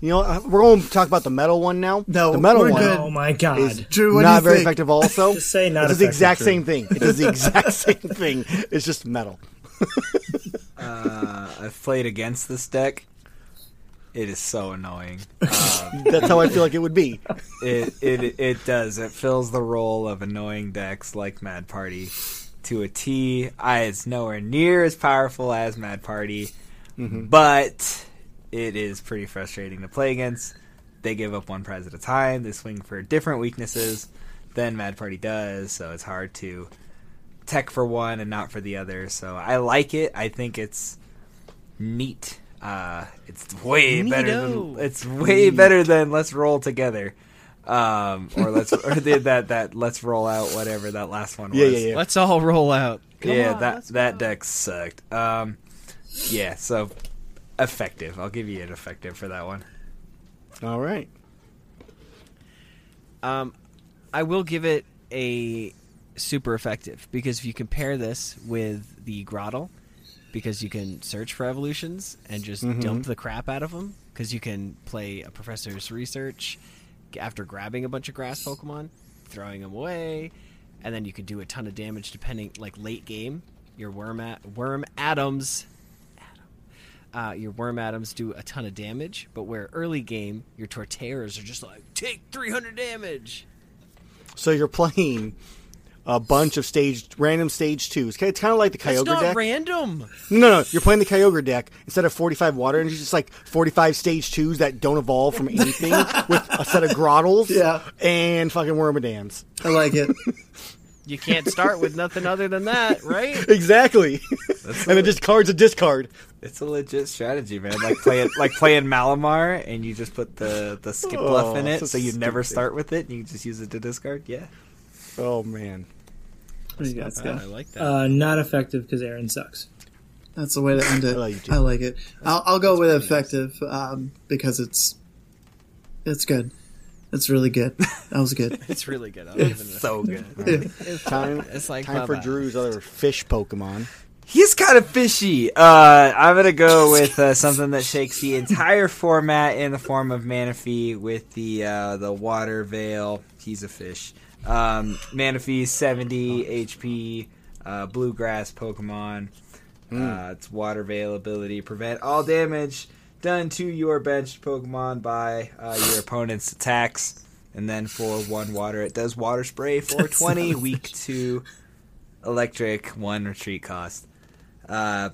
you know, uh, we're going to talk about the metal one now. No, the metal we're one good. oh my god. is Drew, what do not you very think? effective. [laughs] Also, Just say not It does the effective, exact Drew. same thing. It does the exact [laughs] same thing. It's just metal. Uh, [laughs] I've played against this deck. It is so annoying. Um, That's how I feel like it would be. it, it it does. It fills the role of annoying decks like Mad Party to a T. I, it's nowhere near as powerful as Mad Party, but it is pretty frustrating to play against. They give up one prize at a time. They swing for different weaknesses than Mad Party does, so it's hard to tech for one and not for the other. So I like it. I think it's neat. Uh, it's way better than Neato. it's way better than let's roll together, um, or let's or the, that that let's roll out whatever that last one was. Yeah, yeah, yeah. Let's all roll out. Yeah, that that deck sucked. Um, yeah, so effective. I'll give you an effective for that one. All right. Um, I will give it a super effective because if you compare this with the Grottle, because you can search for evolutions and just dump the crap out of them, because you can play a professor's research after grabbing a bunch of grass Pokemon, throwing them away, and then you can do a ton of damage depending, like late game, your worm at worm atoms uh, your worm atoms do a ton of damage, but where early game your torteras are just like take 300 damage. So you're playing a bunch of stage, random stage twos. It's kind of like the That's Kyogre not deck. random. no, no, you're playing the Kyogre deck instead of 45 water, and it's just like 45 stage twos that don't evolve [laughs] from anything with a set of grottles Yeah. and fucking Wormadams. I like it. You can't start with nothing other than that, [laughs] right? Exactly. [laughs] and then just cards a discard. It's a legit strategy, man. Like playing [laughs] like playing Malamar, and you just put the the skip bluff in Oh, it, so so, you never stupid. start with it. And you just use it to discard. Yeah, Oh man. What do you got, Scott? I like that. uh, not effective because Aaron sucks. That's the way to end it. I like you, too. I like it. I'll, I'll go with effective um, because it's it's good. It's really good. That was [laughs] good. it's really good. I'll give it a- so good. Time. It's like Time for Bubba. Drew's other fish Pokemon. He's kind of fishy. Uh, I'm gonna go with uh, something that shakes the entire format in the form of Manaphy with the uh, the water veil. He's a fish. Um, Manaphy 70 HP, uh, bluegrass Pokemon. Uh, it's water veil ability. Prevent all damage done to your benched Pokemon by uh, your opponent's attacks. And then for one water, it does water spray for 20, weak to electric, one retreat cost. Uh,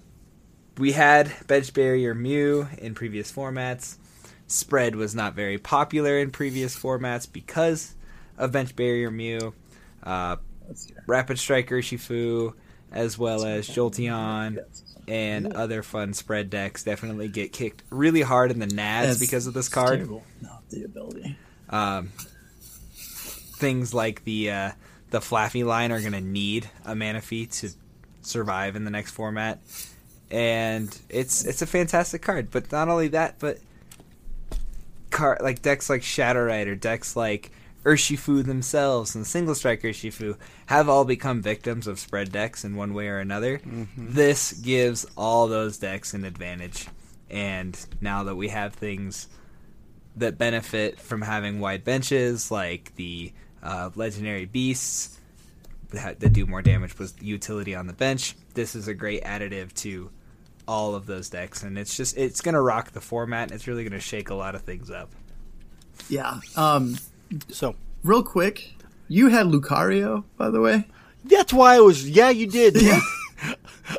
we had Bench Barrier Mew in previous formats. Spread was not very popular in previous formats because of Bench Barrier Mew, uh, Let's see. Rapid Striker Shifu, as well as Jolteon and other fun spread decks definitely get kicked really hard in the nads That's- because of this it's card. terrible. Not the ability. Um, things like the uh, the Flaffy line are going to need a Manaphy to survive in the next format, and it's it's a fantastic card. But not only that, but card like decks like Shadow Rider, decks like Urshifu themselves and Single Strike Urshifu have all become victims of spread decks in one way or another. This gives all those decks an advantage, and now that we have things that benefit from having wide benches, like the uh, legendary beasts that, that do more damage with utility on the bench. This is a great additive to all of those decks, and it's just it's gonna rock the format. and It's really gonna shake a lot of things up. Yeah. Um, So real quick, you had Lucario, by the way. that's why I was. Yeah, you did. [laughs]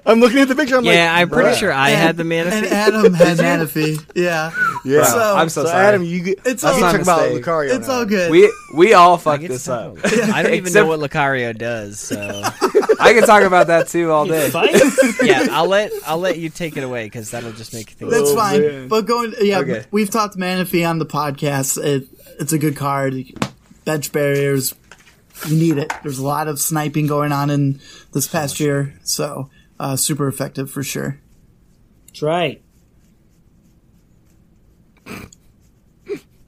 I'm looking at the picture. I'm yeah, like, I'm pretty bruh. sure I had the And Manaphy. Adam [laughs] had Manaphy. Yeah. Yeah. So- I'm so, So sorry. Adam, you get, It's I all- can talk about mistake. Lucario. It's now. all good. we we all fucked Get this up. some. [laughs] I don't even Except- know what Lucario does, so I can talk about that too all day. yeah, I'll let I'll let you take it away because that'll just make things. That's Oh, fine. man. But going, yeah, Okay. we've talked Manaphy on the podcast. It, it's a good card. Bench barriers, you need it. There's a lot of sniping going on in this past year, so uh, super effective for sure. That's right.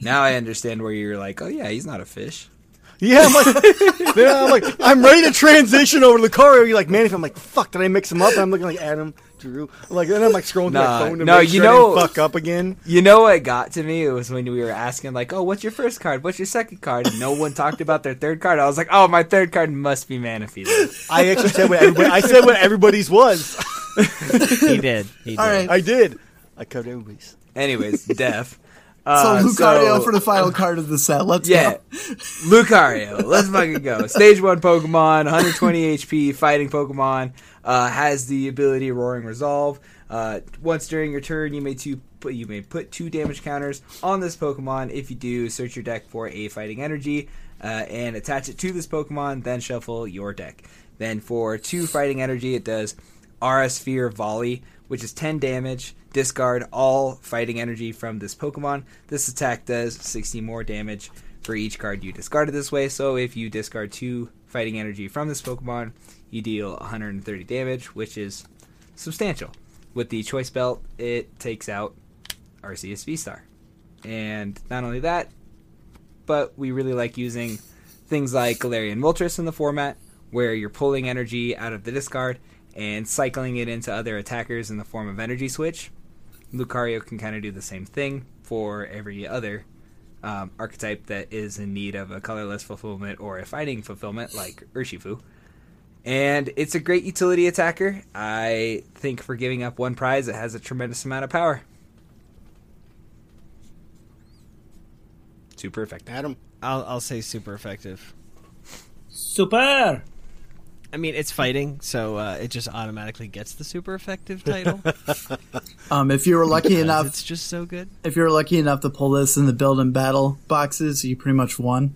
Now I understand where you're like, oh yeah, he's not a fish. Yeah, I'm like, [laughs] yeah, I'm like, I'm ready to transition over to Lucario. You're like, man, if I'm like, fuck, did I mix him up? And I'm looking like Adam, Drew. I'm like, and I'm like scrolling Nah, through my phone to no, make you sure I didn't know- fuck up again. You know what got to me? It was when we were asking, like, oh, what's your first card? What's your second card? And no one talked about their third card. I was like, oh, my third card must be Manaphy. then." I actually said what everybody, I said what everybody's was. He did. He did. All right. I did. I covered everybody's. Anyways, [laughs] Def. So Uh, Lucario so- for the final card of the set. Let's Yeah. go. [laughs] Lucario. Let's fucking go. Stage 1 Pokemon, 120 HP, fighting Pokemon, uh, has the ability Roaring Resolve. Uh, once during your turn, you may two put you may put two damage counters on this Pokemon. If you do, search your deck for a fighting energy uh, and attach it to this Pokemon, then shuffle your deck. Then for two fighting energy, it does RS Sphere Volley, which is 10 damage. Discard all fighting energy from this Pokemon. This attack does 60 more damage for each card you discarded this way. So if you discard two fighting energy from this Pokemon, you deal 130 damage, which is substantial. With the Choice Belt, it takes out Arceus V-Star. And not only that, but we really like using things like Galarian Moltres in the format, where you're pulling energy out of the discard and cycling it into other attackers in the form of energy switch. Lucario can kind of do the same thing for every other um, archetype that is in need of a colorless fulfillment or a fighting fulfillment, like Urshifu. And it's a great utility attacker. I think for giving up one prize, it has a tremendous amount of power. Super effective. Adam, I'll I'll say super effective. Super. I mean, it's fighting, so uh, it just automatically gets the super effective title. Um, if you were lucky because enough, it's just so good. if you're lucky enough to pull this in the build and battle boxes, you pretty much won.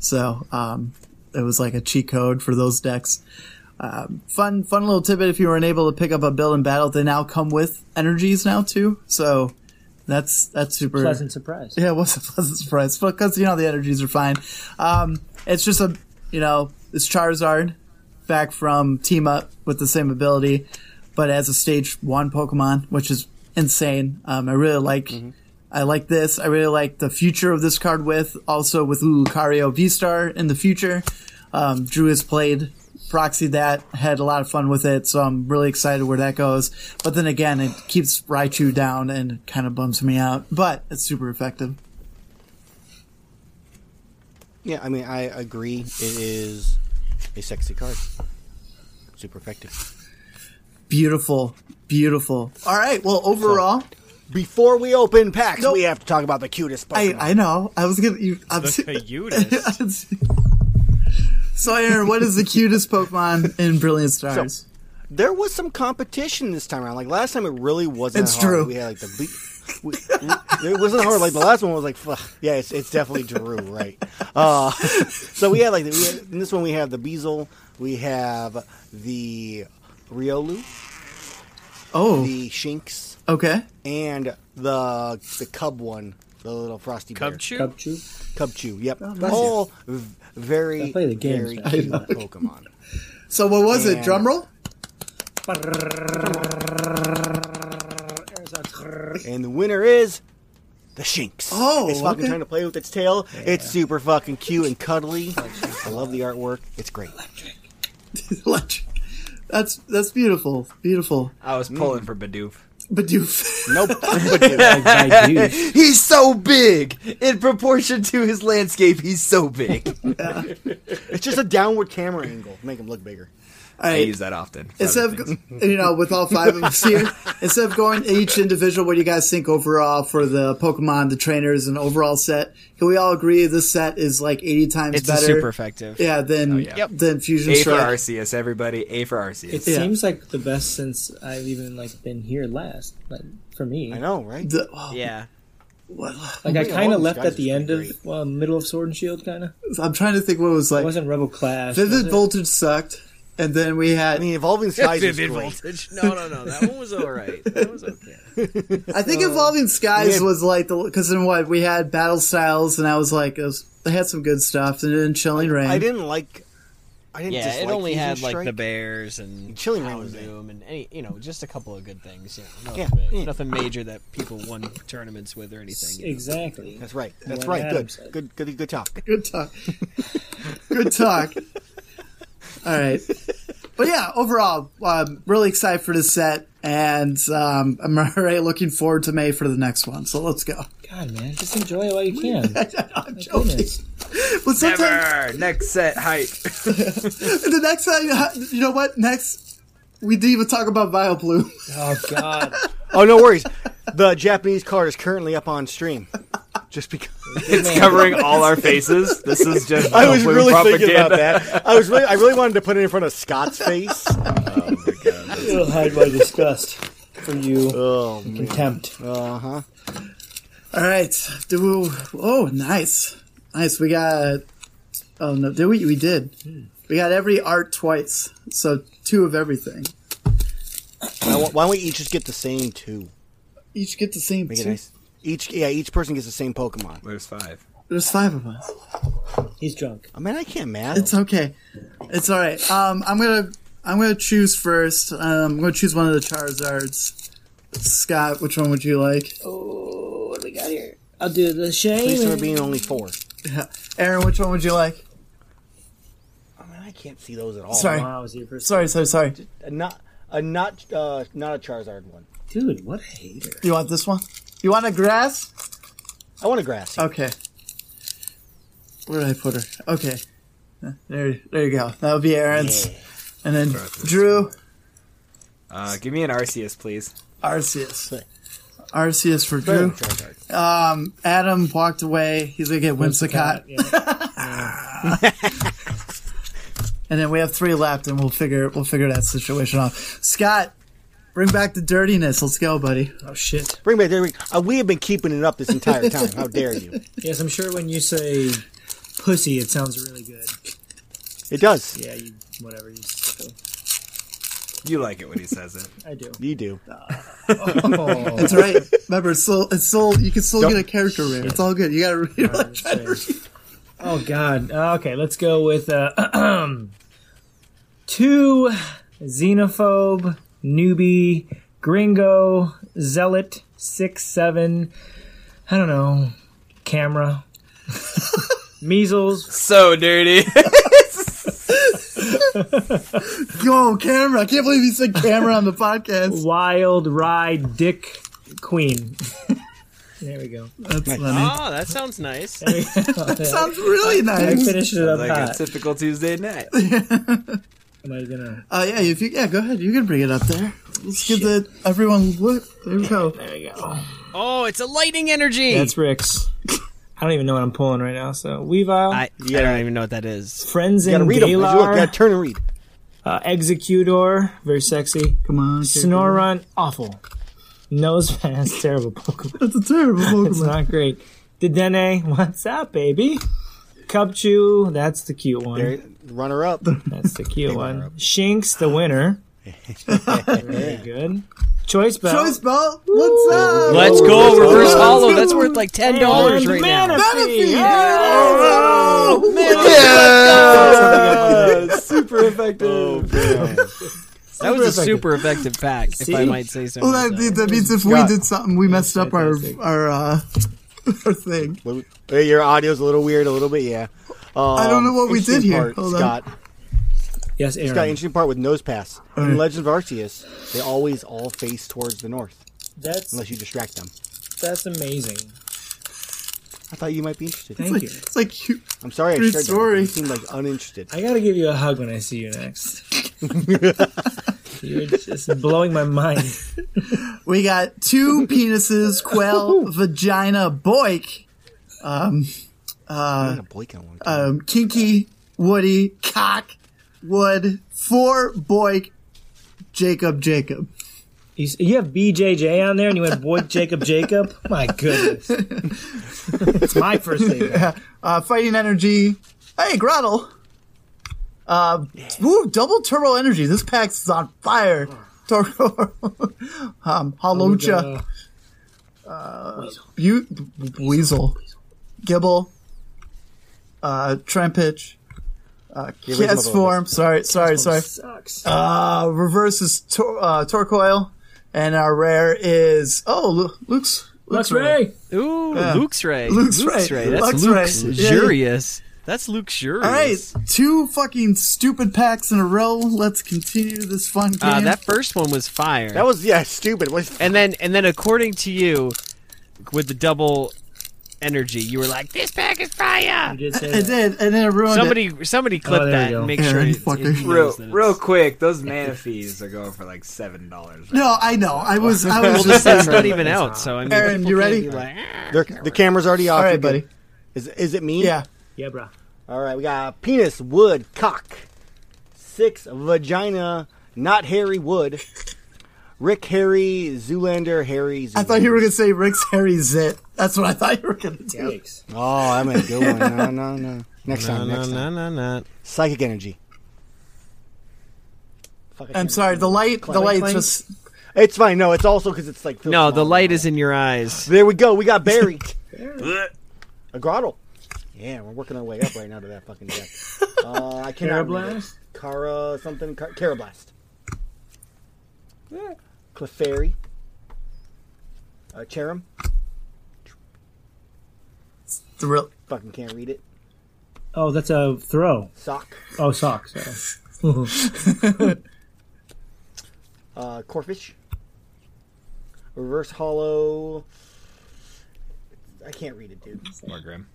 So um, it was like a cheat code for those decks. Um, fun, fun little tidbit. If you weren't able to pick up a build and battle, they now come with energies now too. So that's that's super Pleasant surprise. yeah, it was a pleasant surprise because you know the energies are fine. Um, it's just a you know it's Charizard back from Team Up with the same ability, but as a stage one Pokemon, which is insane. Um, I really like. I like this. I really like the future of this card with also with Lucario V Star in the future. Um, Drew has played proxy that had a lot of fun with it, so I'm really excited where that goes. But then again, it keeps Raichu down and kind of bums me out, but it's super effective. Yeah, I mean, I agree. It is a sexy card. Super effective. Beautiful, beautiful. All right. Well, overall, Before we open packs, Nope. we have to talk about the cutest I Pokemon. I know I was gonna. You, I'm, [laughs] cutest. so Aaron, what is the cutest Pokemon in Brilliant Stars? there was some competition this time around. Like last time, it really wasn't. It's hard. true. We had like the. Ble- We- we- it wasn't hard. Like the last one was like, fuck. yeah, it's, it's definitely Drew, right? Uh, [laughs] so we had like the, we had, in this one we have the Bezel, we have the Riolu, Oh, the Shinx, okay. and the the Cub one, the little Frosty Bear. Cub Chew? Cup Chew. Cub Chew. Yep, nice. all v- very Oh, I play the games, [laughs] very man. cute Pokemon. So what was it? And- Drum roll. And the winner is the Shinx. Oh, it's fucking okay. trying to play with its tail. It's super fucking cute and cuddly. I love the artwork. It's great. [laughs] Electric. That's that's beautiful, beautiful. I was pulling for Bidoof. Badoof. [laughs] Nope. [laughs] Badoo. Like, by douche. He's so big in proportion to his landscape. He's so [laughs] big. it's just a downward camera angle. Make him look bigger. All I right. use that often. for Instead other of things. go- [laughs] you know, with all five of us here, instead of going each individual, what do you guys think overall for the Pokemon, the trainers, and overall set? Can we all agree this set is like eighty times It's a better? super effective. yeah, than Yep. than Fusion [laughs] A for Strike. Arceus, everybody. A for Arceus. It Yeah. seems like the best since I've even like been here last. Like for me, I know, right? The- oh, Yeah. what- like I Yeah, all kind of these left guys at the are end great. of well, middle of Sword and Shield, kind of. I'm trying to think what it was It like. wasn't Rebel Clash. was Vivid it? Voltage sucked, and then we had. I mean, evolving skies is Vivid great. voltage. No, no, no. That one was all right. That was okay. I think Evolving Skies we had- was like the because then what we had Battle Styles, and I was like, it was, they had some good stuff, and then Chilling Rain. I didn't like. I didn't. Yeah, dislike it only Fusion had like Strike. the bears and Chilling Rain was Houndoom and any, you know, just a couple of good things. You know, Yeah, nothing, big, yeah. nothing major that people won tournaments with or anything. you know. Exactly. That's right. That's What right. Adam Good. said. Good. Good. Good talk. good talk. good [laughs] talk. All right. But yeah, overall, um, really excited for this set, and um, I'm [laughs] already looking forward to May for the next one. So let's go. God, man, just enjoy it while you [laughs] can. I'm joking. Goodness. But sometimes Never. Next set hype. the next time, you know what? Next, we didn't even talk about Vileplume. Oh God, Oh no worries. [laughs] the Japanese card is currently up on stream. Just because. It's covering all our faces. This is just I was blue really thinking about propaganda. that. I was really, I really wanted to put it in front of Scott's face. it'll hide my disgust for you. Oh, Contempt. uh huh. All right. Do we, oh, nice, nice. We got. Oh no, did we? We did. Hmm. We got every art twice, so two of everything. Why why don't we each just get the same two? Each get the same. Make it two. nice. Each, yeah, each person gets the same Pokemon. There's five. There's five of us. He's drunk. I mean, I can't math. It's okay. It's all right. Um, I'm gonna I'm gonna choose first. Um, I'm gonna choose one of the Charizards. Scott, which one would you like? Oh, what do we got here? I'll do the At least there shame. being only four. Aaron, which one would you like? I mean, I can't see those at all. Sorry, Wow, is your first- sorry, sorry, sorry. A not a not uh, not a Charizard one. dude? What a hater. Do you want this one? You want a grass? I want a grass. Okay. Where did I put her? Okay. Uh, There, there you go. That would be Aaron's. And then Drew, Uh, give me an Arceus, please. Arceus. Arceus for Better than Drew. Um, Charizard. Adam walked away. He's going to get Whimsicott. Yeah. [laughs] And then we have three left, and we'll figure we'll figure that situation out. Scott, bring back the dirtiness. Let's go, buddy. Oh shit. Bring back. There we, uh, we have been keeping it up this [laughs] entire time. How dare you? Yes, I'm sure when you say pussy, it sounds really good. It does. Yeah, you whatever you. say. You like it when he says [laughs] it. I do. You do. Oh, That's right. Remember, it's still it's still you can still Don't- get a character rare. It's all good. You got to read. [laughs] oh God. Okay, let's go with uh, [clears throat] two xenophobe newbie gringo zealot six seven. I don't know. [laughs] Camera. Measles. so dirty. Go camera! I can't believe you said camera on the [laughs] podcast. Wild ride. Dick. [laughs] Queen. there we [laughs] go. That's funny. Oh, that sounds nice. Sounds really I nice. finished it up Like a hot. typical Tuesday night. Am I gonna? Uh, yeah, if you yeah, go ahead. You can bring it up there. Let's give the everyone look. There we go. There we go. Oh, it's a lightning energy. That's That's Rick's. I don't even know what I'm pulling right now. So Weavile, I, I don't even know what that is. Friends Gotta in read them. You look, Galar, gotta turn and read. uh, Executor, very sexy. Come on, Snorunt, awful. [laughs] Nosepass, terrible Pokemon. That's a terrible It's Pokemon. not great. Dedenne, what's up, baby? Cubchoo, that's the cute one. [laughs] There- Runner up. That's the cute one. runner-up. Shinx, the winner. Very good. Choice belt. Choice Bell, what's up? Let's go reverse go. hollow. That's worth like ten dollars And right now. Manaphy. Manaphy. Oh, [laughs] super Oh. effective. That was a effective. super effective pack, if I might say so. Well, that, myself. that means if we Scott. did something, we messed up our fantastic. our uh, [laughs] our thing. What we- Your audio's a little weird, a little bit, yeah. Um, I don't know what we did interesting here. Part, Hold on. Scott. Yes, Aaron. Scott, interesting part with nose pass. right. In Legend of Arceus, they always all face towards the north, That's unless you distract them. that's amazing. I thought you might be interested. Thank Like, you. it's like you, I'm sorry, I Good shared that. story. Uh, You seemed like uninterested. I gotta give you a hug when I see you [laughs] next. You're just blowing my mind. we got two penises, quail, vagina, boik, I'm gonna boycott one. um, kinky, woody, cock, wood, four, boik, Jacob, Jacob. You, s- you have BJJ on there, and you went boy Jacob Jacob. My goodness, it's my first name. Uh, fighting energy. Hey, Grottle. Uh, Woo, double turbo energy. This pack's on fire. Turbo. [laughs] um, Halocha. Oh, Oh, Bu- Weasel. Gibble. Uh, Trempitch. Uh, Give me some Cast of form. Sorry, sorry, sorry. Sucks. Uh, reverse is tor- uh, Torcoil. And our rare is, oh, Lu- Luke's. Lux Ray. Ooh, Yeah. Luke's Ray. Luke's Ray. That's Luke's Ray. Luke's Yeah, yeah. luxurious. That's luxurious. All right, two fucking stupid packs in a row. Let's continue this fun game. Uh, that first one was fire. That was yeah, stupid. What the and then and then according to you, with the double energy, you were like, "This pack is fire." Did say I that. did, and then it ruined it. Somebody somebody clip Oh, there we that go. and make Aaron, sure it, fucker. it knows Real, that it's- real quick, those manatees are going for like seven dollars. No, I know. I was. I was Well, this just. set's not even out, so I mean, Aaron, people you can't ready? be like, "Ah." Their- the camera's already off. All You're right, good. buddy. Is is it me? Yeah. Yeah, bro. All right, we got penis, wood, cock, six vagina, not hairy wood. Rick, Harry, Zoolander, Harry. Zoolander. I thought you were gonna say Rick's hairy zit. That's what I thought you were gonna do. Yikes. [laughs] Oh, I'm a good one. No, no, no. Next No, time, no, next time. no, no, no. Psychic energy. Fuck, I I'm can't sorry. The remember. light. The Clang, light clang. just. It's fine. No, it's also because it's like. Phil No, the Small. light is in your eyes. There we go. We [laughs] got Barry. a grottle. Yeah, we're working our way up right now to that fucking deck. Uh, I cannot. read it. Carablast? Cara something. Car- Carablast. Clefairy. Uh, Cherim. The real. [laughs] Fucking can't read it. Oh, that's a throw. Sock. Oh, sock. Sorry. Uh, Corfish. Reverse Hollow. I can't read it, dude. More grim.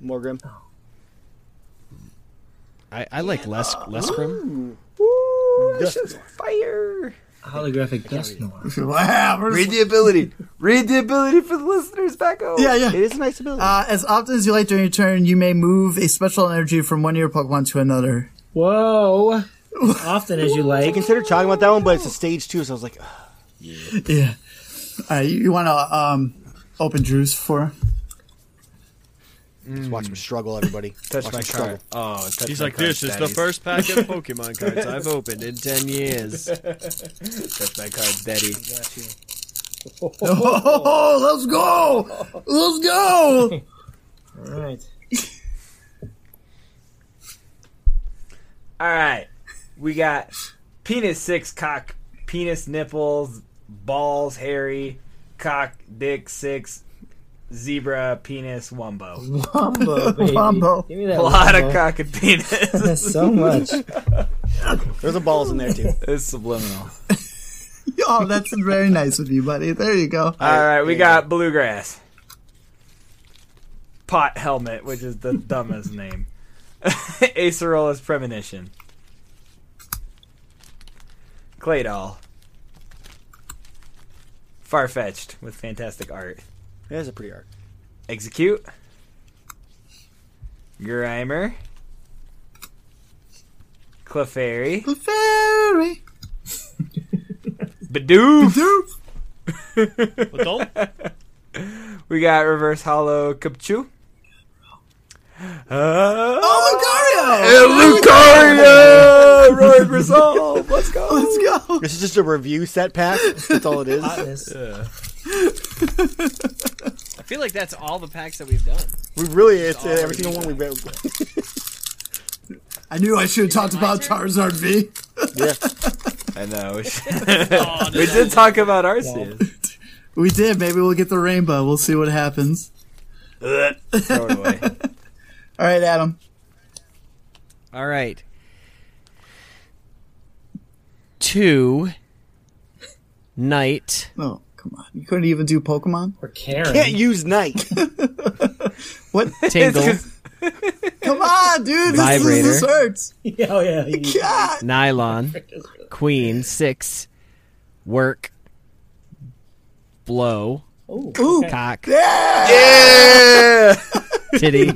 Morgrim. I, I like less less grim. Dust- Fire. Holographic dust noir. Wow. we're Read just- the ability. Read the ability for the listeners back home. Yeah, yeah. It is a nice ability. Uh, as often as you like during your turn, you may move a special energy from one of your Pokemon to another. Whoa. [laughs] Often as you like. Consider talking about that one, but it's a stage two, so I was like, ugh, [laughs] Yeah. All right. Uh, You, you want to um, open Drew's for? just watch him struggle, everybody. Touch watch Hmm. my him card. Oh, touch He's my like, card, "This is the daddies. first pack [laughs] of Pokemon cards I've opened in ten years." Touch my card, daddy. [laughs] Oh, let's go! Let's go! All right. All right, we got penis six cock, penis nipples, balls hairy, cock dick six, zebra penis wombo. Wombo, baby. Wombo. Give me that A lot wombo. of cock and [laughs] penis. so much. There's a balls in [laughs] there too. it's subliminal. [laughs] Oh, that's very nice of you, buddy. There you go. All right, we got bluegrass, pot helmet, which is the [laughs] dumbest name. [laughs] Acerola's premonition. Clay doll. Far fetched with fantastic art. It is a pretty art. Execute. Grimer. Clefairy. Very. Bidoof. Derp. Adult? We got reverse hollow Kapchu. Oh, Uh, Lucario! Roy Resolve! Let's go! Lucario! Let's go. This is just a review set pack. That's all [laughs] it is. I feel like that's all the packs that we've done. We really, it's uh, every single one we read. I knew I should have talked about Charizard V. Yeah. I [laughs] Oh, know. We did talk about Arceus. We did. Maybe we'll get the rainbow. We'll see what happens. Throw it away. [laughs] All right, Adam. All right. Two. [laughs] Night. No, come on. You couldn't even do Pokemon. Or Karen. Can't use Knight. What? Tingle. come on, dude. This, is, Vibrator. this hurts. Yeah, [laughs] oh, yeah. he- God. Nylon. Queen. Six. Work. Blow. Oh, Ooh. Cock. Yeah. [laughs] Titty.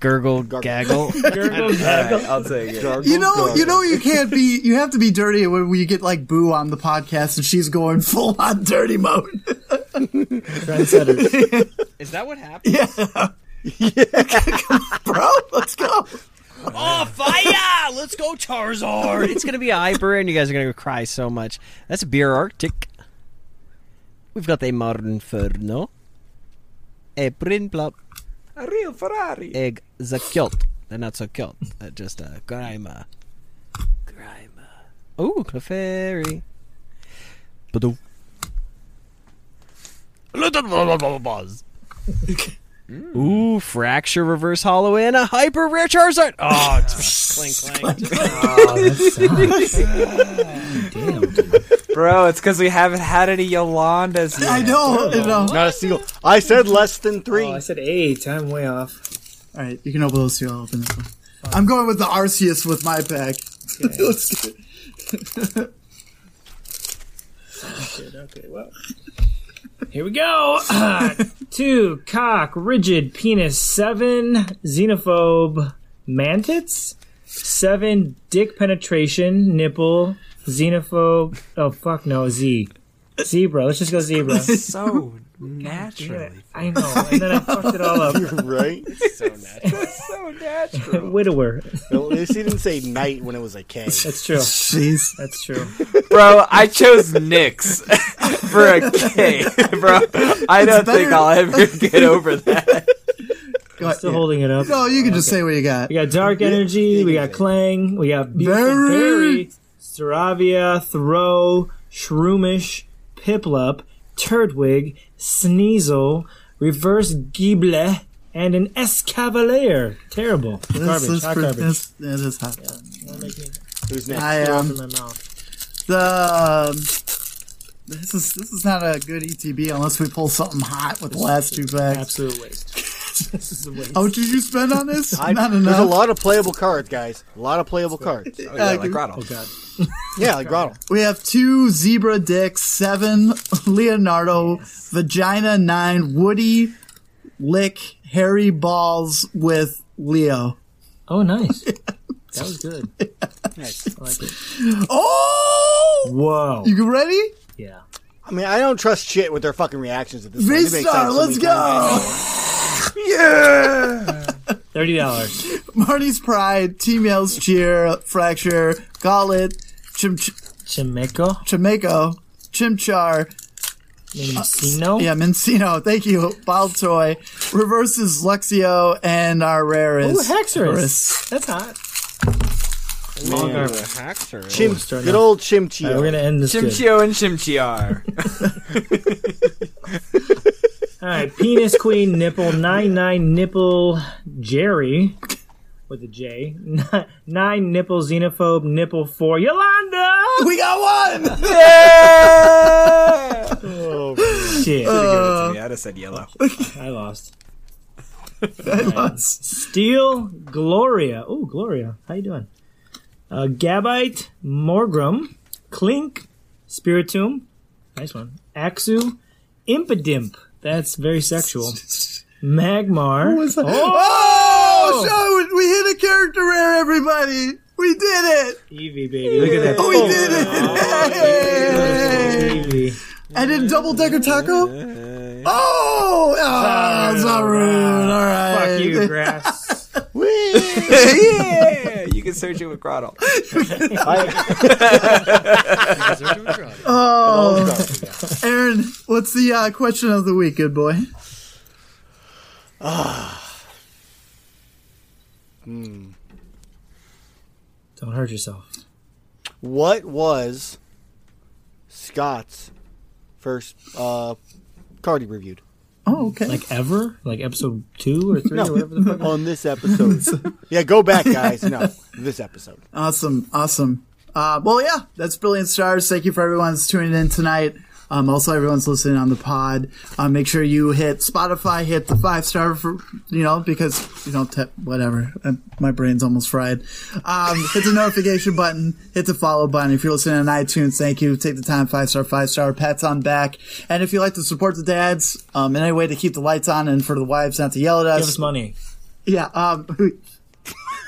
Gurgle. Gaggle. Gurgle, gaggle. I'll take it. You know, you know, you can't be. You have to be dirty when you get like Boo on the podcast, and she's going full on dirty mode. [laughs] [laughs] Trendsetter. Is that what happened? Bro, let's go. Oh, fire! Let's go, Charizard! [laughs] It's gonna be hyper, and you guys are gonna cry so much. That's Beer Arctic. We've got a Modern Inferno. A Prin Plop. A real Ferrari. Egg Zakilt. They're not so cute. Uh, just uh, Grima. Grima. Ooh, Clefairy. Badoo. Ooh, fracture, reverse hollow, and a hyper rare Charizard. Oh, [laughs] it's clink clank. Oh, Bro, it's because we haven't had any Yolandas yet. I know. Oh. I know. Not a single. I said less than three. Oh, I said eight. I'm way off. All right, you can open those two. I'll open this one. I'm going with the Arceus with my pack. [laughs] Let's go. Good, okay, well. Here we [laughs] go. Uh, Two, cock, rigid, penis, seven, xenophobe, mantids, seven, dick penetration, nipple, xenophobe. Oh, fuck no, Z. Zebra. Let's just go zebra. So naturally. I know. And then I fucked it [laughs] all up. Oh. Right? so natural. [laughs] Widower. Well, at least he didn't say Knight when it was [laughs] a K. That's true. Jeez. That's true. Bro, I chose Nyx [laughs] for a K. Bro, I don't think better- I'll ever get over that. Go ahead. Still holding it up. No, you can just say what you got. We got Dark Energy, we got Clang, we got Beautiful Berry. Berry, Staravia, Throw, Shroomish, Piplup, Turtwig, Sneasel, Reverse Gible, and an Escavalier. Terrible. This Garbage. is hot pretty- garbage. this- It is hot. Who's next? I In um my mouth. the um, this is this is not a good ETB unless we pull something hot with the last two packs. Absolute [laughs] waste. this is a waste. How much did you spend on this? [laughs] I- not There's enough. a lot of playable cards, guys. A lot of playable cards. Oh, yeah, like Uh, Grotto. Yeah, like Grottle. we have two zebra dicks, seven [laughs] Leonardo, vagina nine, Woody, lick, hairy balls with Leo. Oh, nice. [laughs] That was good. Nice. I like it. Oh, Whoa. you ready? Yeah. I mean, I don't trust shit with their fucking reactions at this point. V They make Star, sense. let's Somebody- go. [laughs] $30. Marty's Pride, Team Yell's Cheer, Fracture, Gauntlet, Chim Chimeco? Chimeco, Chimchar, Mincino? yeah, Mincino, thank you, Baltoy, reverses Luxio, and our rare Ooh, is Hexorus. That's hot. Long garbage. Chim- Oh, starting good off. old All right, we're Chimchio. gonna end this. Good. Chimchio and Chimchiar. All right, penis queen nipple nine nine nipple Jerry with a J [laughs] Nine- nine nipple xenophobe nipple four Yolanda. We got one. Shit, yeah, I'd have said yellow. [laughs] I lost. Let's- Steel Gloria. Oh, Gloria, how you doing? Uh, Gabite Morgrum Clink Spiritum. Nice one. Axu Impidimp. That's [laughs] very sexual. Magmar. Oh, so we hit a character rare, everybody. We did it. Evie, baby. Look at that. We did it. Hey. Evie. I did a double decker taco. Oh, oh it's not rude. All right. Fuck [laughs] you, grass. yeah, you can search it with Grottle. Oh, Aaron, what's the uh, question of the week, good boy? Don't hurt yourself. What was Scott's first uh, card he reviewed? Oh, okay. Like ever? Like episode two or [laughs] three No, or whatever the fuck? on this episode. yeah, go back, guys. No, this episode. Awesome, awesome. Uh, well, yeah, that's brilliant stars. Thank you for everyone that's tuning in tonight. Um, also, everyone's listening on the pod. Uh, make sure you hit Spotify, hit the five star for you know because you don't te- whatever. Uh, My brain's almost fried. Um, hit the notification button, hit the follow button. If you're listening on iTunes, thank you. Take the time, five star, five star, pats on back. And if you like to support the dads um, in any way to keep the lights on and for the wives not to yell at us, Give us money. yeah, um, [laughs]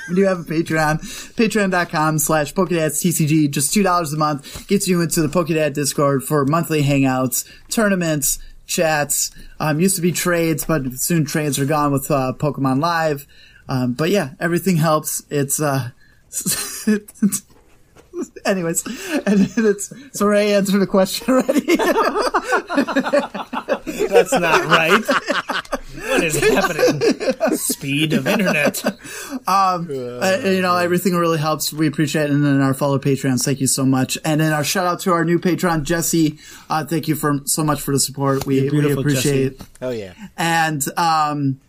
we do have a Patreon. Patreon.com slash Pokedads TCG. Just $2 a month gets you into the Pokedad Discord for monthly hangouts, tournaments, chats. Um, used to be trades, but soon trades are gone with uh, Pokemon Live. Um, but yeah, everything helps. It's, uh, [laughs] anyways, [laughs] and it's, so Ray answered the question already. That's not right. what is happening? Speed of internet. Uh, you know, everything really helps. We appreciate it. And then our fellow patrons, thank you so much. And then our shout out to our new patron, Jesse. Uh, thank you for so much for the support. We, we beautiful, appreciate it. Oh yeah. And, um,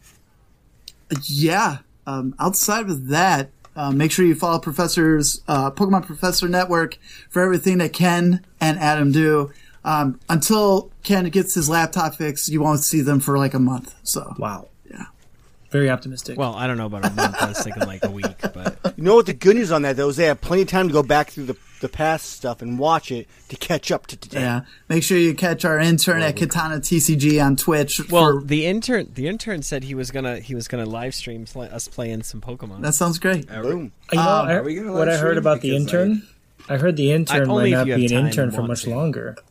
yeah, um, outside of that, uh, make sure you follow Professor's, uh, Pokemon Professor Network for everything that Ken and Adam do. Um, until Ken gets his laptop fixed, you won't see them for like a month. So, Wow. Yeah. Very optimistic. Well, I don't know about a month. I was thinking like a week, but You know what? The good news on that though is they have plenty of time to go back through the the past stuff and watch it to catch up to today. yeah, make sure you catch our intern at Katana TCG on Twitch. well, the intern the intern said he was gonna he was gonna live stream pl- us playing some Pokemon. That sounds great. Uh, Boom. You know, I- we gonna what live I heard stream? about the Because, intern? I heard the I- intern only might if not you have be an time intern and for want much to. longer, [laughs]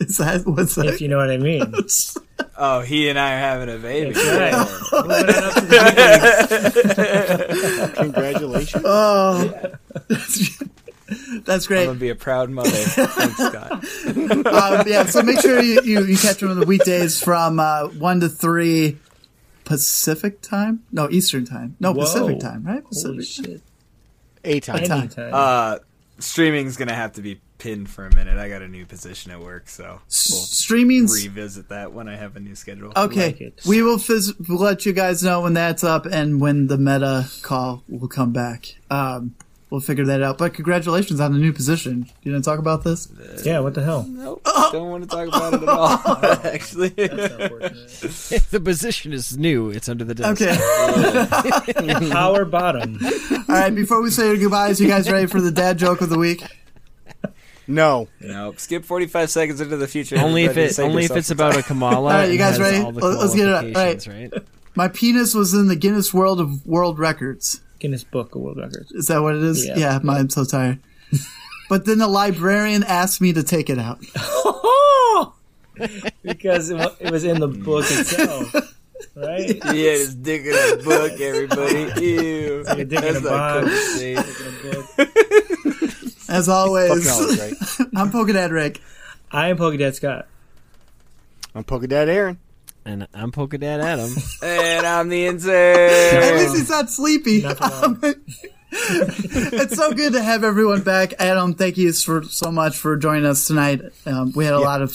Is that what's that? if you know what I mean. Oh, he and I are having a baby. Right. Moving on up to [laughs] Congratulations. oh, that's I'm great. gonna be a proud mother. Thanks, Scott. Um, yeah, so make sure you, you, you catch them on the weekdays from uh, one to three Pacific time. No, Eastern time. No, Whoa. Pacific time. Right? Holy Pacific. shit. A time. Anytime. Uh, streaming's gonna have to be pinned for a minute. I got a new position at work, so we'll Streaming's revisit that when I have a new schedule. okay. like it. we will phys- we'll let you guys know when that's up and when the meta call will come back. Um, we'll figure that out. But congratulations on the new position. You didn't talk about this. yeah, what the hell? Nope, don't want to talk about it at all. [laughs] [laughs] Actually, the position is new. It's under the desk. Okay. Power bottom. All right. Before we say our goodbyes, you guys ready for the dad joke of the week? No. nope. Skip 45 seconds into the future. Only if everybody. it Save only if yourself [laughs] it's about a Kamala. Alright, you and guys has ready? all the Let's get it up. qualifications, right. My penis was in the Guinness World of World Records. Guinness Book of World Records. Is that what it is? Yeah. Yeah, my- I'm so tired. [laughs] but then the librarian asked me to take it out. because it, wa- it was in the book itself, right? Yeah, just dick in a [laughs] book, everybody. Ew. Like a dick in That's a not cool box. to see. As Fuck always, no, right? [laughs] I'm Pokedad Rick. I am Pokedead Scott. I'm Polkadot Aaron. And I'm Polkadot Adam. And I'm the intern. At Um, least he's not sleepy. wrong. [laughs] it's so good to have everyone back. Adam, thank you for so much for joining us tonight. Um, we had a lot of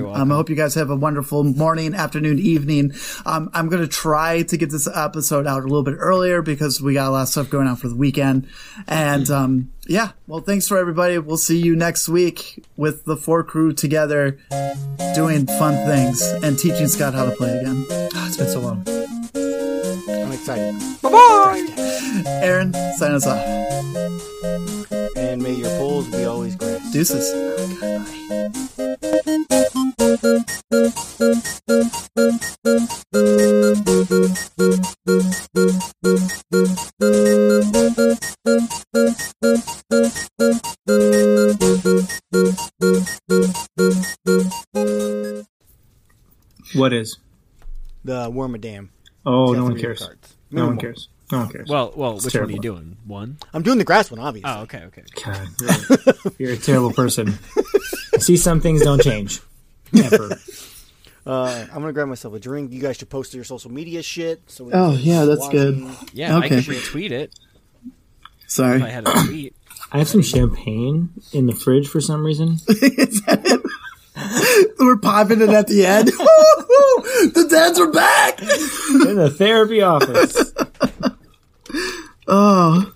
fun. Um, welcome. I hope you guys have a wonderful morning, afternoon, evening. Um, I'm going to try to get this episode out a little bit earlier because we got a lot of stuff going on for the weekend. And um, yeah, well, thanks for everybody. We'll see you next week with the four crew together doing fun things and teaching Scott how to play again. Ah, it's been so long. I'm excited. Aaron, sign us off. And may your polls be always grass. Deuces. What is? The Wormadam. Oh, Got no one three cares. cards. No one Minimal. cares. No one cares. Well, well, which one are terrible. you doing? One. I'm doing the grass one, obviously. Ah. Oh, okay, okay. God, you're- you're a terrible person. See, some things don't change. Never. Uh, I'm gonna grab myself a drink. You guys should post to your social media shit. So we Oh, can- yeah, that's good. Yeah, Okay. I could retweet it Sorry. [laughs] if I had a tweet. I have some champagne in the fridge for some reason. Is that it? We're popping it [laughs] at the end. [laughs] Woo-hoo! the dads are back. In the therapy office. Oh,